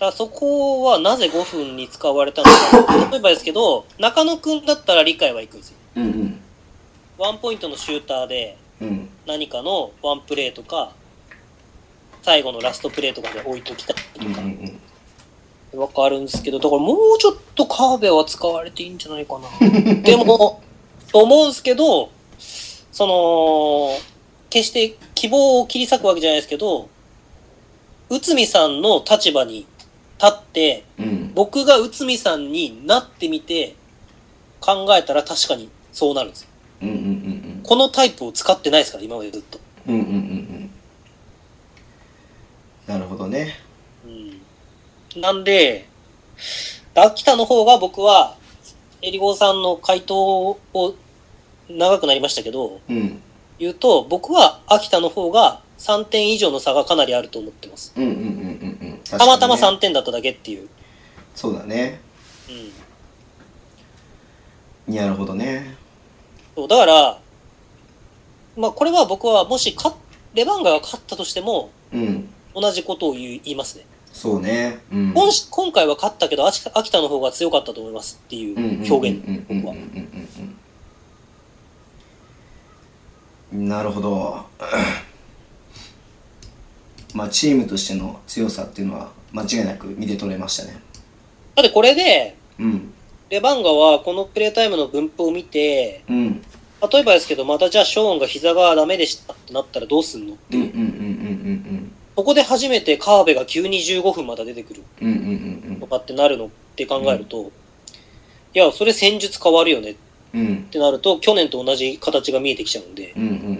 S3: らそこはなぜ5分に使われたのか。例えばですけど、中野くんだったら理解はいくんですよ。
S2: うん
S3: ワンポイントのシューターで
S2: うんうん
S3: 何かのワンプレーとか、最後のラストプレーとかで置いときた
S2: う
S3: り
S2: んう
S3: と
S2: んうん
S3: か、わかるんですけど、だからもうちょっと川辺は使われていいんじゃないかな。でも、と思うんですけど、その、決して希望を切り裂くわけじゃないですけど、内海さんの立場に立って、
S2: うん
S3: 僕が内海さんになってみて考えたら確かにそうなるんですよ。
S2: うんうんうん
S3: このタイプを使ってないですから、今までずっと。
S2: うんうんうんうんうんなるほどね
S3: うん。なんで、秋田の方が僕は、えりごさんの回答を長くなりましたけど、
S2: うん
S3: 言うと、僕は秋田の方が3点以上の差がかなりあると思ってます。
S2: うんうんうんうんうん
S3: たまたま
S2: 確かにね
S3: 3点だっただけっていう。
S2: そうだね
S3: うん。
S2: なるほどね
S3: そうだから、まあこれは僕はもし勝っ、レバンガが勝ったとしても、
S2: うん
S3: 同じことを言い言いますね。
S2: そうねうん
S3: 今し今回は勝ったけど、秋田秋田の方が強かったと思いますってい
S2: うんうん
S3: う表現。
S2: うんうんうんうんうんうんなるほどまあチームとしての強さっていうのは間違いなく見て取れましたね
S3: だってこれで、
S2: うん
S3: レバンガはこのプレータイムの分布を見て、
S2: うん
S3: 例えばですけど、またじゃあショーンが膝がダメでしたってなったらどうすんのって
S2: うんうん
S3: い
S2: うん
S3: う。
S2: うん
S3: ここで初めてカーベが急に15分また出てくる
S2: うんうんうんうん
S3: とかってなるのって考えると、いや、それ戦術変わるよねっ
S2: うんうん
S3: てなると、去年と同じ形が見えてきちゃうんで、
S2: うんうんうんうんうん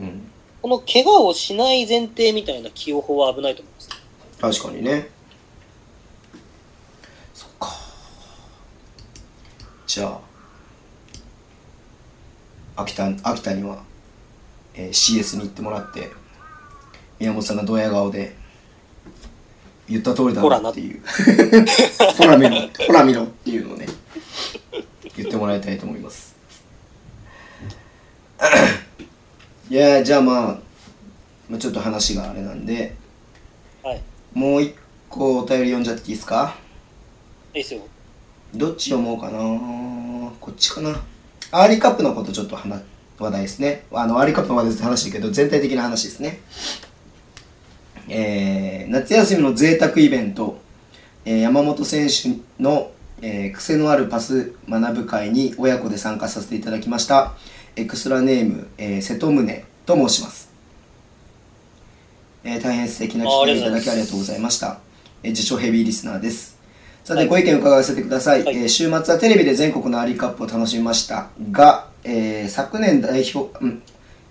S2: うん
S3: この怪我をしない前提みたいな起用法は危ないと思います。
S2: 確かにねそっかじゃあ秋田秋田には、えー CS に行ってもらって宮本さんがドヤ顔で言った通りだ
S3: ほら
S2: な
S3: な
S2: っていう ほら見ろほら見ろっていうのをね言ってもらいたいと思います いやーじゃあまあまあちょっと話があれなんで
S3: はい。
S2: もう一個お便り読んじゃっていいですか
S3: いいですよ。
S2: どっち読もうかなこっちかなアーリーカップのことちょっと話話題ですねあのアーリーカップの話題で話してるけど全体的な話ですねえー夏休みの贅沢イベント、えー山本選手の、えー癖のあるパス学ぶ会に親子で参加させていただきましたエクストラネーム、えー瀬戸宗と申します、えー大変素敵な機会をいただき
S3: あ
S2: あ
S3: あり
S2: りが
S3: がと
S2: とう
S3: うご
S2: ご
S3: ざ
S2: ざ
S3: い
S2: いました、えー自称ヘビーリスナーですさて、
S3: はい
S2: ご意見を伺わせてください、
S3: はい
S2: えー週末はテレビで全国のアリーカップを楽しみましたが、えー昨年代表、うん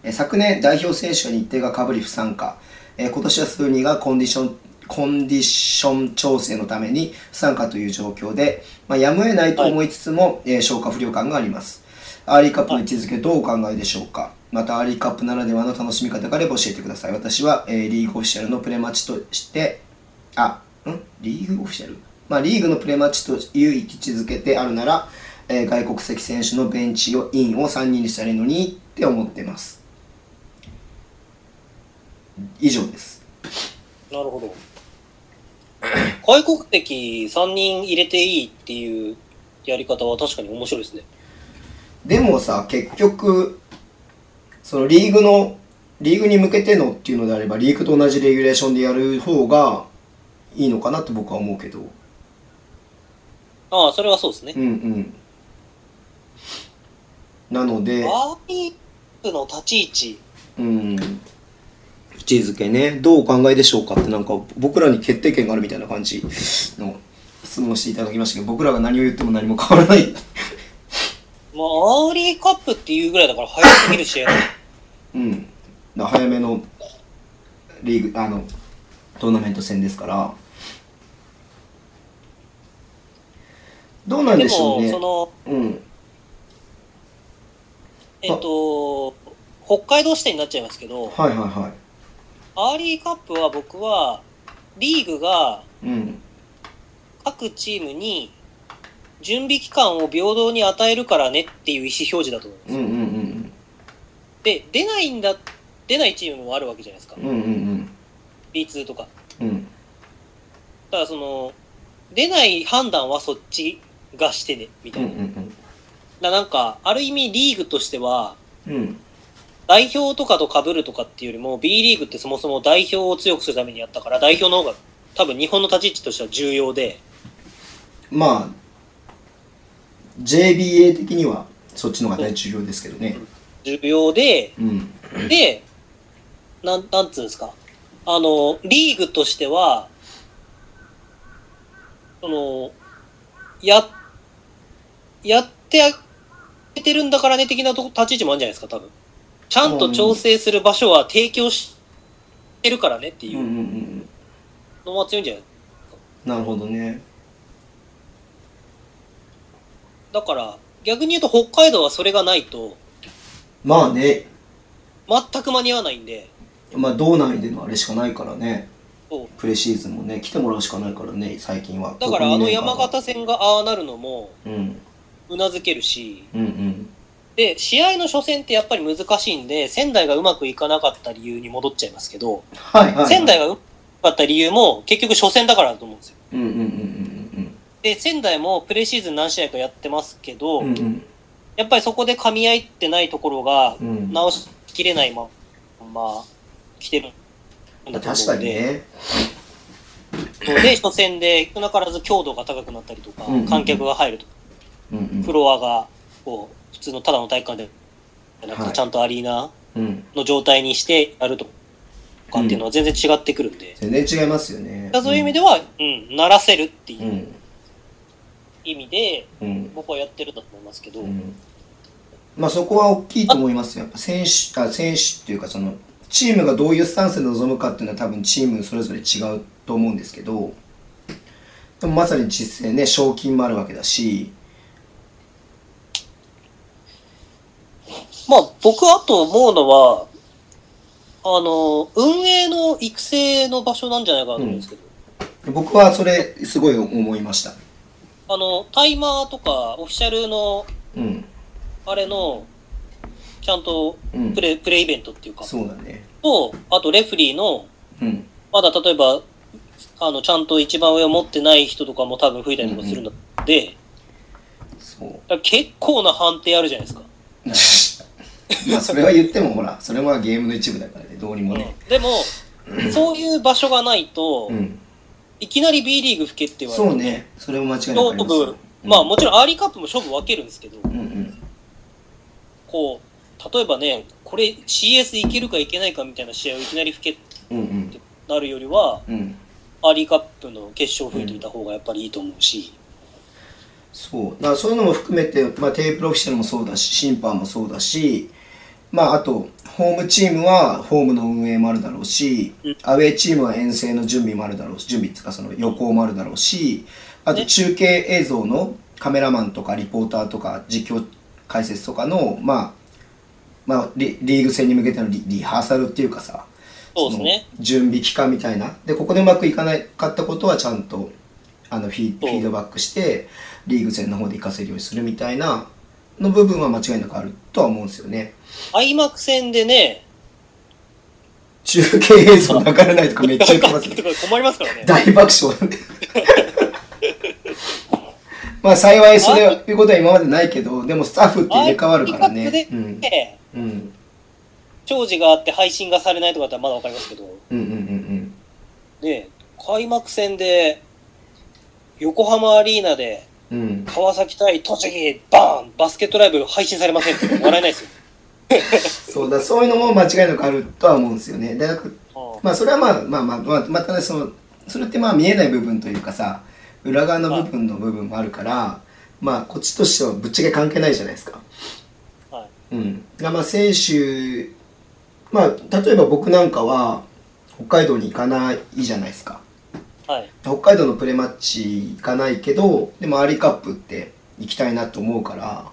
S2: えー昨年代表選手の日程がかぶり不参加えー今年はスプーニーがコンディションコンディション調整のために不参加という状況で、まあ、やむを得ないと思いつつも、えー消化不良感がありますアーリーカップの位置づけどうお考えでしょうかまたアーリーカップならではの楽しみ方があれば教えてください私は、えーリーグオフィシャルのプレマッチとしてあんリーグオフィシャルまあリーグのプレマッチという位置づけであるなら、えー外国籍選手のベンチをインを3人にしたらいいのにって思ってます以上です
S3: なるほど。外国籍3人入れていいっていうやり方は確かに面白いですね。
S2: でもさ結局そのリーグのリーグに向けてのっていうのであればリーグと同じレギュレーションでやる方がいいのかなって僕は思うけど
S3: ああ、それはそうですね
S2: う。んうんなので
S3: アーリープの立ち位置、
S2: うん位置づけねどうお考えでしょうかってなんか僕らに決定権があるみたいな感じの質問をしていただきましたけど僕らが何を言っても何も変わらない
S3: まあ、アーリーカップっていうぐらいだから早すぎるし、
S2: うんだから早めのリーグあのトーナメント戦ですからどうなん
S3: で
S2: でしょう
S3: も、
S2: ね
S3: その、
S2: うん
S3: えっと、北海道視点になっちゃいますけど、
S2: はいはいは
S3: アーリーカップは僕は、リーグが
S2: いうん
S3: 各チームに準備期間を平等に与えるからねっていう意思表示だと思います。
S2: うんうんうん
S3: で、出ないんだ、出ないチームもあるわけじゃないですか
S2: う。んうん
S3: B2 とか。
S2: うんうん
S3: ただその、出ない判断はそっちがしてね、みた
S2: う
S3: い
S2: ん
S3: な。だなんか、ある意味リーグとしては、
S2: うんうん
S3: 代表とかと被るとかっていうよりも、B リーグってそもそも代表を強くするためにやったから、代表の方が多分日本の立ち位置としては重要で、
S2: まあ JBA 的にはそっちの方が大重要ですけどね
S3: 重要で、
S2: うん
S3: で、なん、なんつうんですか。あの、リーグとしては、その、や、やってあげてるんだからね的なとこ立ち位置もあるんじゃないですか、多分。ちゃんと調整する場所は提供してるからねって
S2: う
S3: い
S2: んうんう
S3: うんのは強いんじゃない
S2: なるほどね
S3: だから、逆に言うと北海道はそれがないと、
S2: まあね
S3: 全く間に合わないんで、
S2: まあ道内でのあれしかないからね
S3: そう
S2: プレシーズンもね来てもらうしかないからね最近は
S3: だからあ
S2: 特
S3: の
S2: にね
S3: 山形戦がああなるのも、
S2: うんうん
S3: うなずけるし、
S2: うん
S3: で、試合の初戦ってやっぱり難しいんで、仙台がうまくいかなかった理由に戻っちゃいますけど、
S2: はいはい
S3: 仙台がうまくいかなかった理由も結局初戦だからだと思うんですよ。
S2: うんうんうんうん
S3: で、仙台もプレシーズン何試合かやってますけど、
S2: うんうん
S3: やっぱりそこで噛み合ってないところが
S2: う、ん
S3: 直しきれないまま来てるんだと
S2: 確
S3: 思
S2: か
S3: うん
S2: に
S3: で、
S2: ね
S3: で、初戦で少なからず強度が高くなったりとか
S2: うんうんうん、
S3: 観客が入るとか、
S2: うんうん
S3: フロアが、こう、普通のただの体育館で、じゃなく
S2: はい
S3: てちゃんとアリーナ
S2: うん
S3: の状態にしてやるとかっていうのは全然違ってくるんで、
S2: 全然違いますよね
S3: そういう意味では、うん、鳴らせるって
S2: う
S3: いうん意味で、
S2: うん
S3: 僕はやってるんだと思いますけど、
S2: うんまあそこは大きいと思いますよやっぱ選手あ選手っていうかそのチームがどういうスタンスで臨むかっていうのは多分チームそれぞれ違うと思うんですけどでもまさに実践ね賞金もあるわけだし
S3: まあ僕あと思うのは、あの、運営の育成の場所なんじゃないかなと思うんですけど、
S2: 僕はそれすごい思いました
S3: あの、タイマーとかオフィシャルの、
S2: うん
S3: あれの、ちゃんと
S2: うん
S3: プレ,、プレイベントっていうか、
S2: そうだね
S3: と、あとレフェリーの、
S2: うん
S3: まだ例えば、あの、ちゃんと一番上を持ってない人とかも多分吹いたりとかするんだで、
S2: そう
S3: だから結構な判定あるじゃないですか。
S2: まあそれは言ってもほらそれはゲームの一部だからねどうにもね
S3: でも、そういう場所がないと、
S2: うん
S3: いきなり B リーグ吹けって言われて
S2: そう
S3: も、
S2: ねそれも間違いなくあり
S3: 勝
S2: ます
S3: 負
S2: よ、
S3: まあもちろんアーリーカップも勝負分けるんですけど、
S2: うんうん
S3: こう、例えばね、これ CS いけるかいけないかみたいな試合をいきなり吹けっ
S2: うんうん
S3: てなるよりは、
S2: うん
S3: アーリーカップの決勝吹いといた方がやっぱりいいと思うし、
S2: そうだからそういうのも含めて、まあ、テープロフィシャルもそうだし審判もそうだしまああとホームチームはホームの運営もあるだろうし、
S3: うん
S2: アウェーチームは遠征の準備もあるだろうし準備っていうかその予行もあるだろうしあと
S3: ね
S2: 中継映像のカメラマンとかリポーターとか実況解説とかのまあまあリリーグ戦に向けてのリリハーサルっていうかさ
S3: そうですね。
S2: その準備期間みたいなでここでうまくいかないかったことはちゃんとあのフィフ
S3: そう
S2: ィードバックしてリーグ戦の方で活かせるようにするみたいなの部分は間違いなくあるとは思うんですよね
S3: 開幕戦でね、
S2: 中継映像流れないとかめっちゃ受け ますよ
S3: 困りますからね。
S2: 大爆笑なんで まあ幸いそれはいうことは今までないけどでもスタッフって入れ替わるから
S3: あ
S2: ね
S3: 開
S2: う
S3: 幕
S2: ん
S3: でね、
S2: うん
S3: 長寿があって配信がされないとかだったらまだわかりますけど、
S2: うんうんうん
S3: ね、開幕戦で、横浜アリーナで、
S2: うんうん
S3: 川崎対栃木、バーンバスケットライブ配信されませんって笑えないですよ。
S2: そうだそういうのも間違いなくあるとは思うんですよね大学
S3: うん
S2: まあそれはまあまあまあ、まあ、またねそのそれってまあ見えない部分というかさ裏側の部分の部分もあるからまあこっちとしてはぶっちゃけ関係ないじゃないですか。
S3: はい
S2: うん、がまあ選手まあ例えば僕なんかは北海道に行かないじゃないですか。
S3: はい。
S2: 北海道のプレマッチ行かないけどでもアリカップって行きたいなと思うから
S3: あ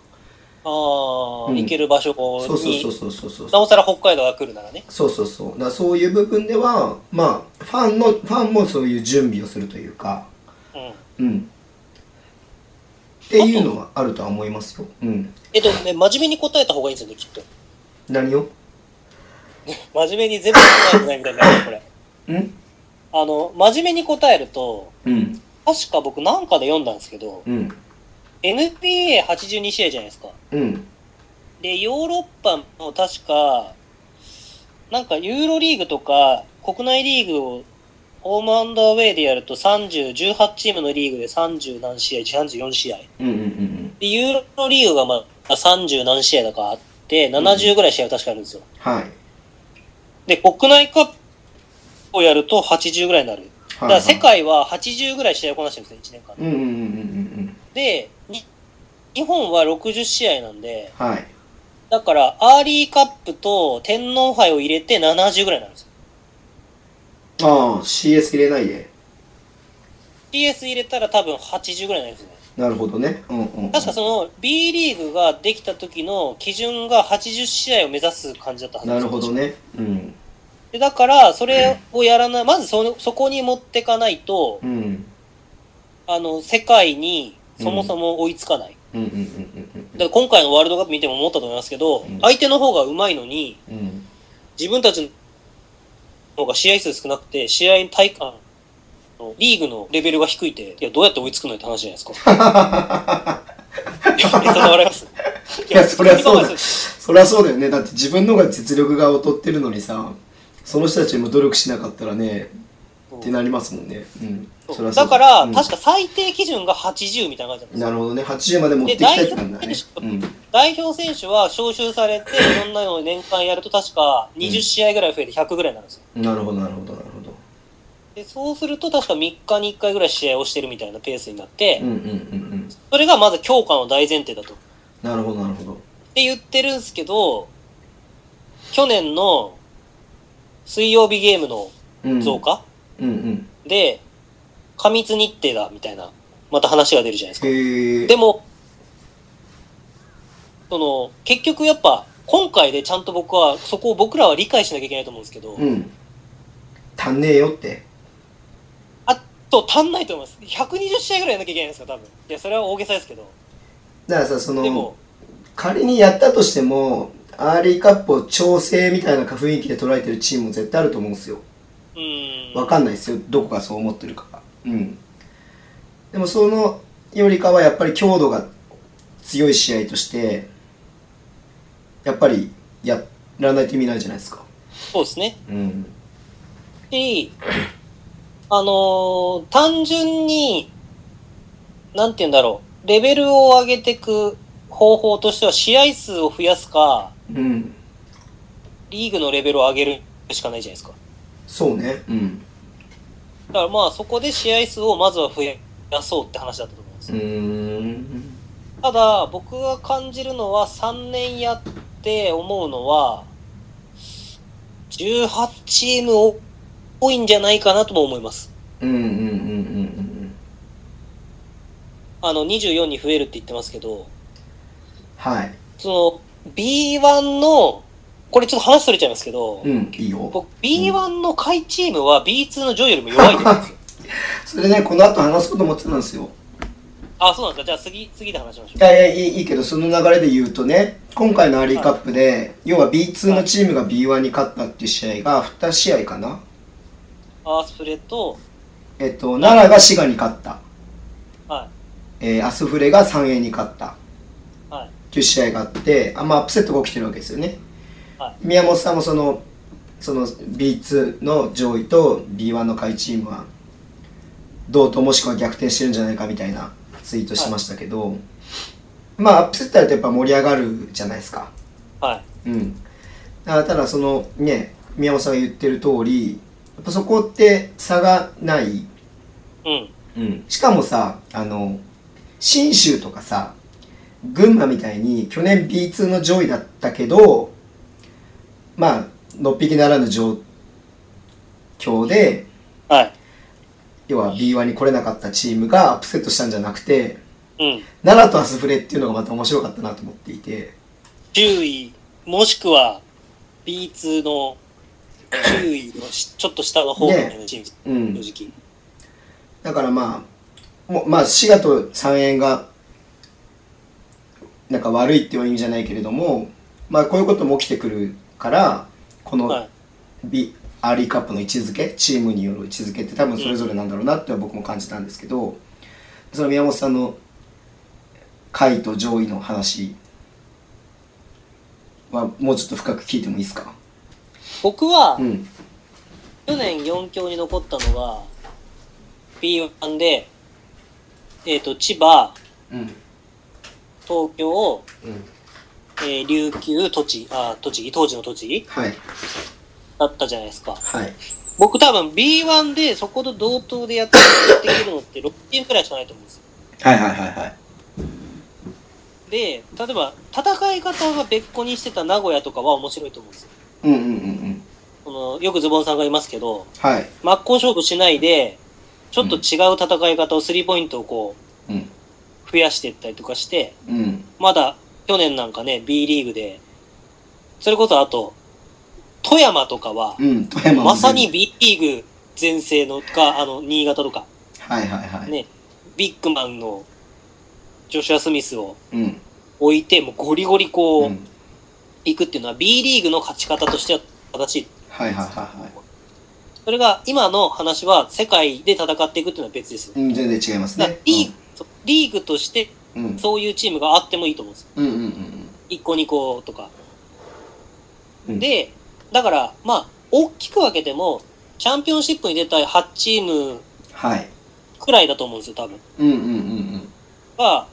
S3: あ、
S2: うん
S3: 行ける場所に、
S2: そうそうそうそうそうそう
S3: なおさら北海道が来るならね。
S2: そうそうそうだからそういう部分ではまあファンのファンもそういう準備をするというか
S3: うん。
S2: うん。っていうのはあるとは思いますよ。うん。
S3: えっとね、真面目に答えた方がいいんですよね、きっと。
S2: 何を
S3: 真面目に全部答えてないみたいにな るよこれ。
S2: ん
S3: あの、真面目に答えると、
S2: うん。
S3: 確か僕なんかで読んだんですけど、
S2: うん。
S3: NBA82 試合じゃないですか。
S2: うん。
S3: で、ヨーロッパも確か、なんかユーロリーグとか国内リーグをホームアンドアウェイでやると30、18チームのリーグで30何試合、34試合。
S2: うんうんうん。
S3: で、ユーロリーグがまあ30何試合だかあって、70ぐらい試合は確かあるんですよ。
S2: はい。
S3: で、国内カップをやると80ぐらいになる。だから世
S2: は
S3: 界は80ぐらい試合をこなしてるんですね、1年間
S2: い。うんうんうんうんうん。
S3: で、に日本は60試合なんで、
S2: はい。
S3: だから、アーリーカップと天皇杯を入れて70ぐらいなんですよ。
S2: ああ、CS 入れないで。
S3: CS 入れたら多分80ぐらいになりますね。
S2: なるほどね。うんうんうん。
S3: 確かその B リーグができた時の基準が80試合を目指す感じだったはず
S2: な
S3: です
S2: るほどね。うん。
S3: でだから、それをやらない、まずそのそこに持ってかないと
S2: う、ん。うん
S3: あの、世界にそもそも追いつかない。
S2: うんうんうん
S3: だから今回のワールドカップ見ても思ったと思いますけど、
S2: うん
S3: 相手の方が上手いのに、
S2: うん。うん。
S3: 自分たちの方が試合数少なくて、試合体感、リーグのレベルが低いって、いや、どうやって追いつくのよって話じゃないですか。 いや、めっちゃ笑います。
S2: いや、そりゃそう
S3: いや
S2: だ。そりゃそうだよね。だって自分の方が実力が劣ってるのにさ、その人たちも努力しなかったらね、ってなりますもんね。うん。そりゃそう
S3: だから、
S2: うん
S3: 確か最低基準が80みたいな感じなんですよ
S2: なるほどね、80まで持ってきたいってなんだね
S3: で代表選。手
S2: うん、
S3: 代表選手は招集されて、いろんなのを年間やると確か20試合ぐらい増えて100ぐらいになるんですよ。
S2: なるほど、なるほど、なるほど。
S3: で、そうすると確か3日に1回ぐらい試合をしてるみたいなペースになって、
S2: うんうんうんうん。
S3: それがまず強化の大前提だと。
S2: なるほど、なるほど。
S3: って言ってるんですけど、去年の水曜日ゲームの
S2: うん、
S3: 増。加、
S2: うんうん。
S3: で、過密日程だみたいな、また話が出るじゃないですか。
S2: へえ。
S3: でも、その、結局やっぱ、今回でちゃんと僕は、そこを僕らは理解しなきゃいけないと思うんですけど、
S2: うん。足んねえよって。
S3: あと足んないと思います。120試合ぐらいやんなきゃいけないんですよ、多分。いや、それは大げさですけど。
S2: だからさ、そ
S3: で
S2: の
S3: も、、
S2: 仮にやったとしても、アーリーカップを調整みたいな雰囲気で捉えてるチームも絶対あると思うんですよ。
S3: うーん。
S2: わかんないですよ、どこがそう思ってるかが。うん。でも、そのよりかはやっぱり強度が強い試合として、やっぱりやらないと意味ないじゃないですか。
S3: そうですね。
S2: うん。
S3: し、あのー単純に、なんて言うんだろう、レベルを上げていく方法としては、試合数を増やすか、
S2: うん。
S3: リーグのレベルを上げるしかないじゃないですか。
S2: そうね。うん。
S3: だからまあ、そこで試合数をまずは増やそうって話だったと思うんです
S2: うーん。
S3: ただ、僕が感じるのは、3年やって思うのは、18チームお多いんじゃないかなとも思います。
S2: うんうんうんうんうん
S3: あの、24に増えるって言ってますけど、
S2: はい
S3: その、B1 の、これちょっと話それちゃいますけど、
S2: うんいいよ
S3: 僕、B1 の下位チームは B2 の上位よりも弱いと思うんですよ。
S2: それねこの後話そうと思ってたんですよ
S3: あ、そうなんですか。じゃあ次、次で話しましょ
S2: いやいやいいいいけどその流れで言うとね今回のアリーカップで、要は B2 のチームが B1 に勝ったっていう試合が2試合かな
S3: う。アースプレと、
S2: えっと奈良が滋賀に勝った、
S3: は
S2: えーアスフレが三栄に勝ったっ
S3: い、はい、
S2: ていう試合があってあんまあアップセットが起きてるわけですよね、
S3: は
S2: 宮本さんもそのその B2 の上位と B1 の下位チームは同等もしくは逆転してるんじゃないかみたいなツイートしましたけど、まあアップセットやるとやっぱ盛り上がるじゃないですか
S3: はい。
S2: うん、あただそのね宮本さんが言ってる通りやっぱそこって差がない、
S3: うん。
S2: うん、しかもさあの信州とかさ群馬みたいに去年 B2 の上位だったけどまあのっぴきならぬ状況で
S3: はい。
S2: 要は B1 に来れなかったチームがアップセットしたんじゃなくて
S3: うん。
S2: 奈良とアスフレっていうのがまた面白かったなと思っていて。
S3: 10位、もしくは B2 の10位のしちょっと下の方みたいなチームです、
S2: うん
S3: 正直。
S2: だからまあもうまあ滋賀と三円がなんか悪いっていう意味じゃないけれどもまあこういうことも起きてくるからこ
S3: はい
S2: の、ビ、アーリーカップの位置づけチームによる位置づけって多分それぞれなんだろうなって僕も感じたんですけどその宮本さんの下位と上位の話はもうちょっと深く聞いてもいいですか
S3: 僕は
S2: うん
S3: 去年4強に残ったのが B1 で、えっ、と、千葉、
S2: うん
S3: 東京、
S2: うん
S3: えー琉球、栃木、あ、栃木、当時の栃木
S2: はい
S3: だったじゃないですか。
S2: はい
S3: 僕多分 B1 でそこと同等でやってやっていけるのって6チームくらいしかないと思うんですよ。
S2: はいはいはいはい
S3: で、例えば戦い方が別個にしてた名古屋とかは面白いと思うんですよ。
S2: うんうんうんうん
S3: このよくズボンさんが言いますけど、
S2: はい
S3: 真っ向勝負しないで、ちょっと違う戦い方を、スリーポイントをこ
S2: うん
S3: う、増やしていったりとかして、
S2: うん
S3: まだ去年なんかね、B リーグで、それこそあと、富山とかは、
S2: うん、富山も
S3: まさに B リーグ全盛のか、あの、新潟とか、
S2: はいはいはい、
S3: ね、ビッグマンのジョシュア・スミスを
S2: うん、
S3: 置いて、もうゴリゴリこ
S2: う
S3: う、
S2: ん、
S3: いくっていうのは B リーグの勝ち方としては正しい。
S2: はいはいはいはい
S3: それが今の話は世界で戦っていくっていうのは別ですよ。
S2: うん全然違います
S3: だから
S2: ね
S3: リーグ、そうリーグとして
S2: うんうん
S3: そういうチームがあってもいいと思うんですよ。
S2: うんうんうん
S3: 1個2個とか。
S2: うん
S3: で、だから、まあ、大きく分けても、チャンピオンシップに出た8チーム
S2: はい
S3: くらいだと思うんですよ、多分。
S2: うんうんうん
S3: が、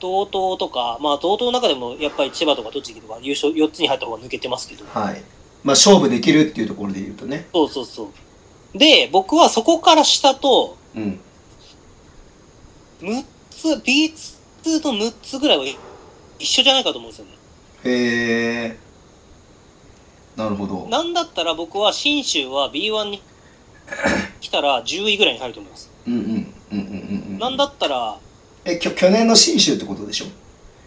S3: 同等とか、まあ、同等の中でも、やっぱり千葉とか栃木とか優勝4つに入った方が抜けてますけど
S2: うん。はいまあ勝負できるっていうところで言うとね
S3: そうそうそう。で、僕はそこから下と、
S2: うん
S3: 6つ、B2 と6つぐらいは一緒じゃないかと思うんですよね。
S2: へえなるほど
S3: なんだったら僕は信州は B1 に来たら10位ぐらいに入ると思います。
S2: うんうんうんうんうんうん
S3: なんだったら、
S2: えきょ去年の信州ってことでしょ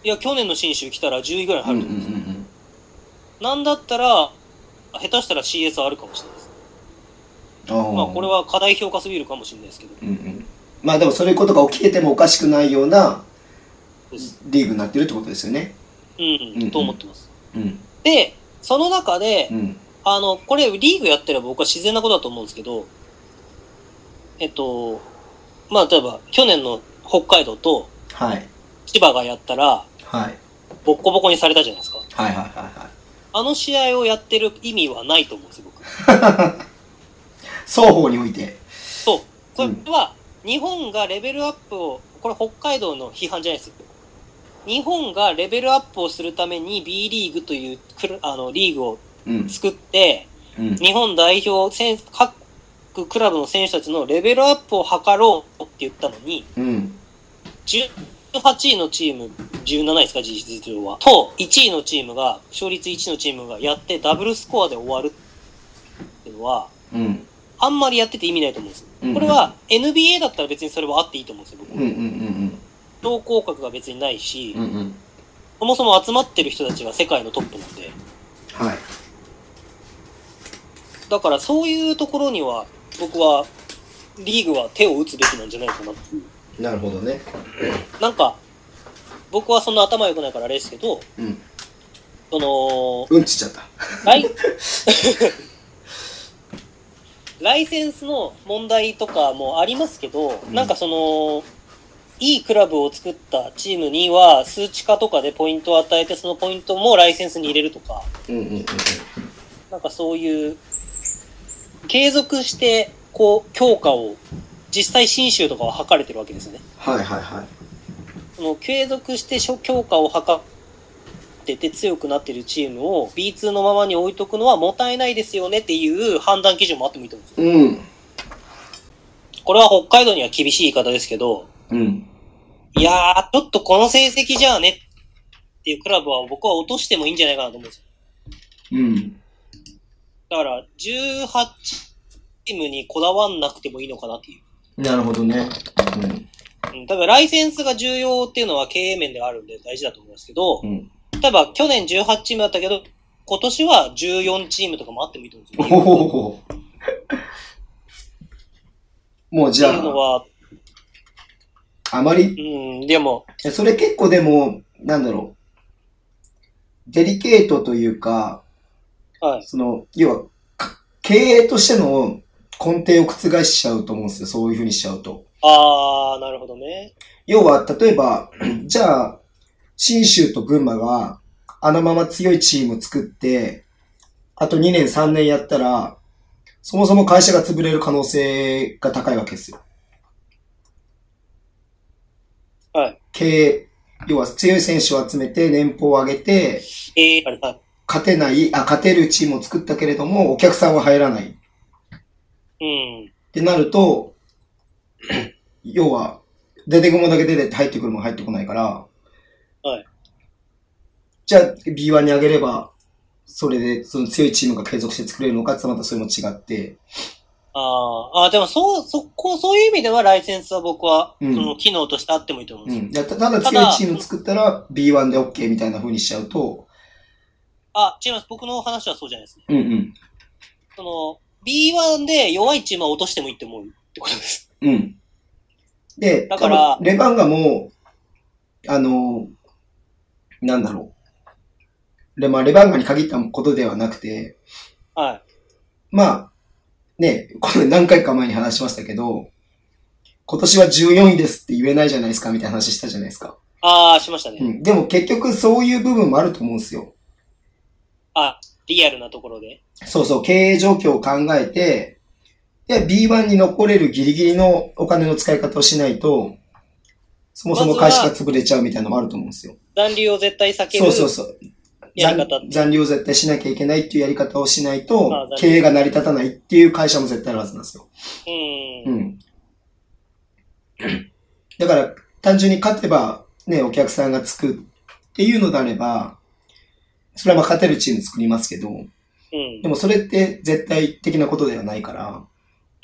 S3: いや、去年の信州来たら10位ぐらいに
S2: う
S3: 入
S2: ん
S3: る
S2: うんう
S3: と思うんですよ。
S2: ん
S3: なんだったら、下手したら CS あるかもしれないです。
S2: うん
S3: まあ、これ
S2: は
S3: は課題評価すぎるかもしれないですけど。
S2: うんうんまあでもそういうことが起きててもおかしくないような
S3: です
S2: リーグになってるってことですよね
S3: うん、
S2: うん
S3: と思ってます。
S2: うん
S3: で、その中で
S2: う、ん
S3: あの、これリーグやってれば僕は自然なことだと思うんですけど、えっと、まあ、例えば、去年の北海道と
S2: はい
S3: 千葉がやったら、
S2: はい
S3: ボッコボコにされたじゃないですか。
S2: はいはいはいはい
S3: あの試合をやってる意味はないと思うんですよ、僕。
S2: 双方において
S3: そう。これは、日本がレベルアップを、これ北海道の批判じゃないですよ。日本がレベルアップをするために B リーグというクラあのリーグを
S2: うん
S3: 作って、
S2: うん
S3: 日本代表選手、各クラブの選手たちのレベルアップを図ろうって言ったのに、
S2: うん
S3: 18位のチーム17位ですか、事実上は。と、1位のチームが、勝率1位のチームがやってダブルスコアで終わるっていうのは、
S2: うん
S3: あんまりやってて意味ないと思うんです
S2: うん
S3: よ。これは NBA だったら別にそれはあっていいと思うんですよ、
S2: うんう
S3: 僕。
S2: んうん
S3: 同降格が別にないし
S2: うんう、んうん
S3: そもそも集まってる人たちは世界のトップなんで。
S2: はい
S3: だからそういうところには、僕は、リーグは手を打つべきなんじゃないかなっていう。
S2: なるほどね
S3: なんか、僕はそんな頭良くないからあれですけど、
S2: うん
S3: その、
S2: うんちっちゃった
S3: ライ ライセンスの問題とかもありますけど、
S2: うん
S3: なんかその、いいクラブを作ったチームには、数値化とかでポイントを与えて、そのポイントもライセンスに入れるとか、
S2: うんうんうん
S3: なんかそういう、継続して、こう、強化を、実際新州とかは図れてるわけですよね。
S2: はいはいはい
S3: その継続して諸強化を図ってて強くなってるチームを B2 のままに置いとくのはもったいないですよねっていう判断基準もあってもいいと思うんですよ。
S2: うん
S3: これは北海道には厳しい言い方ですけど、
S2: うん
S3: いやー、ちょっとこの成績じゃあねっていうクラブは僕は落としてもいいんじゃないかなと思うんですよ。
S2: うん
S3: だから、18チームにこだわんなくてもいいのかなっていう。
S2: なるほどね
S3: うん、多分ライセンスが重要っていうのは経営面ではあるんで大事だと思うんですけど
S2: う、ん
S3: 例えば去年18チームだったけど、今年は14チームとかもあってもいいと思うんですよ。
S2: おおもう
S3: っ
S2: じ
S3: て
S2: ゃ
S3: いうの
S2: あ
S3: は、
S2: あまり
S3: うん、でも、
S2: えそれ結構でもなんだろうデリケートというか
S3: はい。
S2: その要はか経営としての根底を覆しちゃうと思うんですよそういうふうにしちゃうと
S3: あー、なるほどね。
S2: 要は、例えば、 じゃあ、新州と群馬が、あのまま強いチームを作って、あと2年3年やったら、そもそも会社が潰れる可能性が高いわけですよ。
S3: はい。
S2: 経営、要は強い選手を集めて年俸を上げて、
S3: えー、あれ、は
S2: 勝てない、あ、勝てるチームを作ったけれども、お客さんは入らない。
S3: い。
S2: ってなると、 要は、出てくもんだけ出てって入ってくるもん入ってこないから、
S3: はい。
S2: じゃあ B1 に上げれば、それでその強いチームが継続して作れるのかってまたそれも違って、
S3: うん。あー、あーでもそう、そこ、そういう意味ではライセンスは僕は、
S2: うん
S3: その機能としてあってもいいと思うん
S2: う
S3: ですよ。
S2: ん。だたただ強いチーム作ったら B1 で OK みたいな風にしちゃうと、
S3: あ、違います。僕の話はそうじゃないですね。
S2: うんうん。
S3: その、B1 で弱いチームは落としてもいいって思うってことです。
S2: うん。で、
S3: だから
S2: 多分レバンガも、あの、なんだろう。で、まあ、レバンガに限ったことではなくて、
S3: は
S2: まあ、ね、これ何回か前に話しましたけど、今年は14位ですって言えないじゃないですかみたいな話したじゃないですか。
S3: い。あー、しましたね。
S2: うん。でも結局そういう部分もあると思うんですよ。
S3: あ、リアルなところで。
S2: そうそう、経営状況を考えて、で、B1 に残れるギリギリのお金の使い方をしないと、そもそも会社が潰れちゃうみたいなのもあると思うんですよ。
S3: 残留を絶対避ける。
S2: そうそうそう。
S3: やり方って
S2: 残残留を絶対しなきゃいけないっていうやり方をしない
S3: ああ
S2: と
S3: 残、留
S2: 経営が成り立たないっていう会社も絶対あるはずなんですよ。
S3: う。
S2: うんん。 だから、単純に勝てば、ね、お客さんがつくっていうのであれば、それはまあ勝てるチーム作りますけど、
S3: うん
S2: で。もそれって絶対的なことではないから、だか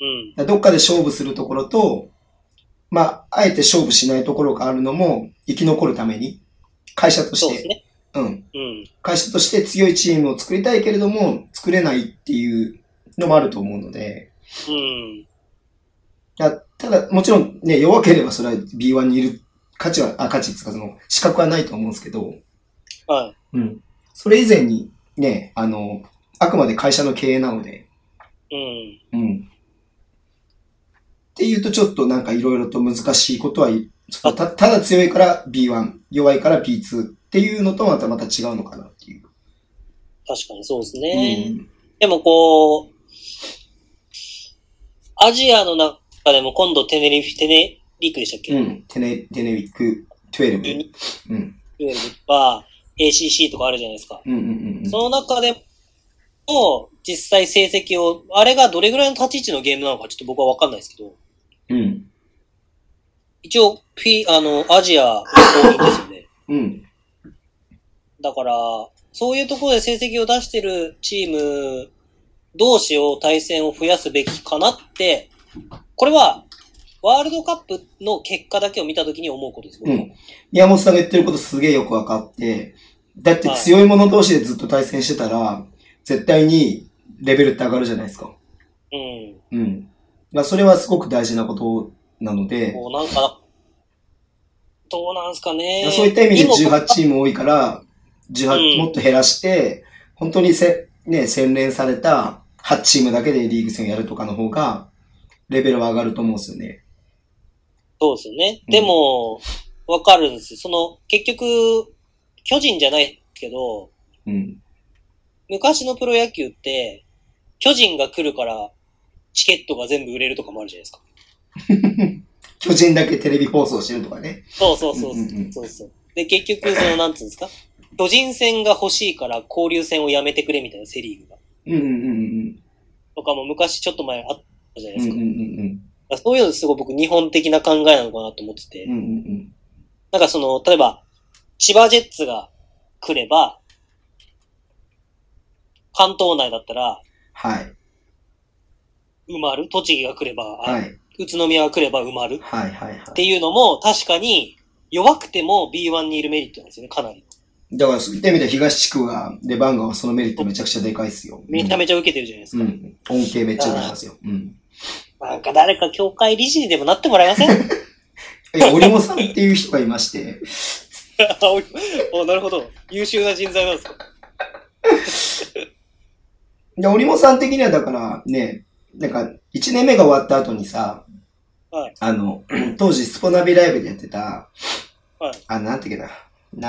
S3: うん。
S2: らどっかで勝負するところと、まあ、あえて勝負しないところがあるのも、生き残るために、会社とし
S3: そう
S2: て、
S3: ですね。
S2: うん。
S3: うん。
S2: 会社として強いチームを作りたいけれども、作れないっていうのもあると思うので、
S3: うん。
S2: いや、ただ、もちろんね、弱ければそれは B1 にいる価値は、あ、価値っていうかその、資格はないと思うんですけど、
S3: はい。
S2: うん。それ以前に、ね、あの、あくまで会社の経営なので、
S3: うん。
S2: うん。っていうとちょっとなんかいろいろと難しいことは、そのたただ強いから B1、弱いから B2 っていうのとまたまた違うのかなっていう。
S3: 確かにそうです
S2: う
S3: ね。
S2: ん。
S3: でもこう、アジアの中でも今度テネリフィ、テネリクでしたっけ、
S2: うん。テネ、テネウィック12
S3: 12。
S2: うん。
S3: は ACC とかあるじゃないですか。
S2: うんうんうんうん。
S3: その中でも、実際成績を、あれがどれぐらいの立ち位置のゲームなのかちょっと僕はわかんないですけど、
S2: うん。
S3: 一応、フィ、あの、アジアの公認ですよね。
S2: うん。
S3: だから、そういうところで成績を出してるチーム同士を対戦を増やすべきかなって、これは、ワールドカップの結果だけを見たときに思うことです、僕は
S2: うん宮本さんが言ってることすげえよく分かって、だって強い者同士でずっと対戦してたら、絶対にレベルって上がるじゃないですか。
S3: うん。
S2: うん。まあ、それはすごく大事なことなので、
S3: もうなんか、どうなんすかね。
S2: そういった意味で
S3: にも
S2: 18チーム多いから、18
S3: うん
S2: もっと減らして、本当にせ、ね、洗練された8チームだけでリーグ戦やるとかの方が、レベルは上がると思うんですよね。
S3: そうですよね。
S2: うん
S3: でも、わかるんです。その、結局、巨人じゃないけど、
S2: うん。
S3: 昔のプロ野球って、巨人が来るから、チケットが全部売れるとかもあるじゃないですか。
S2: 巨人だけテレビ放送してるとかね。
S3: そうそうそうそう,、
S2: うんうんうん
S3: そうそう。で、結局、その、なんつうんですか巨人戦が欲しいから交流戦をやめてくれみたいなセリーグが。
S2: うんうんうん
S3: とかも昔ちょっと前あったじゃな
S2: う
S3: い
S2: ん。う
S3: です
S2: ん
S3: か。
S2: うんうん
S3: だからそういうのすごい僕日本的な考えなのかなと思ってて。
S2: うん。うんうん
S3: なんかその、例えば、千葉ジェッツが来れば、関東内だったら、
S2: はい。
S3: 埋まる栃木が来れば、あ
S2: はい。
S3: 宇都宮が来れば埋まる
S2: はいはいは
S3: っていうのも、確かに、弱くても B1 にいるメリットなんですよね、かなり。
S2: い。だからそういった意味では東地区は、レバンガはそのメリットめちゃくちゃでかいっすよ。
S3: めちゃめちゃ受けてるじゃないです
S2: う
S3: か。
S2: ん。恩恵めっちゃ受けてますよ。うん。
S3: なんか誰か協会理事にでもなってもらえません
S2: いや、折茂さんっていう人がいまして、
S3: おいお、なるほど。優秀な人材なんですか。
S2: で、織本さん的にはだからね、なんか、1年目が終わった後にさ、
S3: はい
S2: あの、 当時スポナビライブでやってた、
S3: はい
S2: あ、なんていうかな、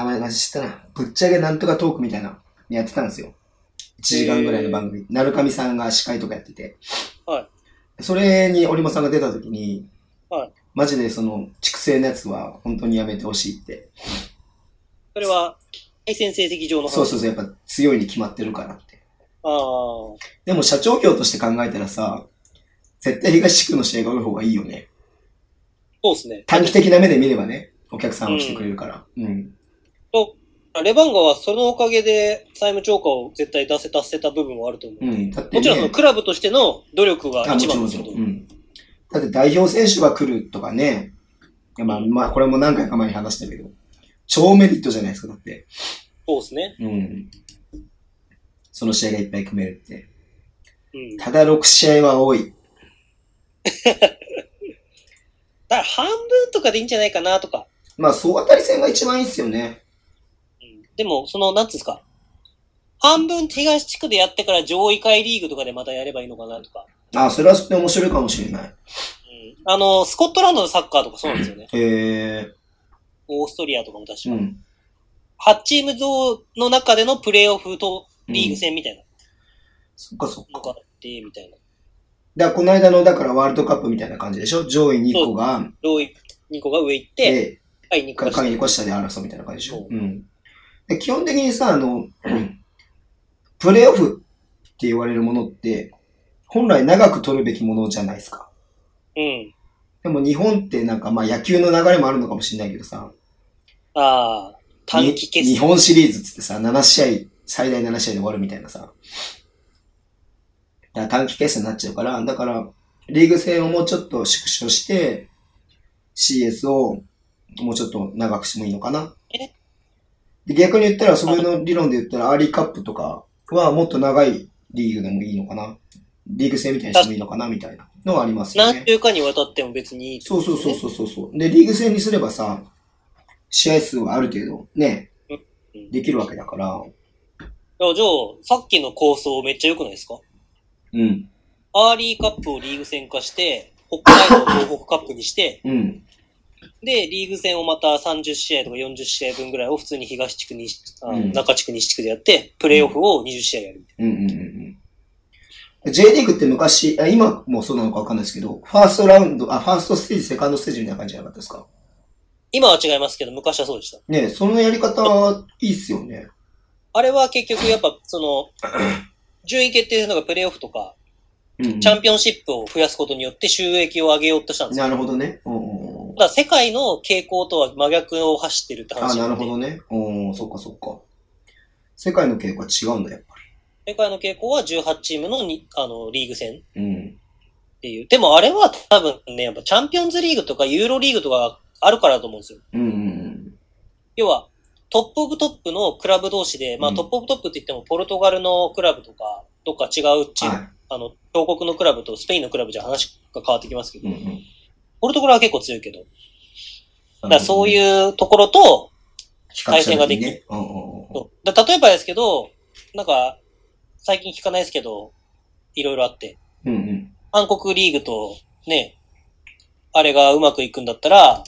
S2: 名前が知ったな、ぶっちゃけなんとかトークみたいな、やってたんですよ。1時間ぐらいの番組、なるかみさんが司会とかやってて。
S3: は
S2: それに織本さんが出た時に、
S3: はい
S2: マジでその、畜生のやつは本当にやめてほしいって。
S3: それは、対戦成績上の話。
S2: そうそうそう、やっぱ強いに決まってるからって。
S3: あ
S2: でも社長業として考えたらさ、絶対東地区の試合が多い方がいいよね。
S3: あ、そうですね。
S2: 短期的な目で見ればね、お客さんは来てくれるから。うん。
S3: レバンガはそのおかげで債務超過を絶対出せ、達せた部分はあると思う。
S2: うん。だって、ね、
S3: もちろんそのクラブとしての努力が
S2: あ、も
S3: 一
S2: ちろん
S3: 番
S2: も
S3: です
S2: ち
S3: け
S2: ろん。
S3: ど。
S2: うん。だって代表選手が来るとかね、いやまあ、まあ、これも何回か前に話したけど、超メリットじゃないですか、だって。
S3: そうですね。
S2: うん。その試合がいっぱい組めるって。
S3: うん。だか
S2: ただ6試合は多い。
S3: ら半分とかでいいんじゃないかなとか。
S2: まあ、総当たり戦が一番いいっすよね。
S3: うんでも、その、なんつうんですか。半分東地区でやってから上位会リーグとかでまたやればいいのかなとか。
S2: あ、それはそれで面白いかもしれない。
S3: うん。あの、スコットランドのサッカーとかそうなんですよね。
S2: へえ
S3: オーストリアとかも確か。
S2: ー。うん。
S3: 8チーム像の中でのプレーオフとリーグ戦みたいな
S2: そっかそっ
S3: の
S2: か
S3: が。あって、みたいな。
S2: だからこの間の、だからワールドカップみたいな感じでしょ上位2個が、
S3: 上位2個が上行って、
S2: で、
S3: 下位2個が下
S2: 下位2個下で争うみたいな感じでしょ
S3: そ
S2: う
S3: う
S2: ん。で基本的にさ、あの、 プレーオフって言われるものって、本来長く取るべきものじゃないですか。
S3: うん。
S2: でも日本ってなんかまあ野球の流れもあるのかもしれないけどさ、
S3: ああ、短期決
S2: に日
S3: 戦。
S2: 本シリーズっつってさ、7試合、最大7試合で終わるみたいなさ、だから短期決戦になっちゃうから、だから、リーグ戦をもうちょっと縮小して、CS をもうちょっと長くしてもいいのかな
S3: え。
S2: で逆に言ったら、それの理論で言ったら、アーリーカップとかはもっと長いリーグでもいいのかなリーグ戦みたいにしてもいいのかなみたいなのはありますよね
S3: 何。週間にわたっても別にいいって
S2: そ
S3: こ
S2: うそう
S3: とですね、
S2: そうそうそうそう。で、リーグ戦にすればさ、試合数はある程度ね
S3: うん、
S2: できるわけだから。
S3: いやじゃあ、さっきの構想めっちゃ良くないですか
S2: うん。
S3: アーリーカップをリーグ戦化して、北海道東北カップにして、
S2: うん。
S3: で、リーグ戦をまた30試合とか40試合分ぐらいを普通に東地区に、あ
S2: うん
S3: 中地区西地区でやって、プレイオフを20試合やるみたい
S2: うんうんうんうん。J リーグって昔、あ今もそうなのかわかんないですけど、ファーストラウンド、あ、ファーストステージ、セカンドステージみたいな感じじゃなかったですか
S3: な。今は違いますけど、昔はそうでした。
S2: ねえそのやり方、いいっすよね。
S3: あれは結局やっぱ、その、順位決定するのがプレイオフとか、
S2: うん、うん。
S3: チャンピオンシップを増やすことによって収益を上げようとしたんですよ
S2: なるほどね。うんうんうん
S3: だから世界の傾向とは真逆を走ってるって
S2: あ
S3: 話
S2: なる
S3: ん
S2: ほ
S3: で
S2: どね。おー、そっかそっか。世界の傾向は違うんだ、やっぱ
S3: 世界の傾向は18チームのにあのリーグ戦っ
S2: り。うん。
S3: ていう。でもあれは多分ね、やっぱチャンピオンズリーグとかユーロリーグとかあるからだと思うんですよ。
S2: うんうん
S3: 要は、トップオブトップのクラブ同士で、まあ
S2: うん
S3: トップオブトップって言ってもポルトガルのクラブとか、どっか違うチ
S2: うん。
S3: ーム、
S2: は
S3: あの、強国のクラブとスペインのクラブじゃ話が変わってきますけ
S2: い。
S3: ど、
S2: うんうん。
S3: ポルトガルは結構強いけど、だからそう
S2: う
S3: いうところと、
S2: 対
S3: 対戦ができる。
S2: うんうんうん。
S3: そうだ例えばですけど、なんか、最近聞かないですけど、いろいろあって、
S2: うんうん。
S3: 韓国リーグとね、あれがうまくいくんだったら、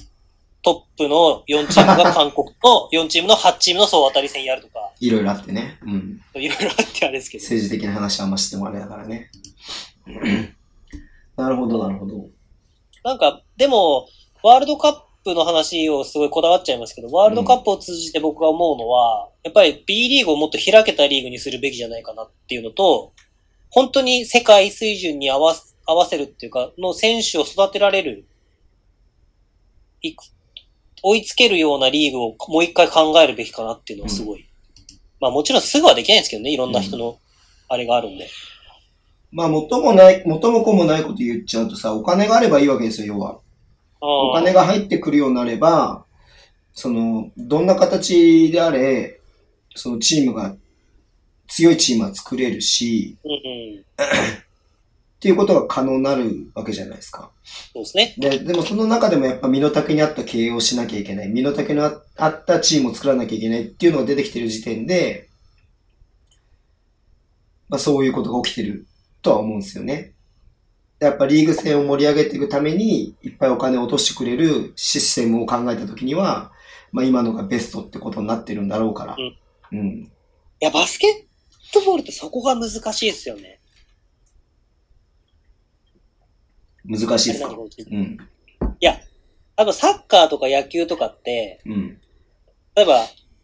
S3: トップの4チームが韓国の4チームの8チームの総当たり戦やるとか、
S2: いろいろあってね。うん。
S3: いろいろあってあれですけど。
S2: 政治的な話はあんましてもあれだからね。なるほど、なるほど。
S3: なんか、でも、ワールドカップの話をすごいこだわっちゃいますけど、ワールドカップを通じて僕が思うのは、やっぱり B リーグをもっと開けたリーグにするべきじゃないかなっていうのと、本当に世界水準に合わす合わせるっていうか、の選手を育てられる、いく追いつけるようなリーグをもう一回考えるべきかなっていうのはすごい。まあもちろんすぐはできないんですけどね、いろんな人のあれがあるんで。
S2: まあ、元もない、元も子もないこと言っちゃうとさ、お金があればいいわけですよ、要は。お金
S3: が
S2: が入ってくるようになれば、その、どんな形であれ、そのチームが、強いチームは作れるし、
S3: うんうん。
S2: っていうことが可能になるわけじゃないですか。
S3: そうですね。
S2: で、でもその中でもやっぱ身の丈に合った経営をしなきゃいけない。身の丈のあ合ったチームを作らなきゃいけないっていうのが出てきてる時点で、まあそういうことが起きてるとは思うんですよね。やっぱリーグ戦を盛り上げていくために、いっぱいお金を落としてくれるシステムを考えたときには、まあ今のがベストってことになってるんだろうから。うん。
S3: いや、バスケットボールってそこが難しいですよね。
S2: 難しいですか
S3: あ
S2: うん。
S3: と、サッカーとか野球とかって、
S2: うん。
S3: 例えば、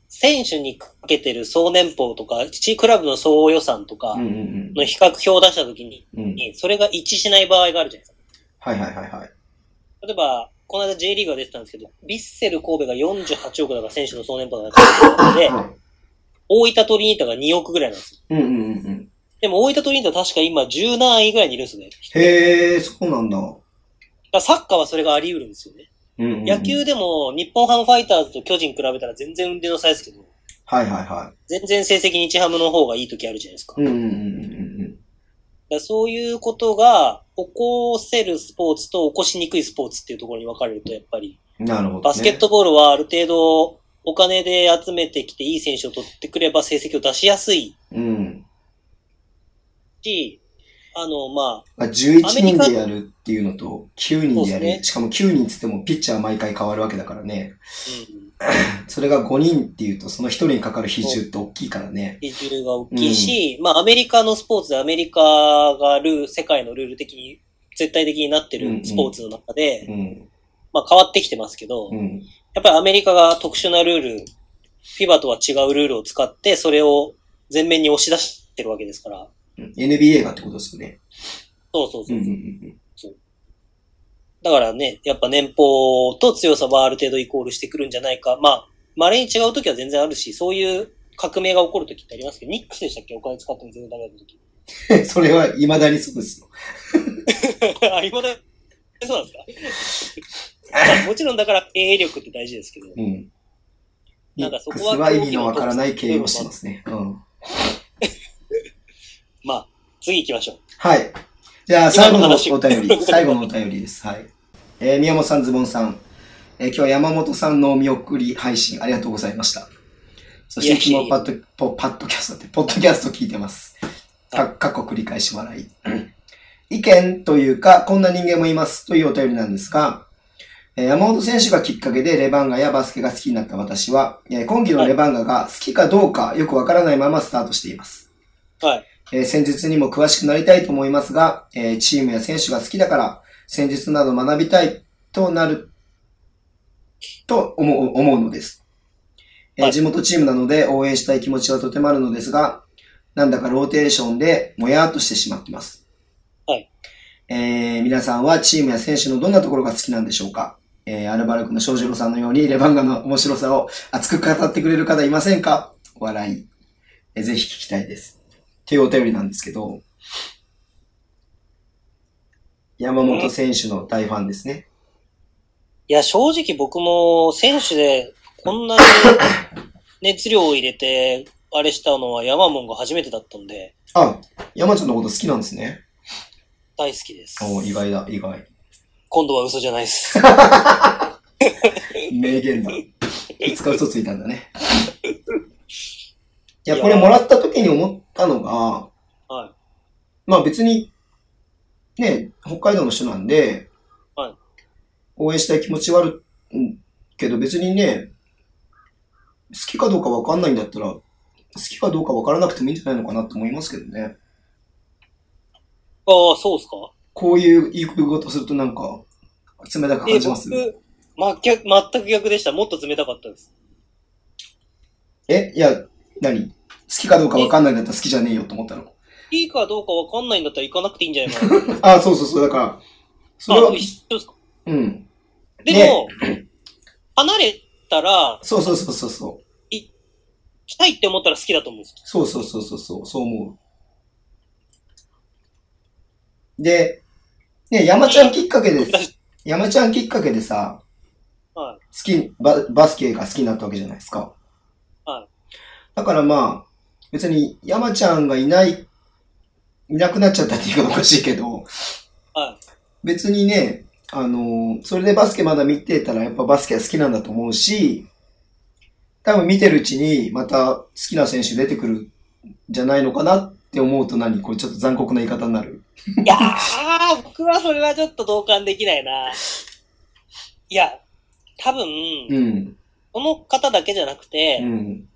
S3: 選手にかけてる総年俸とか、チクラブの総予算とか
S2: うんうん
S3: の比較表を出したときに、
S2: うん。うん。
S3: それが一致しない場合があるじゃないですか。
S2: はいはいはいはい。
S3: 例えば、この間 J リーグが出てたんですけど、ヴィッセル神戸が48億だから選手の総年俸だから、で、大分トリニータが2億ぐらいなんですよ。
S2: うんうんうんうん。
S3: でも大分トリニータ確か今10何位ぐらいにいるんですよね。
S2: へえ、そうなんだ。
S3: だからサッカーはそれがあり得るんですよね。
S2: うんうんうん
S3: 野球でも、日本ハムファイターズと巨人比べたら全然腕の差ですけど、
S2: はいはいは
S3: 全然成績日ハムの方がいい時あるじゃないですか。
S2: い。
S3: だ
S2: うんうんうんうん
S3: からそういうことが、起こせるスポーツと起こしにくいスポーツっていうところに分かれると、やっぱり、
S2: うん。なるほど、ね。
S3: バスケットボールはある程度、お金で集めてきていい選手を取ってくれば成績を出しやすい
S2: うん。
S3: し、あの、まあ、
S2: まあ、11
S3: アメリ
S2: 人
S3: カ
S2: でやるっていうのと、9人でや
S3: そう
S2: る。
S3: ですね
S2: しかも9人っつってもピッチャー毎回変わるわけだからね。
S3: うん、
S2: それが5人っていうと、その1人にかかる比重って大きいからね。
S3: 比重が大きいし、まあ、アメリカのスポーツでアメリカがルール、世界のルール的に、絶対的になってるスポーツの中で、
S2: うん。
S3: まあ変わってきてますけど、
S2: う
S3: や
S2: ん。
S3: っぱりアメリカが特殊なルール、FIBA とは違うルールを使って、それを前面に押し出してるわけですから。
S2: うん NBA がってことですよね。
S3: そうそう
S2: う
S3: そ
S2: ん
S3: う。
S2: うんうん
S3: だからね、やっぱ年俸と強さはある程度イコールしてくるんじゃないか。まあ、稀に違う時は全然あるし、そういう革命が起こる時ってありますけど、ニックスでしたっけお金使っても全然ダメだった時。
S2: うん。 それは未だにそうですよ。
S3: あ、今だ、そうなんです か、まあもちろんだから経営力って大事ですけど。
S2: うん。ミ
S3: な
S2: ッ
S3: んかそ
S2: ク
S3: こ
S2: ス
S3: は
S2: は意味のわからない経営をしてますね。うん。
S3: まあ、次行きましょう。
S2: はい。じゃあ、
S3: 今
S2: 最
S3: の
S2: 後の
S3: 話
S2: お便り。最後のお便りです。はい。えー宮本さん、ズボンさん。えー今日は山本さんのお見送り配信ありがとうございました。そして、いつもパッドポパッドキャストって、ポッドキャスト聞いてます。か、過去繰り返し笑い。 意見というか、こんな人間もいますというお便りなんですが、えー山本選手がきっかけでレバンガやバスケが好きになった私は、えー今季のレバンガが好きかどうかよくわからないままスタートしています。
S3: はい。
S2: えー戦術にも詳しくなりたいと思いますが、えーチームや選手が好きだから、戦術など学びたいとなる、と思う思うのです、えー
S3: はい
S2: 地元チームなので応援したい気持ちはとてもあるのですが、なんだかローテーションでもやーっとしてしまっています。
S3: はい。
S2: えー皆さんはチームや選手のどんなところが好きなんでしょうかえー、アルバルクの翔士郎さんのようにレバンガの面白さを熱く語ってくれる方いませんか笑い。えーぜひ聞きたいです。っていうお便りなんですけど、山本選手の大ファンですね。
S3: いや、正直僕も選手でこん なに熱量を入れて、あれしたのは山門が初めてだったんで、
S2: あ、山ちゃんのこと好きなんですね。
S3: 大好きです。
S2: おー意外だ、意外。
S3: 今度は嘘じゃない です。
S2: 名言だ。いつか嘘ついたんだね。いや、これもらった時に思ったのが、
S3: はい。
S2: まあ別に、ね、北海道の人なんで、
S3: はい
S2: 応援したい気持ちはあるんけど、別にね、好きかどうかわかんないんだったら、好きかどうかわからなくてもいいんじゃないのかなと思いますけどね。
S3: ああ、そうですか
S2: こういう言い事するとなんか、冷たく感じます。
S3: え僕、ま、逆全く逆でした。もっと冷たかったです。
S2: えいや、何好きかどうかわかんないんだったら好きじゃねえよと思ったの。
S3: いいかどうかわかんないんだったら行かなくていいんじゃないか な。
S2: あ、そうそうそう、だから、それは
S3: あ、一緒ですか
S2: うん。
S3: でも、離れたら、
S2: そうそうそうそうそう。
S3: 来たいって思ったら好きだと思うんですよ。
S2: そうそうそうそうそう、そう思う。で、ね、山ちゃんきっかけで、 山ちゃんきっかけでさ、
S3: は
S2: 好き、ババスケが好きになったわけじゃないですか。
S3: は
S2: だからまあ、別に山ちゃんがいない、いなくなっちゃったっていうのはおかしいけど、
S3: は
S2: 別にね、あのそれでバスケまだ見てたらやっぱバスケは好きなんだと思うし、多分見てるうちにまた好きな選手出てくるんじゃないのかなって思うと何これちょっと残酷な言い方になる。
S3: い。いやー、僕はそれはちょっと同感できないな。いや、多分、
S2: うん。
S3: この方だけじゃなくて、
S2: うん。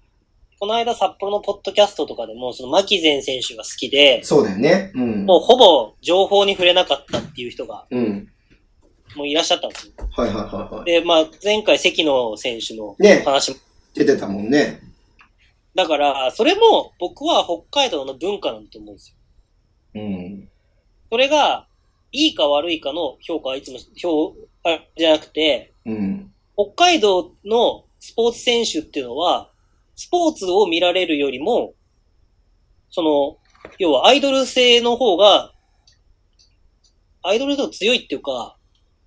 S3: この間札幌のポッドキャストとかでも、その牧前選手が好きで、
S2: そうだよね。うん。
S3: もうほぼ情報に触れなかったっていう人が、
S2: うん。
S3: もういらっしゃったんですよ。
S2: はいはいはいはい。
S3: で、まあ、前回関野選手の
S2: ね
S3: 話も、
S2: 出てたもんね。
S3: だから、それも僕は北海道の文化なんだと思うんですよ。
S2: うん。
S3: それが、いいか悪いかの評価はいつも、評、あじゃなくて、
S2: うん。
S3: 北海道のスポーツ選手っていうのは、スポーツを見られるよりも、その、要はアイドル性の方が、アイドル性が強いっていうか、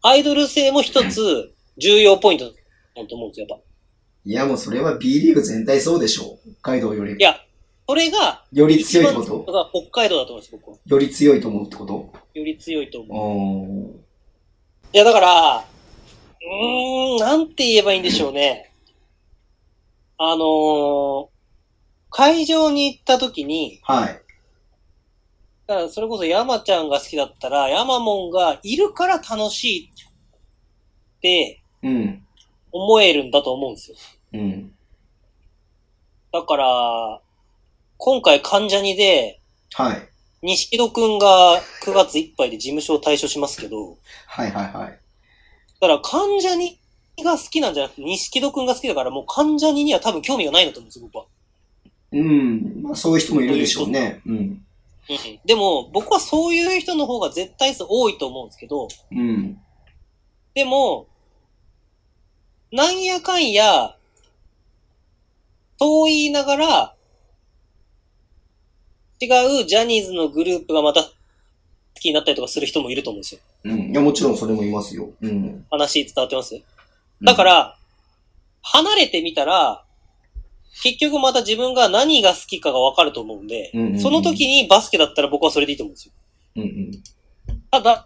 S3: アイドル性も一つ重要ポイントだと思うんですよ、やっぱ。
S2: いやもうそれは B リーグ全体そうでしょう。北海道より
S3: い。や、それが、
S2: より
S3: 一
S2: 強いって
S3: 番
S2: こ
S3: 強い
S2: と
S3: のが北海道だと思うんです、僕は。
S2: より強いと思うってこと
S3: より強いと思う。
S2: おー。
S3: いや、だから、うーん、なんて言えばいいんでしょうね。あのー会場に行った時に、
S2: はい。
S3: だからそれこそ山ちゃんが好きだったら、山もんがいるから楽しいって
S2: うん。
S3: 思えるんだと思うんですよ。
S2: うん。
S3: だから、今回関ジャニで、
S2: はい。
S3: 西戸くんが9月いっぱいで事務所を退所しますけど、
S2: はいはいはい。
S3: だから関ジャニが好きなんじゃなくて、西戸くんが好きだから、もう関ジャニには多分興味がないんだと思うんですよ、僕は。
S2: うん。まあそういう人もいるでしょうね。うん。
S3: うんでも、僕はそういう人の方が絶対数多いと思うんですけど、
S2: うん。
S3: でも、なんやかんや、そう言いながら、違うジャニーズのグループがまた好きになったりとかする人もいると思うんですよ。
S2: うん。いや、もちろんそれもいますよ。うん。
S3: 話伝わってますだか、ら、離れてみたら、結局また自分が何が好きかがわかると思うんで、
S2: うんうんうん
S3: その時にバスケだったら僕はそれでいいと思うんですよ。
S2: うんうん。
S3: ただ、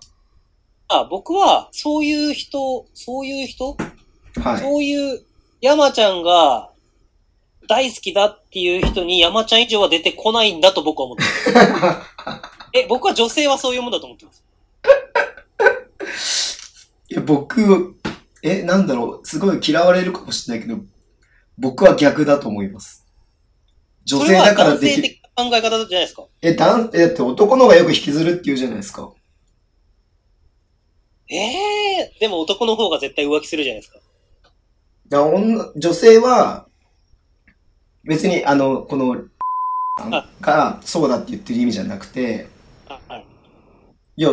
S3: あ僕は、そういう人、そういう人、
S2: はい。
S3: そういう、山ちゃんが、大好きだっていう人に山ちゃん以上は出てこないんだと僕は思ってま す。え、僕は女性はそういうもんだと思ってます。
S2: いや、僕、え、なんだろう、すごい嫌われるかもしれないけど、僕は逆だと思います。女性だからで
S3: それは男性
S2: きる。
S3: 的な考え方じゃないですか。
S2: え、だん、え、だって男の方がよく引きずるって言うじゃないですか。
S3: ええー、でも男の方が絶対浮気するじゃないですか。
S2: だから女、女性は、別に、あの、この、さんが、そうだって言ってる意味じゃなくて、
S3: あはい。
S2: いや、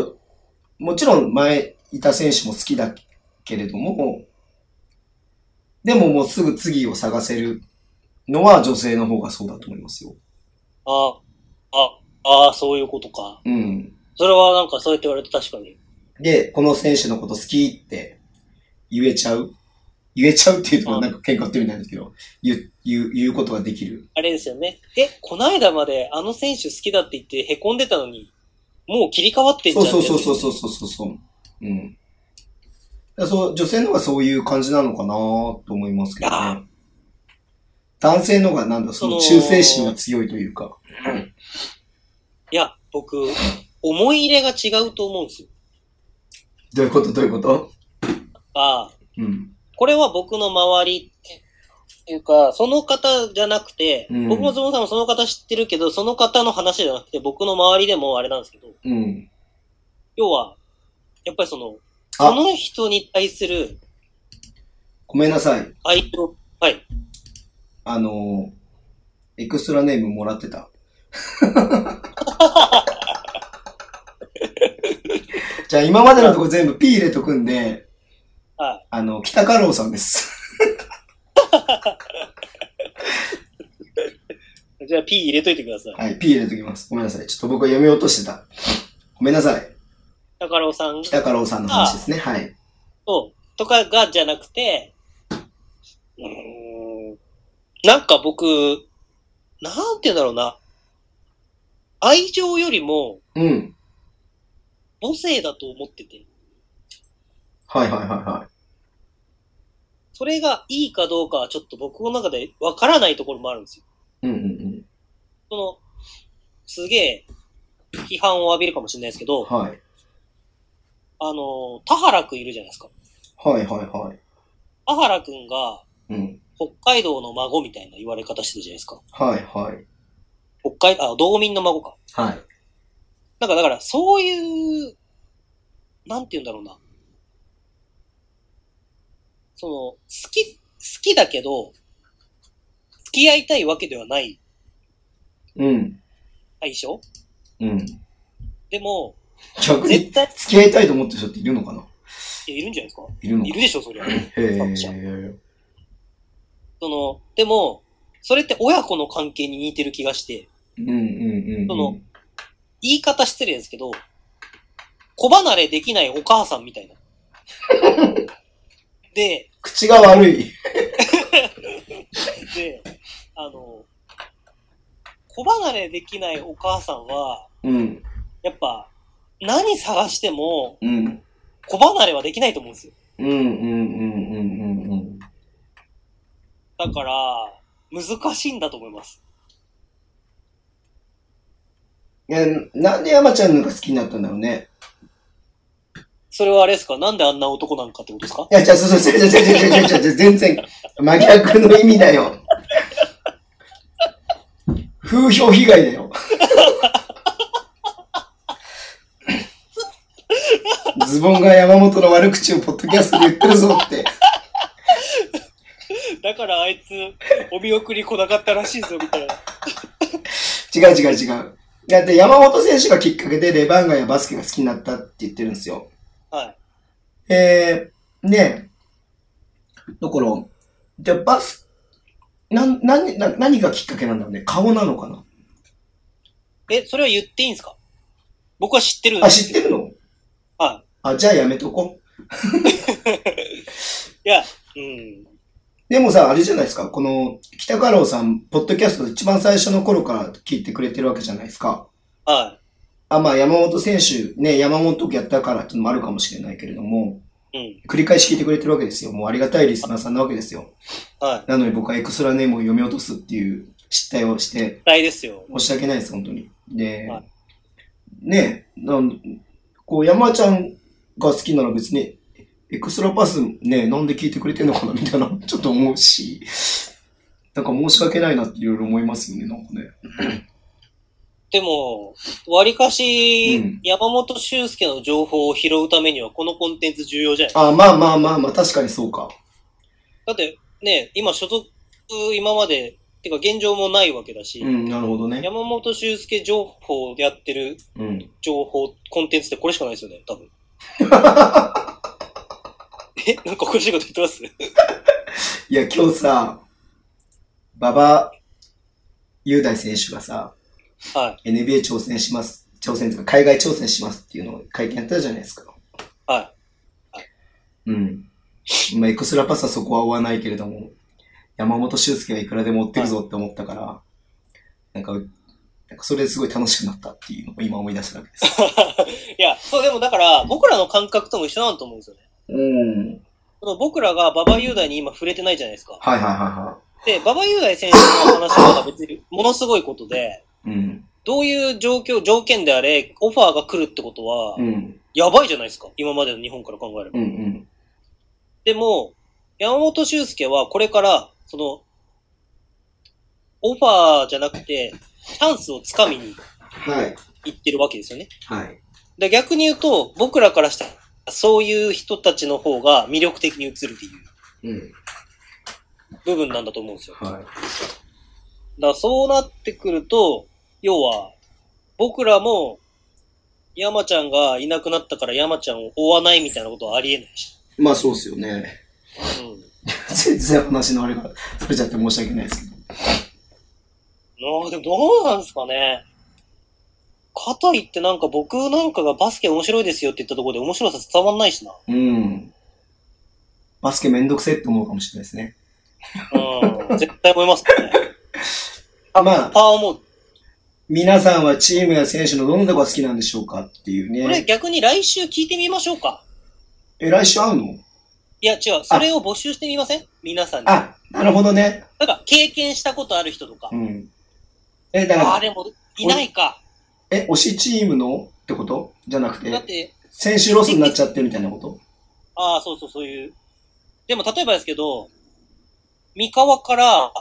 S2: もちろん前いた選手も好きだけれども、でももうすぐ次を探せるのは女性の方がそうだと思いますよ。
S3: あ、あ、ああ、そういうことか。
S2: うん。
S3: それはなんかそうやって言われて確かに。
S2: で、この選手のこと好きって言えちゃう言えちゃうっていうと
S3: うん
S2: なんか喧嘩売ってるみたいなんですけど、言う、言う、言うことができる。
S3: あれですよね。え、こないだまであの選手好きだって言って凹んでたのに、もう切り替わってんじゃ
S2: そ
S3: ん
S2: うそうそうそう
S3: う。
S2: そうそうそう。うん。だからそう、女性の方がそういう感じなのかなと思いますけど
S3: あ
S2: ね。男性の方がなんだ、その
S3: そ
S2: 忠
S3: の
S2: 誠心が強いというか。
S3: いや、僕、思い入れが違うと思うんですよ。
S2: どういうことどういうこと
S3: ああ、
S2: うん。
S3: これは僕の周りっていうか、その方じゃなくて、
S2: うん
S3: 僕もズボンさんもその方知ってるけど、その方の話じゃなくて、僕の周りでもあれなんですけど、
S2: うん。
S3: 要は、やっぱりその、
S2: あ
S3: その人に対する
S2: ごめんなさい。
S3: 愛情、はい。
S2: あの、エクストラネームもらって た。じゃあ今までのとこ全部 P 入れとくんで、
S3: はい。
S2: あの、北家老さんです。
S3: じゃあ P 入れといてください。
S2: はい、P 入れときます。ごめんなさい。ちょっと僕は読み落としてた。ごめんなさい。
S3: 高郎さん
S2: 北家老さんの話ですね。はい。
S3: と、とかがじゃなくて、うーん、なんか僕、なんて言うんだろうな。愛情よりも
S2: うん。
S3: 母性だと思ってて、
S2: はいはいはいは
S3: それがいいかどうかはちょっと僕の中でわからないところもあるんですよ。
S2: い。うんうん
S3: その、すげえ、批判を浴びるかもしれないですけ
S2: うん。
S3: ど、
S2: はい。
S3: あの、田原くんいるじゃないですか。
S2: はいはいはい。
S3: 田原くんが
S2: うん。
S3: 北海道の孫みたいな言われ方してるじゃないですか。
S2: はいはい。
S3: 北海、あ、道民の孫か。
S2: はい。
S3: なんかだから、そういう、なんて言うんだろうな。その、好き、好きだけど、付き合いたいわけではない
S2: うん。
S3: 対象
S2: うん。
S3: でも、
S2: 逆に
S3: 絶対
S2: 付き合いたいと思ってる人っているのかない
S3: るんじゃないですか
S2: いるのか
S3: いるでしょ、そりゃ。
S2: へえ。
S3: その、でも、それって親子の関係に似てる気がして、
S2: うんうんうんうん。
S3: その言い方失礼ですけど、子離れできないお母さんみたいな。で、
S2: 口が悪い。
S3: で、あの、子離れできないお母さんは、
S2: うん。
S3: やっぱ、何探しても、
S2: うん。
S3: 子離れはできないと思うんですよ。
S2: うんうんうんうんうんうん。
S3: だから、難しいんだと思います。
S2: え、なんで山ちゃんのが好きになったんだろうね。
S3: それはあれですかなんであんな男なんかってことですか
S2: いや、じゃあ、そうそう、じゃじゃじゃじゃじゃじゃ全然、真逆の意味だよ。風評被害だよ。ズボンが山本の悪口をポッドキャストで言ってるぞって。
S3: だからあいつ、お見送り来なかったらしいぞ、みたいな。
S2: 違う違う違う。だって山本選手がきっかけでレバンガやバスケが好きになったって言ってるんですよ。
S3: はい。
S2: えー、ねだから、じゃあバス、なん、何、な何がきっかけなんだろうね。顔なのかな
S3: え、それは言っていいんですか僕は知ってるん で
S2: あ、
S3: す
S2: 知ってるの
S3: は
S2: あ、じゃあやめとこう。
S3: い。いや、うん。
S2: でもさ、あれじゃないですか。この、北家老さん、ポッドキャストで一番最初の頃から聞いてくれてるわけじゃないですか。
S3: は
S2: あ、まあ山本選手、ね、山本時やったからっていうのもあるかもしれないけれども、
S3: い。うん。
S2: 繰り返し聞いてくれてるわけですよ。もうありがたいリスナーさんなわけですよ。
S3: はい。
S2: なのに僕はエクストラネームを読み落とすっていう失態をして、
S3: 大ですよ。
S2: 申し訳ないです、本当に。で、
S3: はい
S2: ねえ、なんこう、山ちゃんが好きなら別に、エクストラパスね、なんで聞いてくれてんのかなみたいな、 ちょっと思うし、なんか申し訳ないなっていろいろ思いますよね、なんかね。
S3: でも、わりかし、
S2: うん
S3: 山本修介の情報を拾うためには、このコンテンツ重要じゃない
S2: あ、まあまあまあまあ、確かにそうか。
S3: だって、ね、今所属、今まで、てか現状もないわけだし、
S2: うん、なるほどね。
S3: 山本修介情報でやってる
S2: うん。
S3: 情報、コンテンツってこれしかないですよね、多分。え、なんかおかしいこと言ってます
S2: いや、今日さ、馬場雄大選手がさ、
S3: は
S2: NBA 挑戦します、挑戦とか、海外挑戦しますっていうのを会見やったじゃないですか。
S3: い。は
S2: うん。まあ、エクストラパスはそこは追わないけれども、山本修介はいくらでも追ってるぞって思ったから、なんか、なんかそれですごい楽しくなったっていうのを今思い出したわけです。
S3: い。いや、そう、でもだから、僕らの感覚とも一緒なんだと思うんですよね。
S2: うん。
S3: その僕らが馬場雄大に今触れてないじゃないですか。
S2: はいはいは
S3: で、馬場雄大選手の話は別にものすごいことで、
S2: いはい。うん。
S3: どういう状況、条件であれ、オファーが来るってことは
S2: う、ん。
S3: やばいじゃないですか。今までの日本から考えれば。
S2: うんうん。
S3: でも、山本修介はこれから、その、オファーじゃなくて、チャンスをつかみに
S2: はい。
S3: 行ってるわけですよね。
S2: はい。
S3: で逆に言うと、僕らからしたら、そういう人たちの方が魅力的に映るっていう
S2: うん。
S3: 部分なんだと思うんですよ。だか
S2: はい。
S3: らそうなってくると、要は、僕らも、山ちゃんがいなくなったから山ちゃんを追わないみたいなことはありえないし。
S2: まあそうっすよね。
S3: うん。
S2: 全然話のあれが、それちゃって申し訳ないですけど。
S3: ああ、でもどうなんですかね。かといってなんか僕なんかがバスケ面白いですよって言ったところで面白さ伝わんないしな。
S2: うん。バスケめんどくせえって思うかもしれないですね。
S3: うん。 絶対思いますね。
S2: あ、まあ、
S3: パー思う。
S2: 皆さんはチームや選手のどんなとこが好きなんでしょうかっていう
S3: これ
S2: ね。
S3: 逆に来週聞いてみましょうか。
S2: え、来週会うの
S3: いや違う、それを募集してみません皆さんに。なん
S2: あ、なるほどね。
S3: か経験したことある人とか
S2: う。ん。え、だか
S3: ああ、
S2: ら、
S3: でもいないか。
S2: え、推しチームのってことじゃなく、
S3: だってて、
S2: 選手ロスになっちゃってみたいなこと
S3: ああ、そうそう、そういう。でも、例えばですけど、三河から、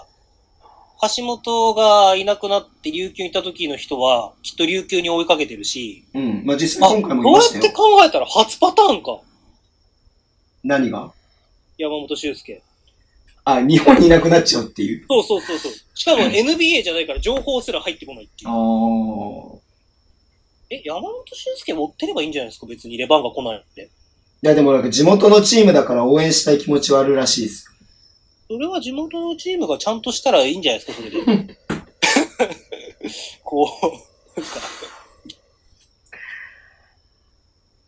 S3: 橋本がいなくなって琉球に行った時の人は、きっと琉球に追いかけてるし、
S2: うん。まあ実
S3: あ、
S2: 際
S3: ど
S2: 今
S3: う
S2: 回も言いま
S3: や
S2: した
S3: って
S2: よ。
S3: 考えたら初パターンか。
S2: 何が
S3: 山本修介。
S2: あ、日本にいなくなっちゃうっていう。
S3: そうそうそうそう。しかも NBA じゃないから情報すら入ってこないってい
S2: あ
S3: う。
S2: ー。
S3: え、山本修介持ってればいいんじゃないですか別にレバンが来ないって。
S2: いやでもなんか地元のチームだから応援したい気持ちはあるらしいです。
S3: それは地元のチームがちゃんとしたらいいんじゃないですか、それで。 こう、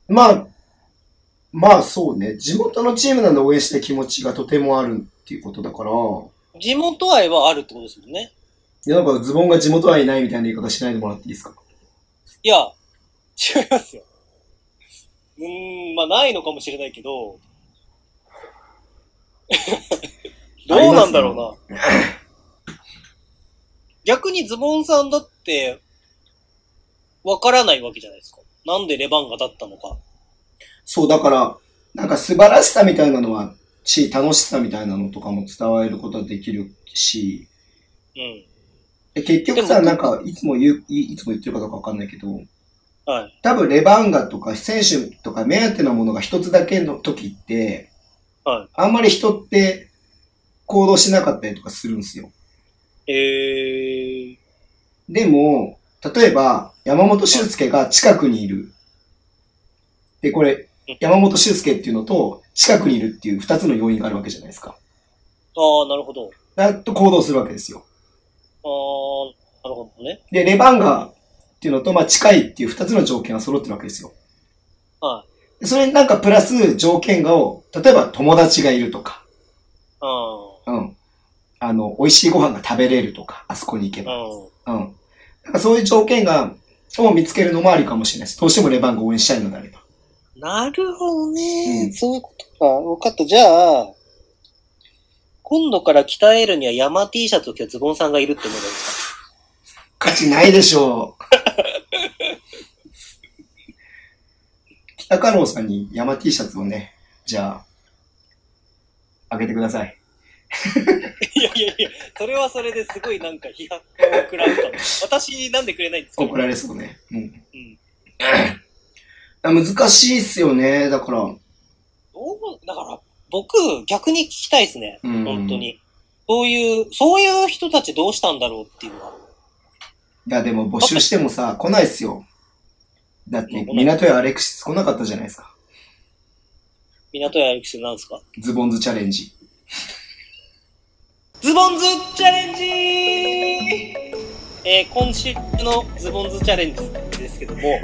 S2: まあ、まあそうね。地元のチームなんで応援したい気持ちがとてもあるっていうことだから、
S3: 地元愛はあるってことですもんね。
S2: いやなんかズボンが地元はいないみたいな言い方しないでもらっていいですか
S3: いや、違いますよ。うーん、まあ、ないのかもしれないけど、どうなんだろうな。逆にズボンさんだって、わからないわけじゃないですか。なんでレバンガだったのか。
S2: そう、だから、なんか素晴らしさみたいなのは、し、楽しさみたいなのとかも伝えることはできるし、
S3: うん。
S2: で結局
S3: で
S2: さ、
S3: も
S2: なんか、いつも言う、いいつも言ってるかどうかわかんないけど、
S3: はい。
S2: 多分レバンガとか選手とか目当てのものが一つだけの時って、
S3: はい
S2: あんまり人って行動しなかったりとかするんですよ。
S3: えー、
S2: でも、例えば山本修介が近くにいる。で、これ
S3: うん、
S2: 山本修介っていうのと近くにいるっていう二つの要因があるわけじゃないですか。
S3: ああ、なるほど。
S2: だと行動するわけですよ。
S3: ああ、なるほどね。
S2: で、レバンガっていうのと、まあ近いっていう二つの条件が揃ってるわけですよ。
S3: はい。
S2: でそれになんかプラス条件がを、例えば友達がいるとか。
S3: あ
S2: うん。あの、美味しいご飯が食べれるとか、あそこに行け
S3: あ、
S2: ば。
S3: うん。
S2: うん。なんかそういう条件が、を見つけるのもありかもしれないです。どうしてもレバンが応援したいのであれば。
S3: なるほどね。
S2: うん
S3: そういうことか。分かった。じゃあ、今度から鍛えるには山 T シャツを着たズボンさんがいるって思うんです
S2: 価値ないでしょ う。北家老さんに山 T シャツをね、じゃあ、あげてください。
S3: か いやいやいや、それはそれですごいなんか批判を食らうかも。私なんでくれないんですか
S2: 怒られそうね。うん。
S3: うん。
S2: 難しいっすよね。だから、
S3: どうだから、僕、逆に聞きたいですね。
S2: うん
S3: 本当に。そういう、そういう人たちどうしたんだろうっていうのは。
S2: いやでも募集してもさ、来ないっすよ。だって、港屋アレクシス来なかったじゃないですか。
S3: 港屋アルプスなんですか
S2: ズボンズチャレンジ。
S3: ズボンズチャレンジえー、今週のズボンズチャレンジですけども、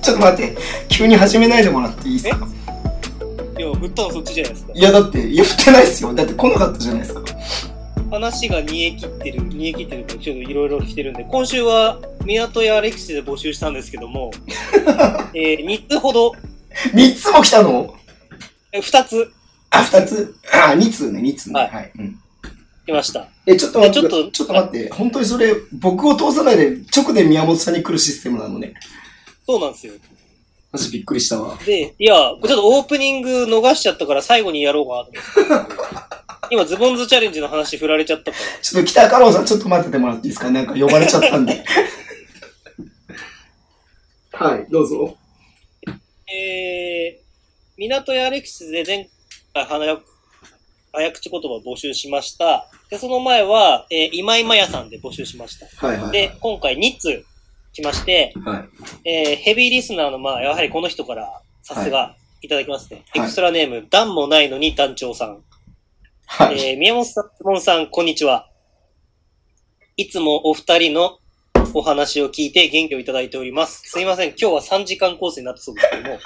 S2: ちょっと待って、急に始めないでもらっていいですか
S3: でも振ったのそっちじゃないですか
S2: い。やだって、言ってないっすよ。だって来なかったじゃないですか。
S3: 話が煮え切ってる、煮え切ってるとちょっといろいろ来てるんで、今週は港屋アレクシで募集したんですけども、えー、3つほど、
S2: 3つも来たの
S3: え2つ
S2: あ、2つあ、2通ね、2通ね。
S3: は
S2: はいい。うん
S3: 来ました。
S2: え、ちょっと待って、
S3: えちょっと
S2: ちょっと待って、本当にそれ、僕を通さないで直で宮本さんに来るシステムなのね。
S3: そうなんですよ。
S2: マジびっくりしたわ。
S3: で、いや、ちょっとオープニング逃しちゃったから最後にやろうかなと思って。今、ズボンズチャレンジの話振られちゃったから。
S2: ちょっと北太郎さん、ちょっと待っててもらっていいですかなんか呼ばれちゃったん で。はい、どうぞ。
S3: えー、港やアレクシスで前回早く早口言葉を募集しました。で、その前は、えー、今井まやさんで募集しました。
S2: はいはい、はい。
S3: で、今回2通来まして、
S2: はい。
S3: えー、ヘビーリスナーの、まあ、やはりこの人から、さすが、いただきますね。
S2: はい
S3: エクストラネーム、段もないのに団長さん。
S2: はい。
S3: えー宮本さん、ズボンさん、こんにちは。いつもお二人のお話を聞いて元気をいただいております。すいません、今日は3時間コースになったそうですけども、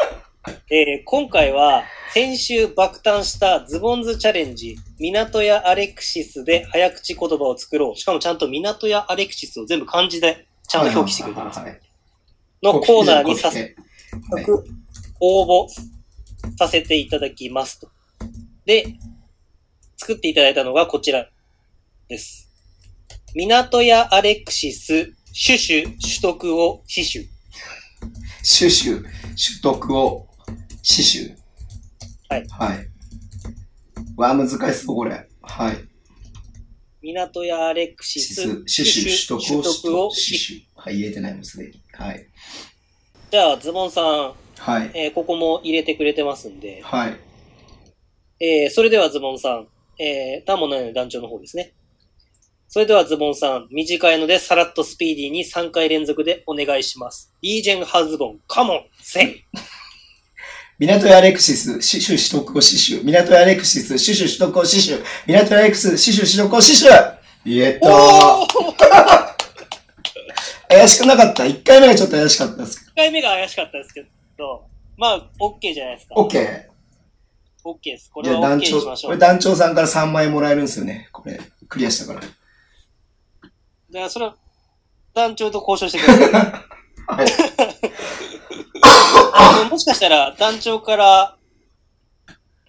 S3: えー今回は先週爆誕したズボンズチャレンジ、港屋アレクシスで早口言葉を作ろう。しかもちゃんと港屋アレクシスを全部漢字でちゃんと表記してくれてます。
S2: はいはい
S3: のコーナーにさせ
S2: て。
S3: 早速応募させていただきますと。で、作っていただいたのがこちらです。港屋アレクシス、シュシュ、取得を死守。
S2: シュシュ、取得を、死守。
S3: はい。
S2: はい。わあ、難しそう、これ。はい。
S3: 港屋アレクシ
S2: シ
S3: ス、
S2: ス、シュシュ、取
S3: 取得
S2: 得を、
S3: を
S2: 死
S3: 死守。
S2: 守。はい、言えてないもん、すでに。はい。
S3: じゃあ、ズボンさ
S2: はい
S3: ん、。えーここも入れてくれてますんで、
S2: はい。
S3: えーそれではズボンさん、えー、タモの団長の方ですね。それではズボンさん、短いのでさらっとスピーディーに3回連続でお願いします。イージェンハズボン、カモン、セイ
S2: 港屋アレクシス、シュシュ、取得を、死守。港屋アレクシス、シュシュ、取得を、死守。港屋アレクシス、シュシュ、取得を、死守。言えた
S3: おー
S2: 怪しくなかった。1回目がちょっと怪しかったですけ
S3: !1 回目が怪しかったですけど、まあ、OK じゃないですか。
S2: ど。。OK。
S3: OK です。こ
S2: じ
S3: れ
S2: ゃあ
S3: は
S2: 団
S3: OK に
S2: 長、
S3: しまし
S2: こ
S3: ょ
S2: れ
S3: う。
S2: 団長さんから3万円もらえるんですよね。これ、クリアしたから。
S3: じゃあ、それは団長と交渉してく ださい。
S2: はい。
S3: あのもしかしたら団長から、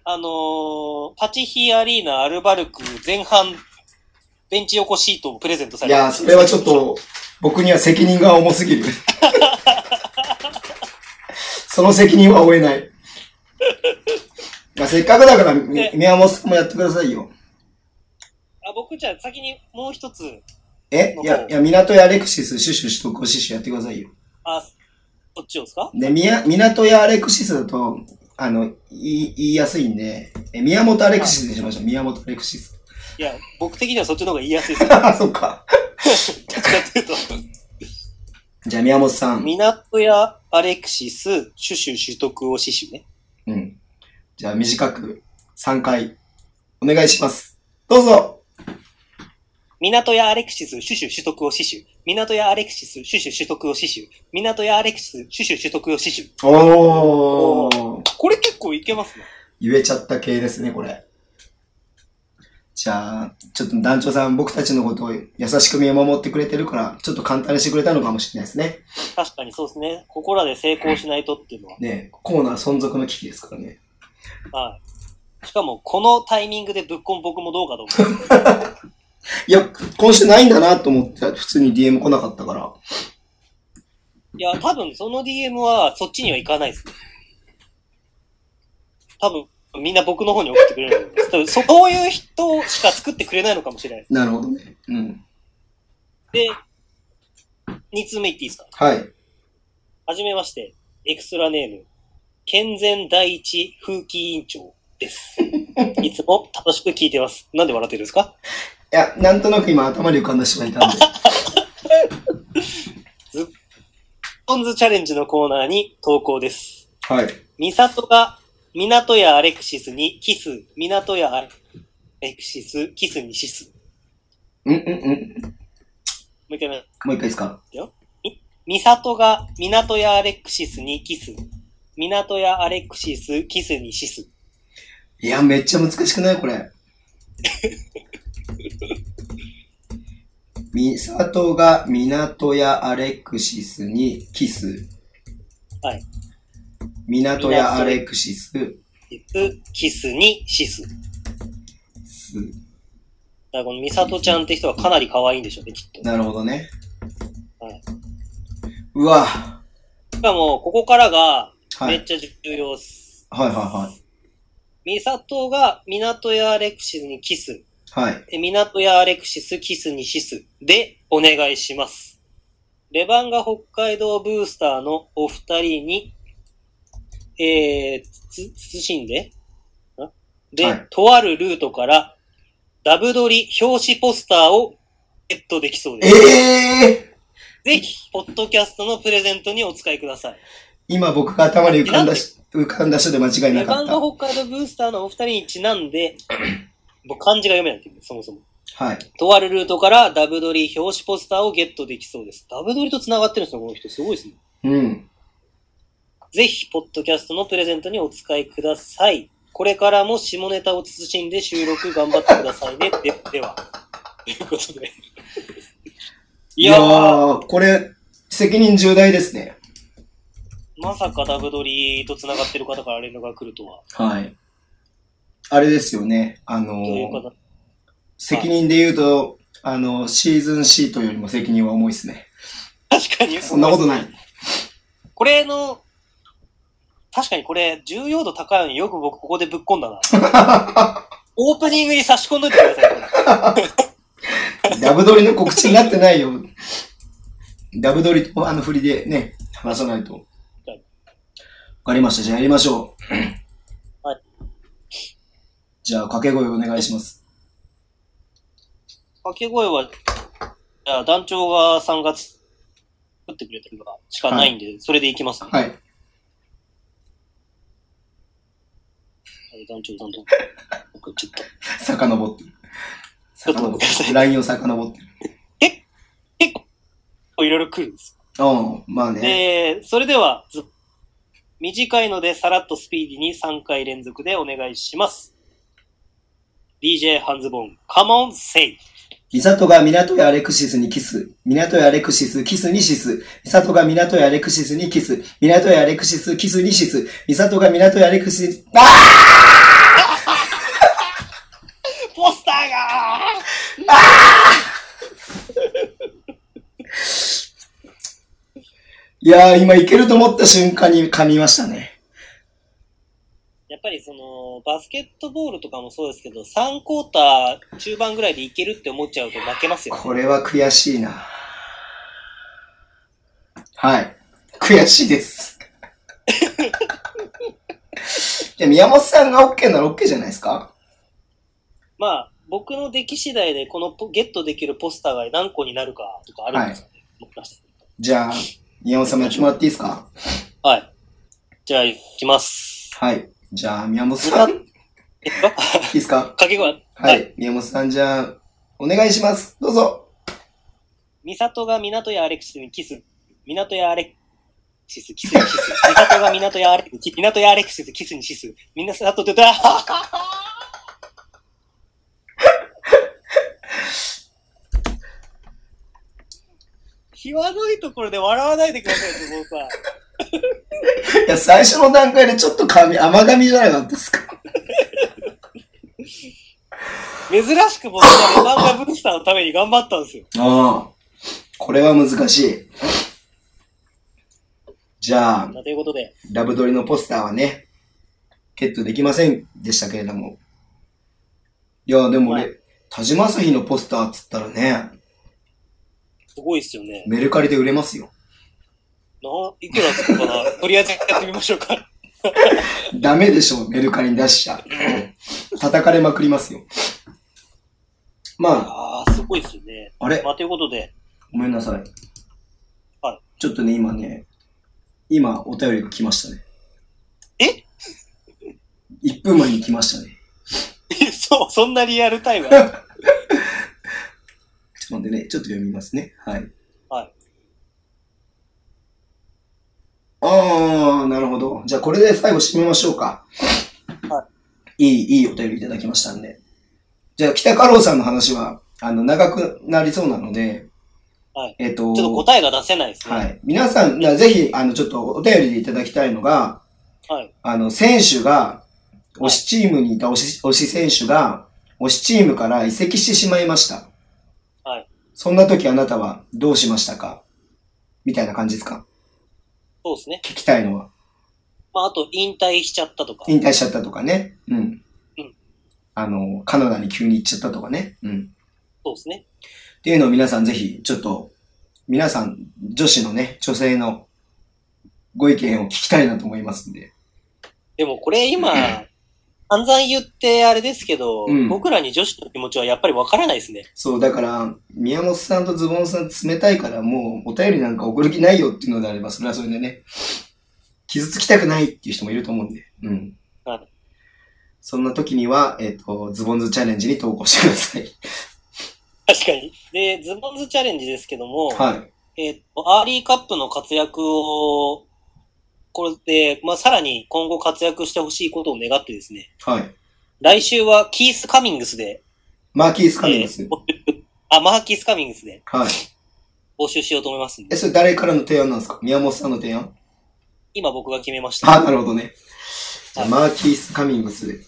S3: あのーパチヒアリーナアルバルク前半ベンチ横シートをプレゼントさ
S2: い
S3: れる
S2: やー、それはちょっと、僕には責任が重すぎる。 その責任は負えない。まあ、せっかくだから、み
S3: ね
S2: 宮本さんもやってくださいよ。
S3: あ僕じゃあ先にもう一つ、
S2: えいや、いや、港屋アレクシス、シュシュシュとコシシュやってくださいよ。
S3: あ、こっちをですか
S2: で、みや港屋アレクシスだと、あの、言い、言いやすいんで、え宮本アレクシスにしましょう。宮本アレクシス。
S3: いや、僕的にはそっちの方が言いやすいです。どっ
S2: あ、そっか。
S3: ちかっていうと、
S2: じゃあ、宮本さん。
S3: 港屋アレクシス、シュシュ取得を死守ね。
S2: うん。じゃあ短く3回お願いします。どうぞ
S3: 港屋アレクシス、シュシュ取得を死守。港屋アレクシス、シュシュ取得を死守。港屋アレクシス、シュシュ取得を死守。
S2: おー
S3: これ結構いけますね。
S2: 言えちゃった系ですね、これ。じゃあ、ちょっと団長さん、僕たちのことを優しく見守ってくれてるから、ちょっと簡単にしてくれたのかもしれないですね。
S3: 確かにそうですね。ここらで成功しないとっていうのは。
S2: ねえコーナー存続の危機ですからね。
S3: はい。しかも、このタイミングでぶっこん僕もどうかと思う。
S2: いや、今週ないんだなと思って、普通に DM 来なかったから。
S3: いや、多分その DM はそっちには行かないですね。多分みんな僕の方に送ってくれると思います。多分そこういう人しか作ってくれないのかもしれないです。
S2: なるほどね。うん。
S3: で、2通目いっていいですか
S2: はい。
S3: はじめまして、エクストラネーム、健全第一風紀委員長です。いつも楽しく聞いてます。なんで笑ってるんですか
S2: いや、なんとなく今頭に浮かんだ人がいたんで。
S3: ポンズチャレンジのコーナーに投稿です。
S2: はい。
S3: ミサトが港屋アレクシスにキス、港屋アレクシス、キスにシス。
S2: うんうんうん。
S3: もう一回目。
S2: もう一回ですか。
S3: ミサトが港屋アレクシスにキス、港屋アレクシス、キスにシス。
S2: いや、めっちゃ難しくないこ れ。ミサトが港やアレクシスにキス。
S3: はい。
S2: 港やアレクシス、
S3: キスキスにシス。だか
S2: ス。
S3: らこのミサトちゃんって人はかなり可愛いんでしょうね、きっと。
S2: なるほどね。
S3: はい。
S2: うわ。
S3: しかも、ここからが
S2: は
S3: めっ
S2: い。
S3: ちゃ重要っす。
S2: はいは
S3: ミサトが港屋アレクシスにキス、
S2: いはい。はい。
S3: え港屋アレクシス、キスにシスでお願いします。レバンガ北海道ブースターのお二人に、えー、つ、つ慎んで、んで、
S2: はい
S3: とあるルートから、ダブドリ表紙ポスターをゲットできそうです。
S2: ええー
S3: ぜひ、ポッドキャストのプレゼントにお使いください。
S2: 今僕が頭に浮かんだし、浮かんだ人で間違い
S3: レ
S2: な
S3: バ
S2: か
S3: ン
S2: っ
S3: ガ
S2: た。
S3: 北海道ブースターのお二人にちなんで、 僕漢字が読めないんだけど、そもそも。
S2: はい。
S3: とあるルートからダブドリ表紙ポスターをゲットできそうです。ダブドリと繋がってるんですよ、この人。すごいですね。
S2: うん。
S3: ぜひ、ポッドキャストのプレゼントにお使いください。これからも下ネタを慎んで収録頑張ってくださいね。 ででは。ということで。いやー、
S2: ーこれ、責任重大ですね。
S3: まさかダブドリと繋がってる方から連絡が来るとは。
S2: はい。あれですよね。あのー
S3: という方。
S2: 責任で言うと、あのーシーズンシートよりも責任は重いですね。
S3: 確かに。
S2: そんなことない。。
S3: これの、確かにこれ、重要度高いのによく僕ここでぶっ込ん だな。オープニングに差し込んどいてくださいこれ。
S2: ダブドリの告知になってないよ。ダブドリとあの振りでね、話さないと。わ
S3: はい
S2: かりました。じゃあやりましょう。
S3: はい。
S2: じゃあ、掛け声お願いします。
S3: 掛け声は、じゃあ団長が3月作ってくれたのがしかないんで、それでいきますね。
S2: はい。
S3: はい、団長さんと。僕ちょっと。
S2: 遡ってる。
S3: ちょっと待ってください
S2: ラインを遡ってる。
S3: 結構いろいろ来るんです。
S2: うん、まあね。
S3: で、それでは、ず短いのでさらっとスピーディーに3回連続でお願いします。DJ ハンズボン、カモンセイ。
S2: ミサトが港やアレクシスにキス。港やアレクシス、キスにシス。ミサトが港やアレクシスにキス。港やアレクシス、キスにシス。ミサトが港やアレクシス、あ
S3: ポスターが
S2: いやー、今いけると思った瞬間に噛みましたね。
S3: やっぱりその、バスケットボールとかもそうですけど、3クォーター中盤ぐらいでいけるって思っちゃうと負けますよね。
S2: これは悔しいな。はい。悔しいです。 いや、宮本さんが OK なら OK じゃないですか
S3: まあ、僕の出来次第でこのポゲットできるポスターが何個になるかとかあるんですかね。もしかして
S2: じゃあ、宮本さんもやってもらっていいですか
S3: はい。じゃあ、いきます。
S2: はい。じゃあ、宮本さん、いい
S3: えっと
S2: ですか
S3: 掛け声。
S2: は。い。宮本さん、じゃあ、お願いします。どうぞ。
S3: ミサトが港やアレクシスにキス。港やアレクシス、キスにキス。ミサトが港やアレクシス、港やアレクシス、キスにシス。みんなさとって た。際どいところで笑わないでくださいって、もうさ。
S2: いや、最初の段階でちょっと髪、甘噛みじゃなかったですか
S3: 珍しく僕はレバンガブースターのために頑張ったんですよ。
S2: ああ。これは難しい。じゃあ、
S3: まあということで、
S2: ラブドリのポスターはね、ゲットできませんでしたけれども。いや、でも
S3: は
S2: 俺、田島朝日のポスターっつったらね、
S3: すごいですよね。
S2: メルカリで売れますよ。
S3: ないくらつくかなとりあえずやってみましょうか。
S2: ダメでしょ、メルカリに出しち ゃ。叩かれまくりますよ。まあ、
S3: ああ、すごいですよね。
S2: あれ
S3: まあ、ということで、
S2: ごめんなさい。
S3: はい
S2: ちょっとね、今ね、今お便りが来ましたね。
S3: え
S2: 分前に来ましたね。
S3: そう、そんなリアルタイム ある
S2: ちょっと待ってね、ちょっと読みますね。はい。
S3: はい。
S2: ああ、なるほど。じゃあこれで最後締めましょうか。。
S3: はい
S2: いい、いいお便りいただきましたんで。じゃあ北家老さんの話は、あの、長くなりそうなので、
S3: はい。
S2: えっ、と、
S3: ちょっと答えが出せないですね。
S2: は。い。皆さん、ぜひ、あの、ちょっとお便りでいただきたいのが、
S3: はい。
S2: あの、選手が、推しチームにいた推し推し選手が、推しチームから移籍してしまいました。
S3: はい。
S2: そんな時あなたはどうしましたかみたいな感じですか
S3: そうですね。
S2: 聞きたいのは。
S3: まあ、あと、引退しちゃったとか。
S2: 引退しちゃったとかね。うん。
S3: うん
S2: あの、カナダに急に行っちゃったとかね。うん。
S3: そうですね。
S2: っていうのを皆さんぜひ、ちょっと、皆さん、女子のね、女性のご意見を聞きたいなと思いますんで。
S3: でもこれ今、散々言ってあれですけど、
S2: うん
S3: 僕らに女子の気持ちはやっぱりわからないですね。
S2: そう、だから、宮本さんとズボンさん冷たいから、もうお便りなんか送る気ないよっていうのであれば、それはそれでね、傷つきたくないっていう人もいると思うんで、うん。
S3: はい
S2: そんな時には、えっ、と、ズボンズチャレンジに投稿してください。
S3: 確かに。で、ズボンズチャレンジですけども、
S2: はい。
S3: えっと、アーリーカップの活躍を、これで、まあ、さらに今後活躍してほしいことを願ってですね、
S2: はい。
S3: 来週はキース・カミングスで、
S2: マーキース・カミングス。
S3: えー 募集あ、マーキース・カミングスで
S2: はい。
S3: 募集しようと思いますん
S2: え、
S3: で、
S2: それ誰からの提案なんですか宮本さんの提案
S3: 今僕が決めました。
S2: あ、なるほどね。じゃあマーキース・カミングス。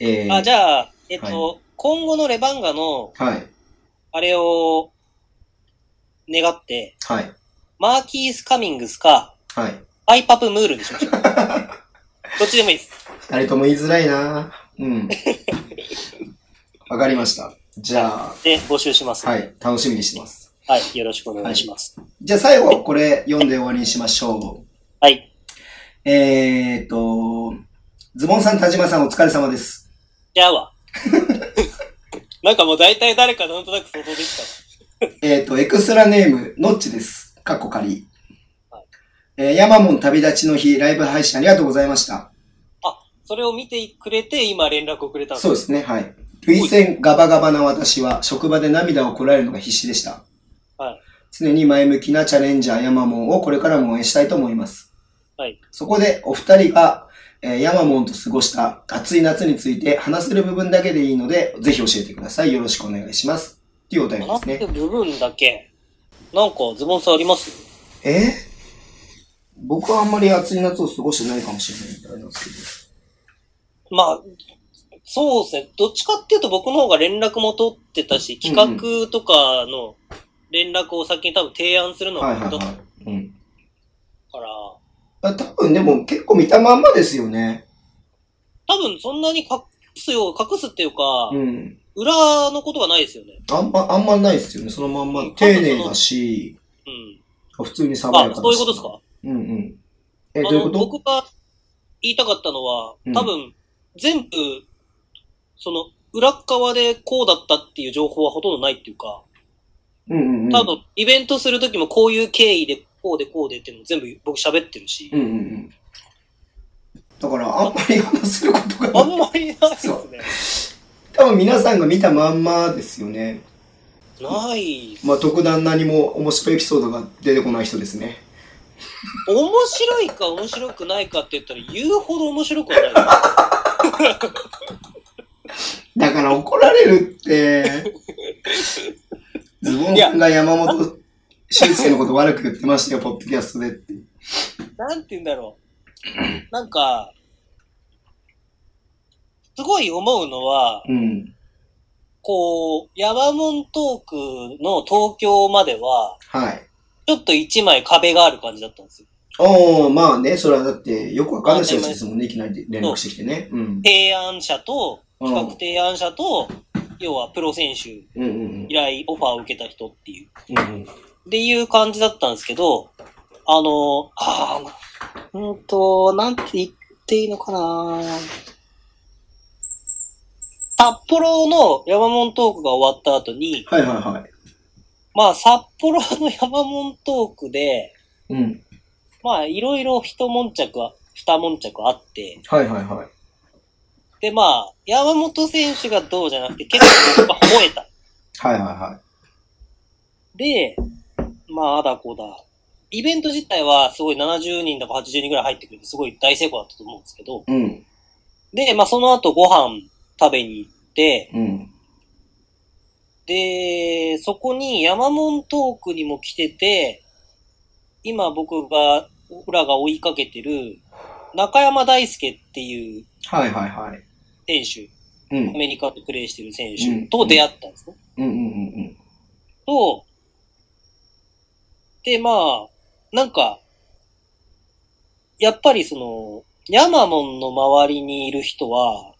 S2: えー、
S3: あじゃあ、えっと、今後のレバンガの、
S2: はい。
S3: あれを、願って、
S2: はい。
S3: マーキース・カミングスか、
S2: はい。
S3: アイパプ・ムールにし ましょう。どっちでもいいです。
S2: 二人とも言いづらいな うん。わかりました。じゃあ、
S3: で、募集します。
S2: は。い、楽しみにしてます。
S3: はい、よろしくお願いします。
S2: じゃあ最後、これ読んで終わりにしましょ
S3: はい。
S2: う。えーっと、ズボンさん、田島さん、お疲れ様です。
S3: じゃあは。 なんかもう大体誰かなんとなく想像できたわ。
S2: えーっと、エクストラネーム、ノッチです。かっこ仮
S3: はい。
S2: えー、ヤマモン旅立ちの日、ライブ配信ありがとうございました。
S3: それを見てくれて、今連絡をくれたん
S2: そうですね、はい。涙腺ガバガバな私は、職場で涙をこらえるのが必死でした。
S3: はい
S2: 常に前向きなチャレンジャーヤマモンをこれからも応援したいと思います。
S3: はい。
S2: そこで、お二人が、えーヤマモンと過ごした暑い夏について話せる部分だけでいいので、ぜひ教えてください。よろしくお願いします。っていうお便りで
S3: 話
S2: す
S3: せ
S2: ね
S3: る。部分だけ。なんかズボンさんあります
S2: えー僕はあんまり暑い夏を過ごしてないかもしれないみたいなんです
S3: まあ、そうですね。どっちかっていうと僕の方が連絡も取ってたし、企画とかの連絡を先に多分提案する
S2: けど。
S3: のが
S2: はい
S3: 僕
S2: は
S3: だ
S2: いはい。うん。
S3: ったから、
S2: あ多分でも結構見たまんまですよね。
S3: 多分そんなに隠すよ、隠すっていうか、
S2: うん。
S3: 裏のことがないですよね。
S2: あんま、あんまないですよね。そのまんま。丁寧だし、
S3: うん。
S2: 普通に爽やか
S3: あ、
S2: だし
S3: そういうことですか
S2: うんうん。え、ど
S3: あ
S2: ういう
S3: の、
S2: こと
S3: 僕が言いたかったのは
S2: うん、
S3: 多分、全部、その、裏っ側でこうだったっていう情報はほとんどないっていうか、
S2: うんうんうん。
S3: 多分、イベントするときもこういう経緯で、こうでこうでっていうのも全部僕喋ってるし
S2: う、んうんうん。だから、あんまり話せることが
S3: あ
S2: ない。
S3: んまりないですね。
S2: 多分皆さんが見たまんまですよね。
S3: ない。
S2: まあ、特段何も面白いエピソードが出てこない人ですね。
S3: 面白いか面白くないかって言ったら言うほど面白くはないです。
S2: だから怒られる って。ズボンさんが山本俊介のこと悪く言ってましたよ、ポッドキャストでって。
S3: なんて言うんだろう。なんか、すごい思うのは、
S2: うん。
S3: こう、ヤバモントークの東京までは、
S2: はい。
S3: ちょっと一枚壁がある感じだったんですよ。
S2: おおまあね、それはだって、よくわかんない人たちですもんね、いきなり連絡してきてね。うん。
S3: 提案者と、
S2: うん
S3: 企画提案者と、要はプロ選手、
S2: うんうん
S3: 依頼、オファーを受けた人っていう、
S2: うん。うん
S3: っていう感じだったんですけど、あの、あーうんと、なんて言っていいのかな札幌のヤバモントークが終わった後に、
S2: はいはいは
S3: まあ札幌のヤバモントークで、
S2: い。うん。
S3: まあ、いろいろ一悶着は、二悶着あって、
S2: はいはいはい。
S3: で、まあ、山本選手がどうじゃなくて、結構僕が吠えた。
S2: はいはいは
S3: で、まあ、あだこだ。イベント自体はすごい70人とか80人ぐらい入ってくれて、すごい大成功だったと思うんですけど、
S2: い。うん。
S3: で、まあ、その後ご飯食べに行って、
S2: うん。
S3: で、そこに山門トークにも来てて、今僕が、らが追いかけてる、中山大輔っていう
S2: はいはいはい。
S3: 選手、
S2: うん
S3: ア。メリカでプレーしてる選
S2: うん
S3: 手と出会ったんですね。
S2: うんうんうん
S3: と、で、まあ、なんか、やっぱりその、ヤマモンの周りにいる人は、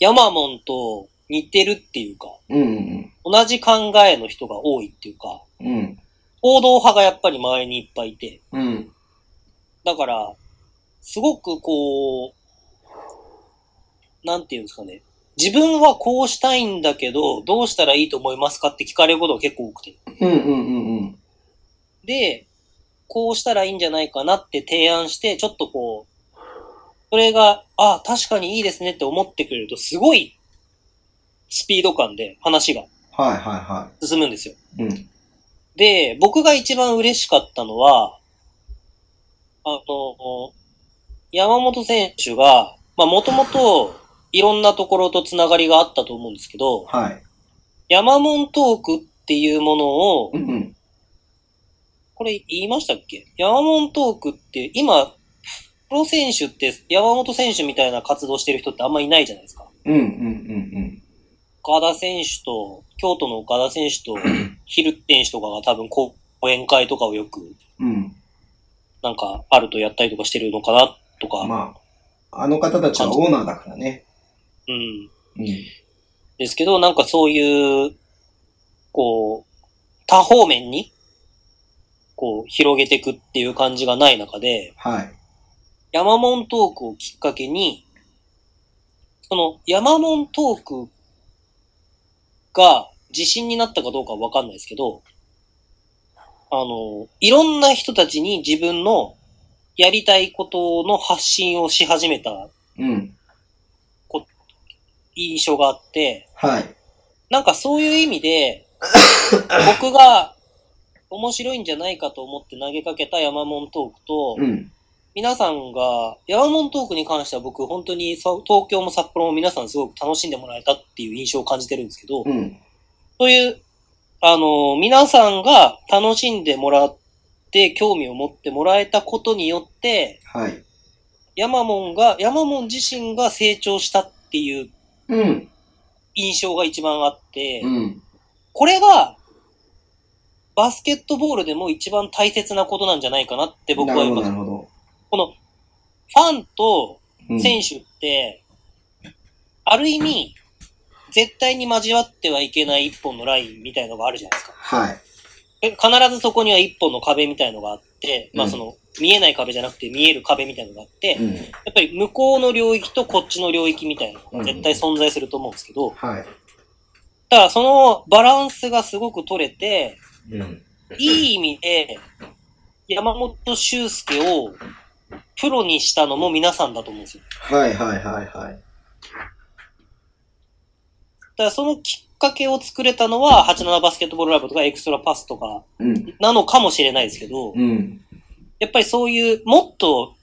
S3: ヤマモンと似てるっていうか、
S2: うん。うんうん
S3: 同じ考えの人が多いっていうか、
S2: うん。うん。
S3: 行動派がやっぱり周りにいっぱいいて、
S2: うん。
S3: だから、すごくこう、なんていうんですかね。自分はこうしたいんだけど、どうしたらいいと思いますかって聞かれることが結構多くて。
S2: うんうんうんうん。
S3: で、こうしたらいいんじゃないかなって提案して、ちょっとこう、それが、あ確かにいいですねって思ってくれると、すごいスピード感で話が
S2: はいはいは
S3: 進むんですよ。
S2: い。うん。
S3: で、僕が一番嬉しかったのは、あの、山本選手が、まあもともといろんなところとつながりがあったと思うんですけど、
S2: はい。
S3: 山門トークっていうものを
S2: う、んうん。
S3: これ言いましたっけ山門トークって今、プロ選手って山本選手みたいな活動してる人ってあんまいないじゃないですか。
S2: うんうんうん
S3: 岡田選手と、京都の岡田選手 と、ヒルテン手とかが多分講演会とかをよく
S2: うん。うん。
S3: なんかあるとやったりとかしてるのかなとか、
S2: まあ、あの方たちはオーナーだからね。
S3: うん。
S2: うん。
S3: ですけど、なんかそういう、こう、多方面に、こう、広げていくっていう感じがない中で、
S2: はい。
S3: 山門トークをきっかけに、その山門トークが自信になったかどうかはわかんないですけど、あの、いろんな人たちに自分のやりたいことの発信をし始めた
S2: うん。
S3: 印象があって、
S2: はい。
S3: なんかそういう意味で、僕が面白いんじゃないかと思って投げかけた山門トークと、
S2: うん。
S3: 皆さんが、山門トークに関しては僕本当にそう東京も札幌も皆さんすごく楽しんでもらえたっていう印象を感じてるんですけど、
S2: うん。
S3: そういう、あのー皆さんが楽しんでもらって興味を持ってもらえたことによって、
S2: はい。
S3: 山門が、山門自身が成長したっていう
S2: うん。
S3: 印象が一番あって、
S2: うん。
S3: これが、バスケットボールでも一番大切なことなんじゃないかなって僕は
S2: なるほ
S3: 今
S2: ど、な、るほど。
S3: この、ファンと
S2: うん
S3: 選手って、ある意味、絶対に交わってはいけない一本のラインみたいのがあるじゃないですか。
S2: はい。
S3: え必ずそこには一本の壁みたいのがあって、ま
S2: う
S3: あ
S2: ん
S3: その、見えない壁じゃなくて見える壁みたいのがあって、
S2: う
S3: や
S2: ん。
S3: っぱり向こうの領域とこっちの領域みたいなのが絶対存在すると思うんですけど、
S2: はい。
S3: ただそのバランスがすごく取れて、
S2: うん。
S3: いい意味で、山本修介をプロにしたのも皆さんだと思うんですよ。
S2: はいはいはいはい。
S3: だからそのきっかけを作れたのは、87バスケットボールラブとかエクストラパスとか
S2: うん。
S3: なのかもしれないですけど、
S2: うん。
S3: やっぱりそういう、もっと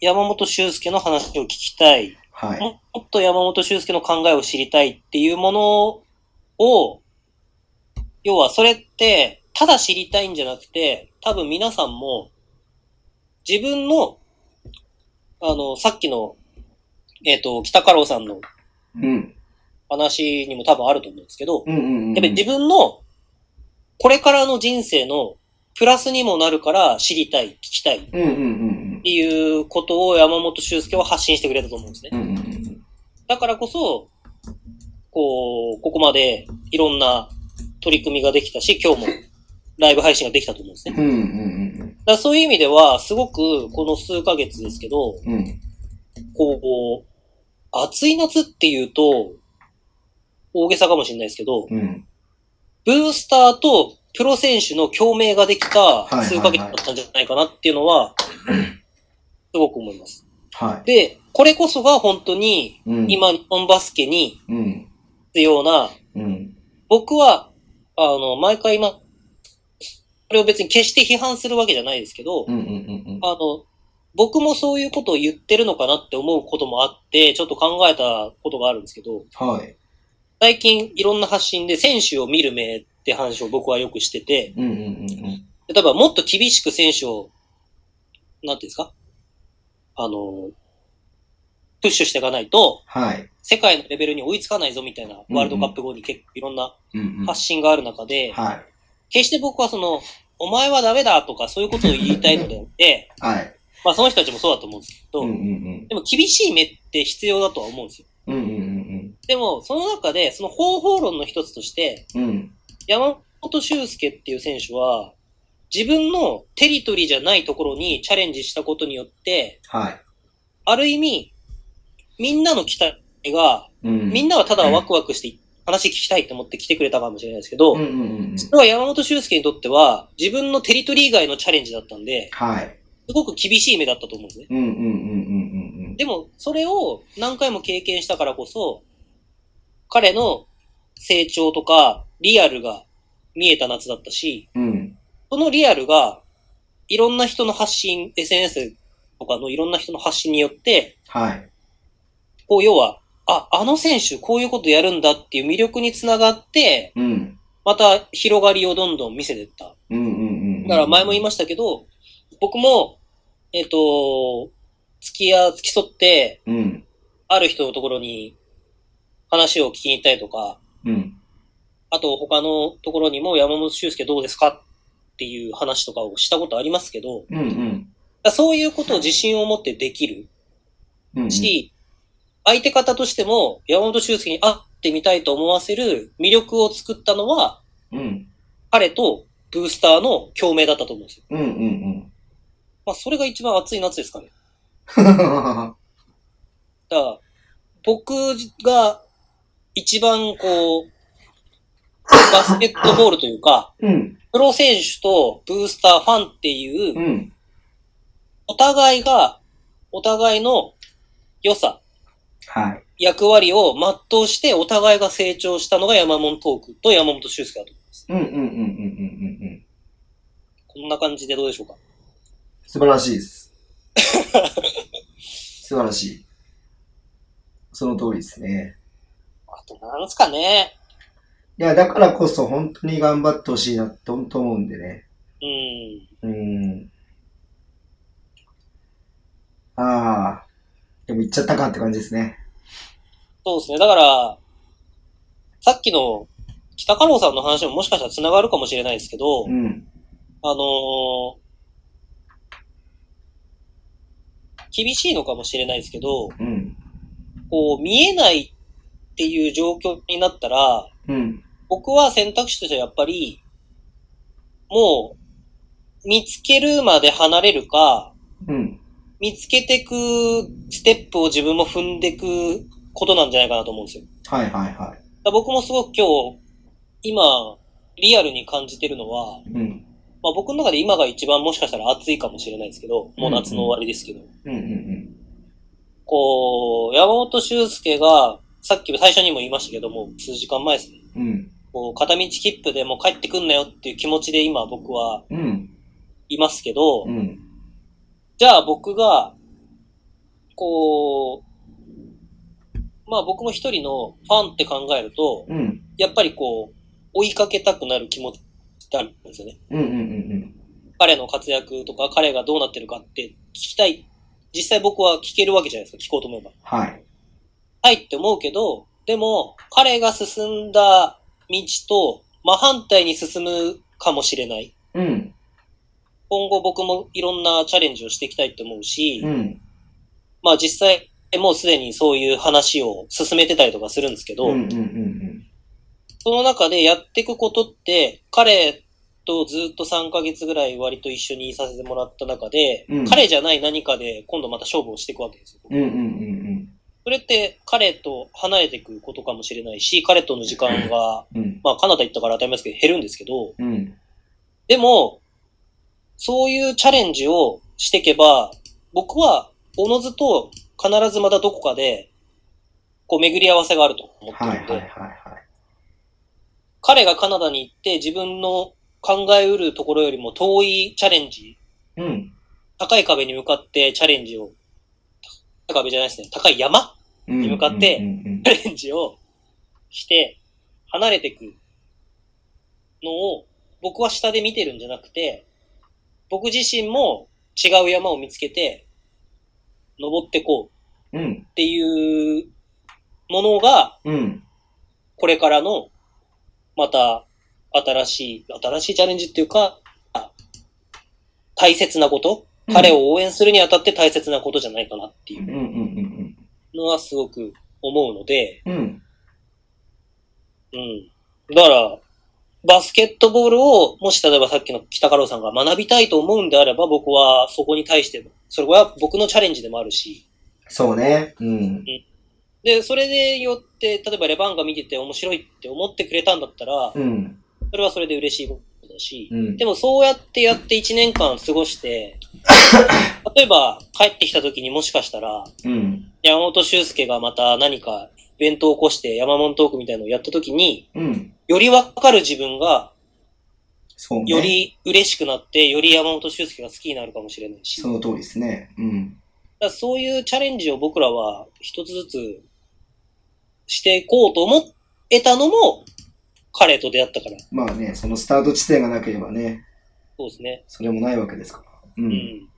S3: 山本修介の話を聞きたい、
S2: はい。
S3: ももっと山本修介の考えを知りたいっていうものを、要はそれって、ただ知りたいんじゃなくて、多分皆さんも、自分の、あの、さっきの、えっ、と、北太郎さんの
S2: うん。
S3: 話にも多分あると思うんですけど、
S2: うんうんうん。
S3: やっぱり自分の、これからの人生のプラスにもなるから知りたい、聞きたいって
S2: うんうんうん
S3: いうことを山本修介は発信してくれたと思うんですね。
S2: うん。うんうんうん。
S3: だからこそ、こう、ここまでいろんな取り組みができたし、今日もライブ配信ができたと思うんですね。
S2: うんうん
S3: だからそういう意味では、すごくこの数ヶ月ですけど、
S2: うんうん。うん。
S3: こう、暑い夏っていうと、大げさかもしれないですけど、
S2: うん。
S3: ブースターとプロ選手の共鳴ができ
S2: い
S3: た
S2: はいはい
S3: 数ヶ月だったんじゃないかなっていうのは、すごく思います。
S2: はい。
S3: で、これこそが本当に、
S2: うん
S3: 今、日本バスケに
S2: うん。
S3: 必要な、
S2: うん。
S3: 僕は、あの、毎回今、これを別に決して批判するわけじゃないですけど、
S2: うんうんうん
S3: あの、僕もそういうことを言ってるのかなって思うこともあって、ちょっと考えたことがあるんですけど、
S2: うん。はい。
S3: 最近いろんな発信で選手を見る目って話を僕はよくしてて、
S2: うんうんうん
S3: 例えばもっと厳しく選手を、なんていうんですかあの、プッシュしていかないと、
S2: はい。
S3: 世界のレベルに追いつかないぞみたいな、ワールドカップ後に結構いろんな
S2: うんうん。
S3: 発信がある中で、
S2: はい。
S3: 決して僕はその、お前はダメだとかそういうことを言いたいのであって、
S2: はい。
S3: まあその人たちもそうだと思うんですけど、
S2: うんうん
S3: でも厳しい目って必要だとは思うんですよ。
S2: うん。うんうん
S3: でも、その中で、その方法論の一つとして、
S2: うんうん。うん。
S3: 山本修介っていう選手は、自分のテリトリーじゃないところにチャレンジしたことによって、
S2: はい。
S3: ある意味、みんなの期待が、
S2: うん。
S3: みんなはただワクワクして、話聞きたいと思って来てくれたかもしれないですけど、
S2: うんうんうんうん。
S3: それは山本修介にとっては、自分のテリトリー以外のチャレンジだったんで、
S2: はい。
S3: すごく厳しい目だったと思うんですね。
S2: うんうんうんうん
S3: でも、それを何回も経験したからこそ、彼の成長とか、リアルが見えた夏だったし、
S2: うんうん。うん。
S3: そのリアルが、いろんな人の発信、SNS とかのいろんな人の発信によって、
S2: はい。
S3: こう、要は、あ、あの選手こういうことやるんだっていう魅力につながって、
S2: うん。
S3: また広がりをどんどん見せてった。
S2: うんうんうんうん。
S3: だから前も言いましたけど、僕も、えっ、と、付き合う、付き添って、
S2: うん。
S3: ある人のところに話を聞きに行ったりとか、
S2: うん。
S3: あと他のところにも山本修介どうですかっていう話とかをしたことありますけど、
S2: うんうん。
S3: そういうことを自信を持ってできる
S2: うん。
S3: し、相手方としても山本修介に会ってみたいと思わせる魅力を作ったのは、
S2: うん。
S3: 彼とブースターの共鳴だったと思うんですよ。
S2: うんうんうん。
S3: まあそれが一番熱い夏ですかね。だから、僕が一番こう、バスケットボールというか、
S2: うん。
S3: プロ選手とブースターファンっていうう、
S2: ん。
S3: お互いが、お互いの良さ、
S2: はい。
S3: 役割を全うして、お互いが成長したのが山本トークと山本修介だと思います。
S2: うんうんうんうんうんうんうん。
S3: こんな感じでどうでしょうか。
S2: 素晴らしいです。素晴らしい。その通りですね。
S3: あと、なんすかね。
S2: いや、だからこそ本当に頑張ってほしいなと本当思うんでね。
S3: うん。
S2: うん。ああ。でも行っちゃったかって感じですね。
S3: そうですね。だから、さっきの北加郎さんの話ももしかしたら繋がるかもしれないですけど、
S2: うん。
S3: あのー厳しいのかもしれないですけど、
S2: うん。
S3: こう、見えないっていう状況になったら、
S2: うん。
S3: 僕は選択肢としてはやっぱり、もう、見つけるまで離れるか、
S2: うん。
S3: 見つけてくステップを自分も踏んでくことなんじゃないかなと思うんですよ。だか
S2: はいはいは
S3: ら僕もすごく今日、今、リアルに感じてるのは、
S2: い。うん。
S3: まあ僕の中で今が一番もしかしたら暑いかもしれないですけど、もう夏の終わりですけど、
S2: うんうん
S3: こう、山本修介が、さっき最初にも言いましたけども、数時間前ですね。
S2: うん。うん。
S3: こう、片道切符でもう帰ってくんなよっていう気持ちで今僕は
S2: うん。
S3: いますけど、
S2: うん。
S3: じゃあ僕が、こう、まあ僕も一人のファンって考えると、
S2: うん。
S3: やっぱりこう、追いかけたくなる気持ちってあるんですよね。
S2: うんうんうん
S3: 彼の活躍とか彼がどうなってるかって聞きたい。実際僕は聞けるわけじゃないですか、聞こうと思えば。
S2: はい。
S3: はいって思うけど、でも彼が進んだ道と真反対に進むかもしれない。
S2: うん。
S3: 今後僕もいろんなチャレンジをしていきたいって思うし、
S2: うん。
S3: まあ実際もうすでにそういう話を進めてたりとかするんですけ
S2: う
S3: ど、
S2: んうんうん
S3: その中でやっていくことって、彼とずっと3ヶ月ぐらい割と一緒にいさせてもらった中で、
S2: うん
S3: 彼じゃない何かで今度また勝負をしていくわけですよ。
S2: うん。うんうんうん
S3: それって彼と離れていくことかもしれないし、彼との時間が、
S2: うん。うん。
S3: まあカナダ行ったから当たり前ですけど減るんですけど、
S2: うん。
S3: でも、そういうチャレンジをしていけば、僕は、おのずと必ずまたどこかで、こう巡り合わせがあると思って
S2: はいは
S3: るん
S2: い
S3: で、
S2: はいはい。
S3: 彼がカナダに行って自分の考えうるところよりも遠いチャレンジ、
S2: うん。
S3: 高い壁に向かってチャレンジを、高い壁じゃないですね、高い山
S2: うん
S3: に向かって
S2: うんうん
S3: チャレンジをして、離れてくのを、僕は下で見てるんじゃなくて、僕自身も違う山を見つけて、登ってこう
S2: うん。うん
S3: っていうものが、
S2: うん。
S3: これからの、また、新しい、新しいチャレンジっていうか、あ大切なこと、
S2: うん
S3: 彼を応援するにあたって大切なことじゃないかなってい
S2: うん
S3: う
S2: うんうん
S3: のはすごく思うので、
S2: うん。うん。
S3: うん。だから、バスケットボールを、もし例えばさっきの北家老さんが学びたいと思うんであれば、僕はそこに対して、それは僕のチャレンジでもあるし、
S2: そうね。うん。
S3: で、それでよって、例えばレバンが見てて面白いって思ってくれたんだったら、
S2: うん。
S3: それはそれで嬉しいことだし、
S2: うん
S3: で。もそうやってやって1年間過ごして、例えば帰ってきた時にもしかしたら、
S2: うん。
S3: 山本修介がまた何かイベントを起こして山本トークみたいなのをやった時に、
S2: うん。
S3: よりわかる自分が、
S2: そうね。
S3: より嬉しくなって、より山本修介が好きになるかもしれないし、
S2: そ
S3: だか
S2: の通りですね。うん。
S3: らそういうチャレンジを僕らは一つずつしていこうと思えたのも、彼と出会ったから。
S2: まあね、そのスタート地点がなければね、
S3: そうですね。
S2: それもないわけですから。う。
S3: うんん。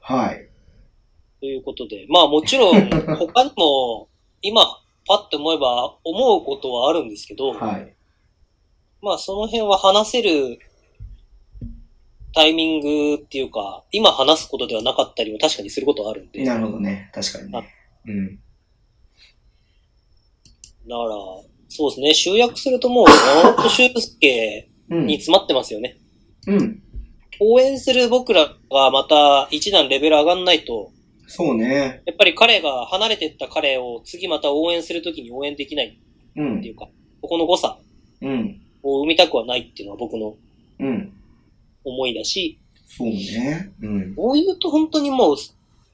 S2: はい。
S3: ということで、まあも ちろん他にも今パッと思えば思うことはあるんですけど、
S2: はい。
S3: まあその辺は話せるタイミングっていうか、今話すことではなかったりも確かにすることはあるんで、だか
S2: なるほどね。確かにね。うん。
S3: らそうですね、集約するともう山本修介
S2: う
S3: に
S2: ん。
S3: 詰まってますよね。
S2: うん。
S3: 応援する僕らがまた一段レベル上がんないと、
S2: そうね。
S3: やっぱり彼が離れてった彼を次また応援するときに応援できない
S2: うん
S3: っ。ていうか、ここの誤差
S2: うん。
S3: を生みたくはないっていうのは僕の
S2: うん。
S3: 思いだし、
S2: そうね。うん。
S3: こういうと本当にもう、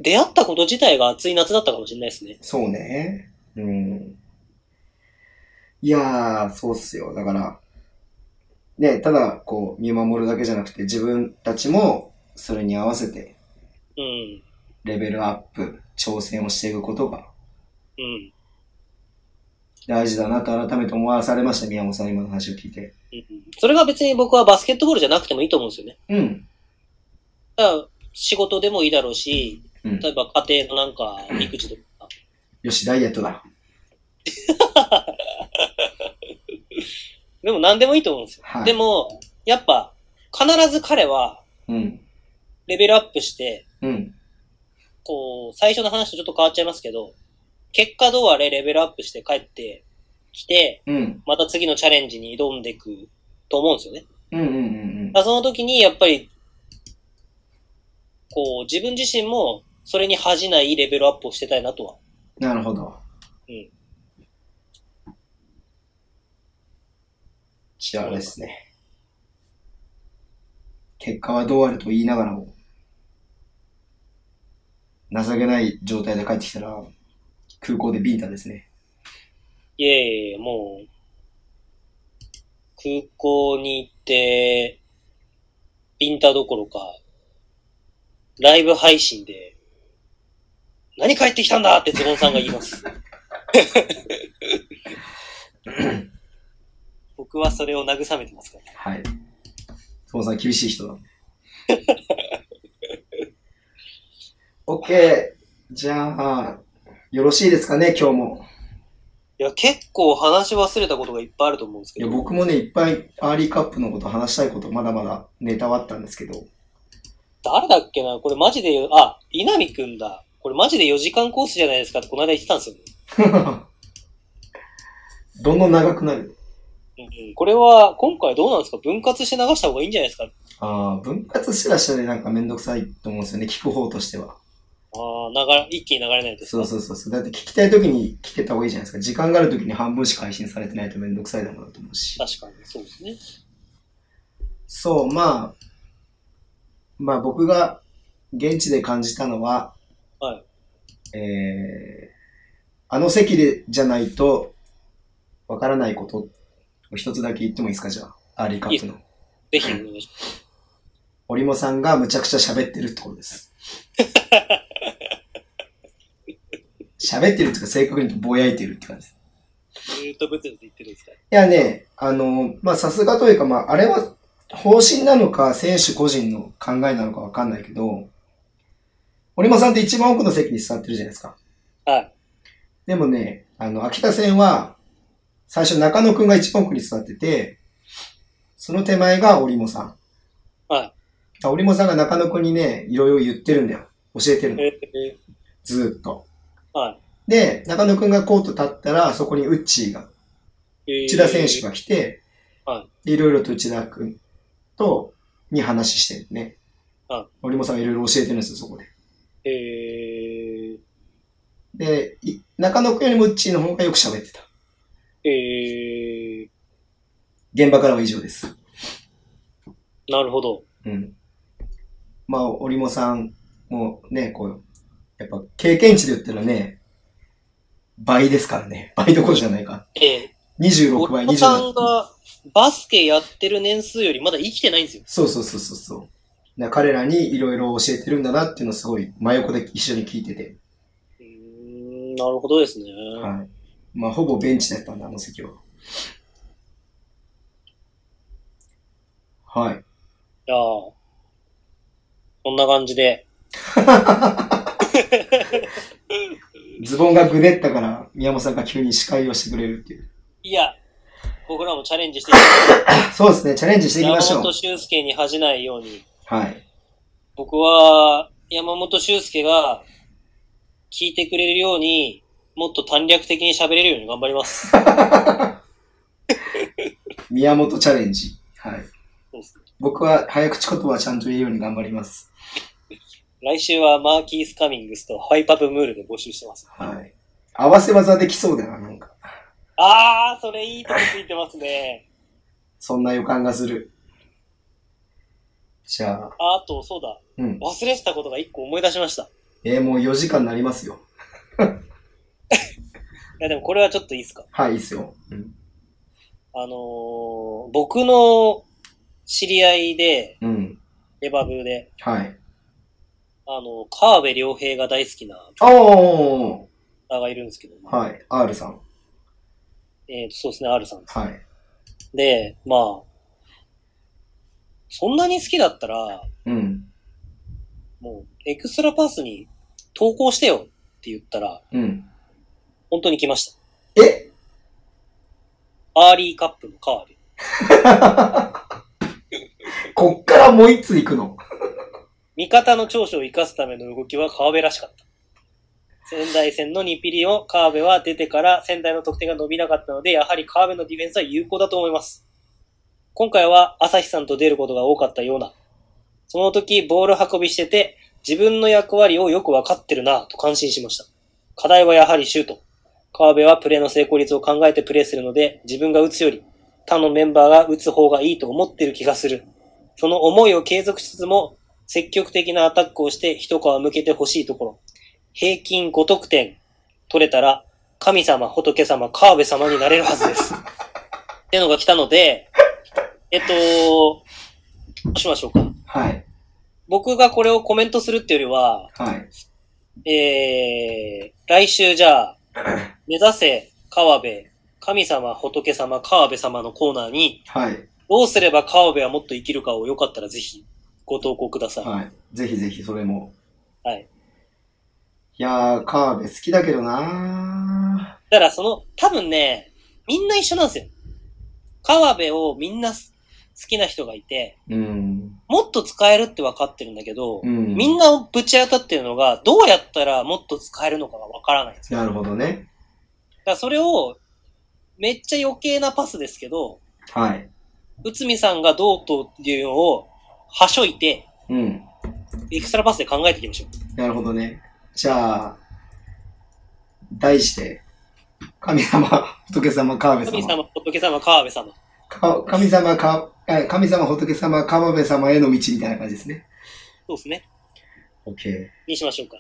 S3: 出会ったこと自体が暑い夏だったかもしれないですね。
S2: そうね。うん。いやー、そうっすよ。だから、ね、ただ、こう、見守るだけじゃなくて、自分たちも、それに合わせて、
S3: うん。
S2: レベルアップ、挑戦をしていくことが、
S3: うん。
S2: 大事だなと改めて思わされました、宮本さん、今の話を聞いて。
S3: うんそれが別に僕はバスケットボールじゃなくてもいいと思うんですよね。
S2: うん。
S3: だから仕事でもいいだろうし、
S2: うん
S3: 例えば家庭のなんか育児とか。
S2: よし、ダイエットだ。
S3: でも何でもいいと思うんですよ。
S2: はい。
S3: で、も、やっぱ、必ず彼は
S2: うん。
S3: レベルアップして、
S2: うん。
S3: こう、最初の話とちょっと変わっちゃいますけど、結果どうあれレベルアップして帰ってきて、
S2: うん。
S3: また次のチャレンジに挑んでいくと思うんですよね。
S2: うんうんうん
S3: だからその時に、やっぱり、こう、自分自身も、それに恥じないレベルアップをしてたいなとは。
S2: うん。なるほど。
S3: うん。
S2: じゃああれですね。結果はどうあれと言いながらも、情けない状態で帰ってきたら、空港でビンタですね。
S3: いやいやいや、もう、空港に行って、インターどころか、ライブ配信で、何帰ってきたんだってズボンさんが言い ます。僕はそれを慰めてますから。
S2: はい。父さん厳しい人だ。OK! じゃあ、よろしいですかね、今日も。
S3: いや、結構話し忘れたことがいっぱいあると思うんです
S2: い
S3: け
S2: や、
S3: ど。
S2: 僕もね、いっぱいアーリーカップのこと話したいこと、まだまだネタはあったんですけど、
S3: 誰だっけなこれマジでよ、あ、稲見くんだ。これマジで4時間コースじゃないですかってこの間言ってたんですよね。
S2: どんどん長くなる。
S3: うんうん、これは今回どうなんですか分割して流した方がいいんじゃないですかあ
S2: ああ、分割してらっしゃるなんかめんどくさいと思うんですよね、聞く方としては。
S3: あ、流れ、一気に流れないです
S2: そ
S3: か
S2: うそうそうそう。だって聞きたい時に聞けた方がいいじゃないですか。時間がある時に半分しか配信されてないとめんどくさいだろうなと思うし。
S3: 確かに、そうですね。
S2: そう、まあ、まあ僕が現地で感じたのは、
S3: はい。
S2: えー、あの席でじゃないと、わからないことを一つだけ言ってもいいですか、じゃあ。アーリーカップの。
S3: ぜひお願いします。
S2: 折茂さんがむちゃくちゃ喋ってるってことです。喋ってるっていうか、正確に言うとぼやいてるって感じです。
S3: ずーっとブツブツ言ってるんですか
S2: いやね、あの、まあ、さすがというか、まあ、あれは方針なのか、選手個人の考えなのかわかんないけど、折茂さんって一番奥の席に座ってるじゃないですか。
S3: はい。
S2: でもね、あの、秋田戦は、最初中野くんが一番奥に座ってて、その手前が折茂さん。
S3: は
S2: あ折茂さんが中野くんにね、いろいろ言ってるんだよ。教えてる
S3: い。
S2: の。
S3: えー、
S2: ずーっと。
S3: は
S2: で、中野くんがコート立ったら、そこにウッチーが、
S3: い。えー
S2: 内田選手。が来て、
S3: はい
S2: ろいろと内田くんと、に話してるね。
S3: はい
S2: 折茂さんがいろいろ教えてるんですよ、そこで。
S3: え
S2: で、い中野くんよりもウッチーの方がよく喋ってた。
S3: ー、え
S2: 現場からは以上です。
S3: ー、なるほど。
S2: うん。まあ、折茂さんもね、こう、やっぱ経験値で言ったらね、倍ですからね。倍どころじゃないか。
S3: えー、
S2: 26倍、
S3: お子さん
S2: 27倍。
S3: がバスケやってる年数よりまだ生きてないんですよ。
S2: そうそうそうそうそう。だから彼らにいろいろ教えてるんだなっていうのをすごい真横で一緒に聞いてて。
S3: うーん、なるほどですね。
S2: はい。まあ、ほぼベンチだったんだ、あの席は。はい。
S3: じゃあ、こんな感じで。
S2: ズボンがぐねったから、宮本さんが急に司会をしてくれるっていう。
S3: いや、僕らもチャレンジしていき
S2: そうですね、チャレンジしていき
S3: ま
S2: ま
S3: し
S2: し
S3: ょう
S2: ょう
S3: 山本。修介に恥じないように。
S2: はい。
S3: 僕は、山本修介が聞いてくれるように、もっと短略的に喋れるように頑張ります。そう
S2: 宮本チャレンジ。はい。
S3: ですね
S2: 僕は早口言葉ちゃんと言えるように頑張ります。
S3: 来週はマーキース・カミングスとハイパブ・ムールで募集してます。
S2: はい。合わせ技できそうだな、なんか。
S3: あー、それいいとこついてますね。
S2: そんな予感がする。じゃあ、
S3: あと、そうだ。
S2: うん。
S3: 忘れてたことが一個思い出しました。い
S2: えーもう4時間になりますよ。
S3: や、でもこれはちょっといいですか。
S2: はい、いいっすよ。うん。
S3: あのー僕の知り合いで、
S2: うん。
S3: レバブで、
S2: はい。
S3: あの、河辺良平が大好きな
S2: おー
S3: 方がいるんですけど、
S2: はい。R さん。
S3: えーと、そうですね、R さんです。
S2: はい。
S3: で、まあ、そんなに好きだったら、
S2: うん。
S3: もう、エクストラパスに投稿してよって言ったら、
S2: うん。
S3: 本当に来ました。
S2: え
S3: アーリーカップの河辺。
S2: こっからもう一つ行くの
S3: 味方の長所を生かすための動きは川辺らしかった。仙台戦の2ピリオ、川辺は出てから仙台の得点が伸びなかったので、やはり川辺のディフェンスは有効だと思います。今回は朝日さんと出ることが多かったような。その時、ボール運びしてて、自分の役割をよくわかってるなぁと感心しました。課題はやはりシュート。川辺はプレーの成功率を考えてプレーするので、自分が打つより、他のメンバーが打つ方がいいと思ってる気がする。その思いを継続しつつも、積極的なアタックをして一皮向けてほしいところ。平均5得点取れたら、神様、仏様、川辺様になれるはずです。ってのが来たので、えっと、どうしましょうか。
S2: はい。
S3: 僕がこれをコメントするっていうよりは、
S2: はい。
S3: えー、来週じゃあ、目指せ川辺、神様、仏様、川辺様のコーナーに、
S2: はい。
S3: どうすれば川辺はもっと生きるかをよかったらぜひご投稿ください。
S2: はい。ぜひぜひ、それも。
S3: はい。
S2: いやー、カーベ好きだけどな
S3: だからその、多分ね、みんな一緒なんですよ。川辺をみんなす好きな人がいて、
S2: ー。うん。
S3: もっと使えるって分かってるんだけど、
S2: うん。
S3: みんなをぶち当たってるのが、どうやったらもっと使えるのかが分からないんですよ。
S2: なるほどね。
S3: だからそれを、めっちゃ余計なパスですけど、
S2: はい。
S3: 内海さんがどうとっていうのを、はしょいて、
S2: うん。
S3: エクストラパスで考えていきましょう。
S2: なるほどね。じゃあ、題して、神様、仏様、川辺
S3: 神
S2: 様。
S3: 様、仏様、川辺様。
S2: か神様、かあ神様、仏様、川辺様への道みたいな感じですね。
S3: そうですね。
S2: OK。
S3: にしましょうか。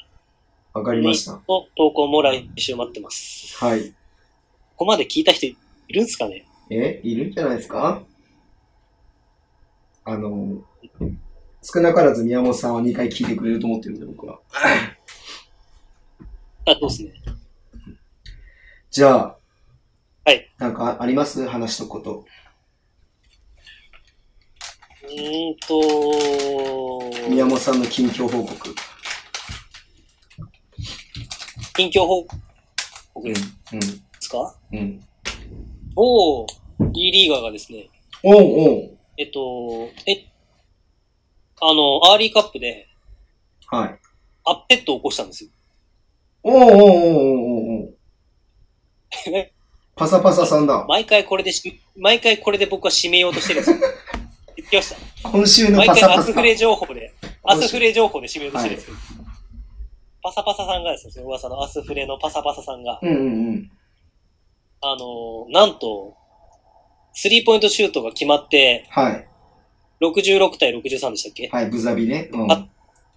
S2: わかりました。
S3: の投稿も来週待ってます。
S2: はい。
S3: ここまで聞いた人いるんすかね
S2: え、いるんじゃないですかあの、少なからず宮本さんは2回聞いてくれると思ってるんで、僕は。
S3: あ、そうですね。
S2: じゃあ、
S3: はい。
S2: なんかあります話しとくこと。
S3: うーんと、
S2: 宮本さんの近況報告。
S3: 近況報告で
S2: う
S3: すか
S2: ん。うん。
S3: 某 D リーガーがですね、
S2: おうおう。
S3: えっと、え、あの、アーリーカップで
S2: はい。
S3: アッペットを起こしたんですよ。
S2: おうおうおうお うおうおう
S3: え。
S2: パサパサさんだ。
S3: 毎回これでし、毎回これで僕は締めようとしてる んですよ。言ってました。
S2: 今週の
S3: 毎
S2: パ
S3: 回
S2: サパ
S3: アス
S2: サ
S3: フ。レ情報で、アスフレ情報で締めようとしてるんですよ。パサパサさんがですね、その噂のアスフレのパサパサさんが、
S2: うんうんうん。
S3: あのーなんと、スリーポイントシュートが決まって、
S2: はい。
S3: 66対63でしたっけ
S2: はい、ブザビね。うん。
S3: あ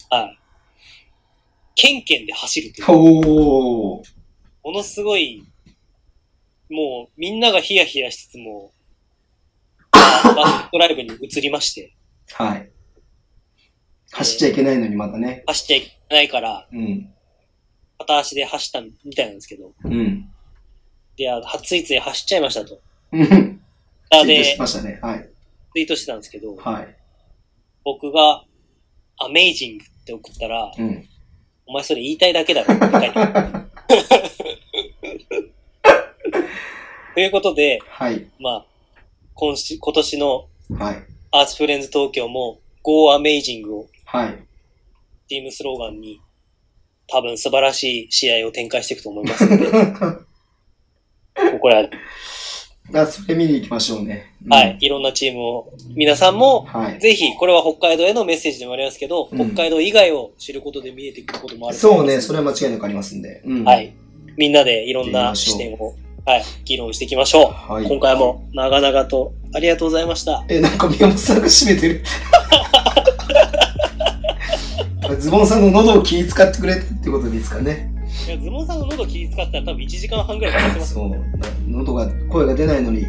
S3: はい。ケンケンで走るという、
S2: おー。
S3: ものすごい、もうみんながヒヤヒヤしつつ も、バスケットライブに移りまして、
S2: はい。走っちゃいけないのにまだね。
S3: 走っちゃいけないから、
S2: うん。
S3: 片足で走ったみたいなんですけど、
S2: うん。
S3: で、あはついつい走っちゃいましたと。
S2: うん。
S3: ツイ
S2: ツイートし
S3: で
S2: ましたね。はい。
S3: ツイートしてたんですけど、
S2: はい。
S3: 僕が、アメイジングって送ったら、
S2: うん。
S3: お前それ言いたいだけだろって書いてある。 ということで、
S2: はい。
S3: まあ、今し今年の
S2: はい。
S3: アースフレンズ東京も Go Amazing を
S2: はい。
S3: チームスローガンに多分素晴らしい試合を展開していくと思いま すので、これは、
S2: あ、それ見に行きましょうね。うん
S3: はい、。いろんなチームを、皆さんも、
S2: はい。
S3: ぜひ、これは北海道へのメッセージでもありますけど、
S2: うん
S3: 北海道以外を知ることで見えてくることもあると思
S2: そう
S3: いま
S2: ね、
S3: す
S2: それは間違いなくありますんで。うん。
S3: は。い。みんなでいろんな視点を、はい、議論していきましょう。
S2: はい。
S3: 今回。も長々とありがとうございました。
S2: え、なんか宮本さんが締めて る。ズボンさんの喉を気使ってくれってことでいいですかね。
S3: いや、ズボンさんの喉気使ったら多分1時間半ぐらいかかってます。
S2: そうな喉が声が出ないのに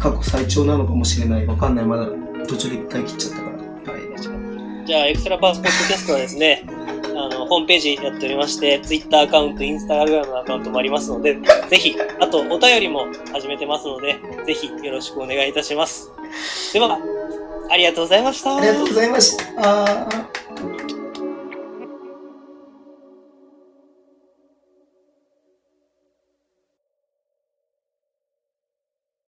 S2: 過去最長なのかもしれないわかんないまだ途中で一回切っちゃったからはい
S3: じゃあ、エクストラパースポッドキャストはですね、あの、ホームページやっておりまして、Twitter アカウント、Instagram のアカウントもありますので、ぜひ、あと、お便りも始めてますので、ぜひよろしくお願いいたします。では、ありがとうございました。
S2: ありがとうございました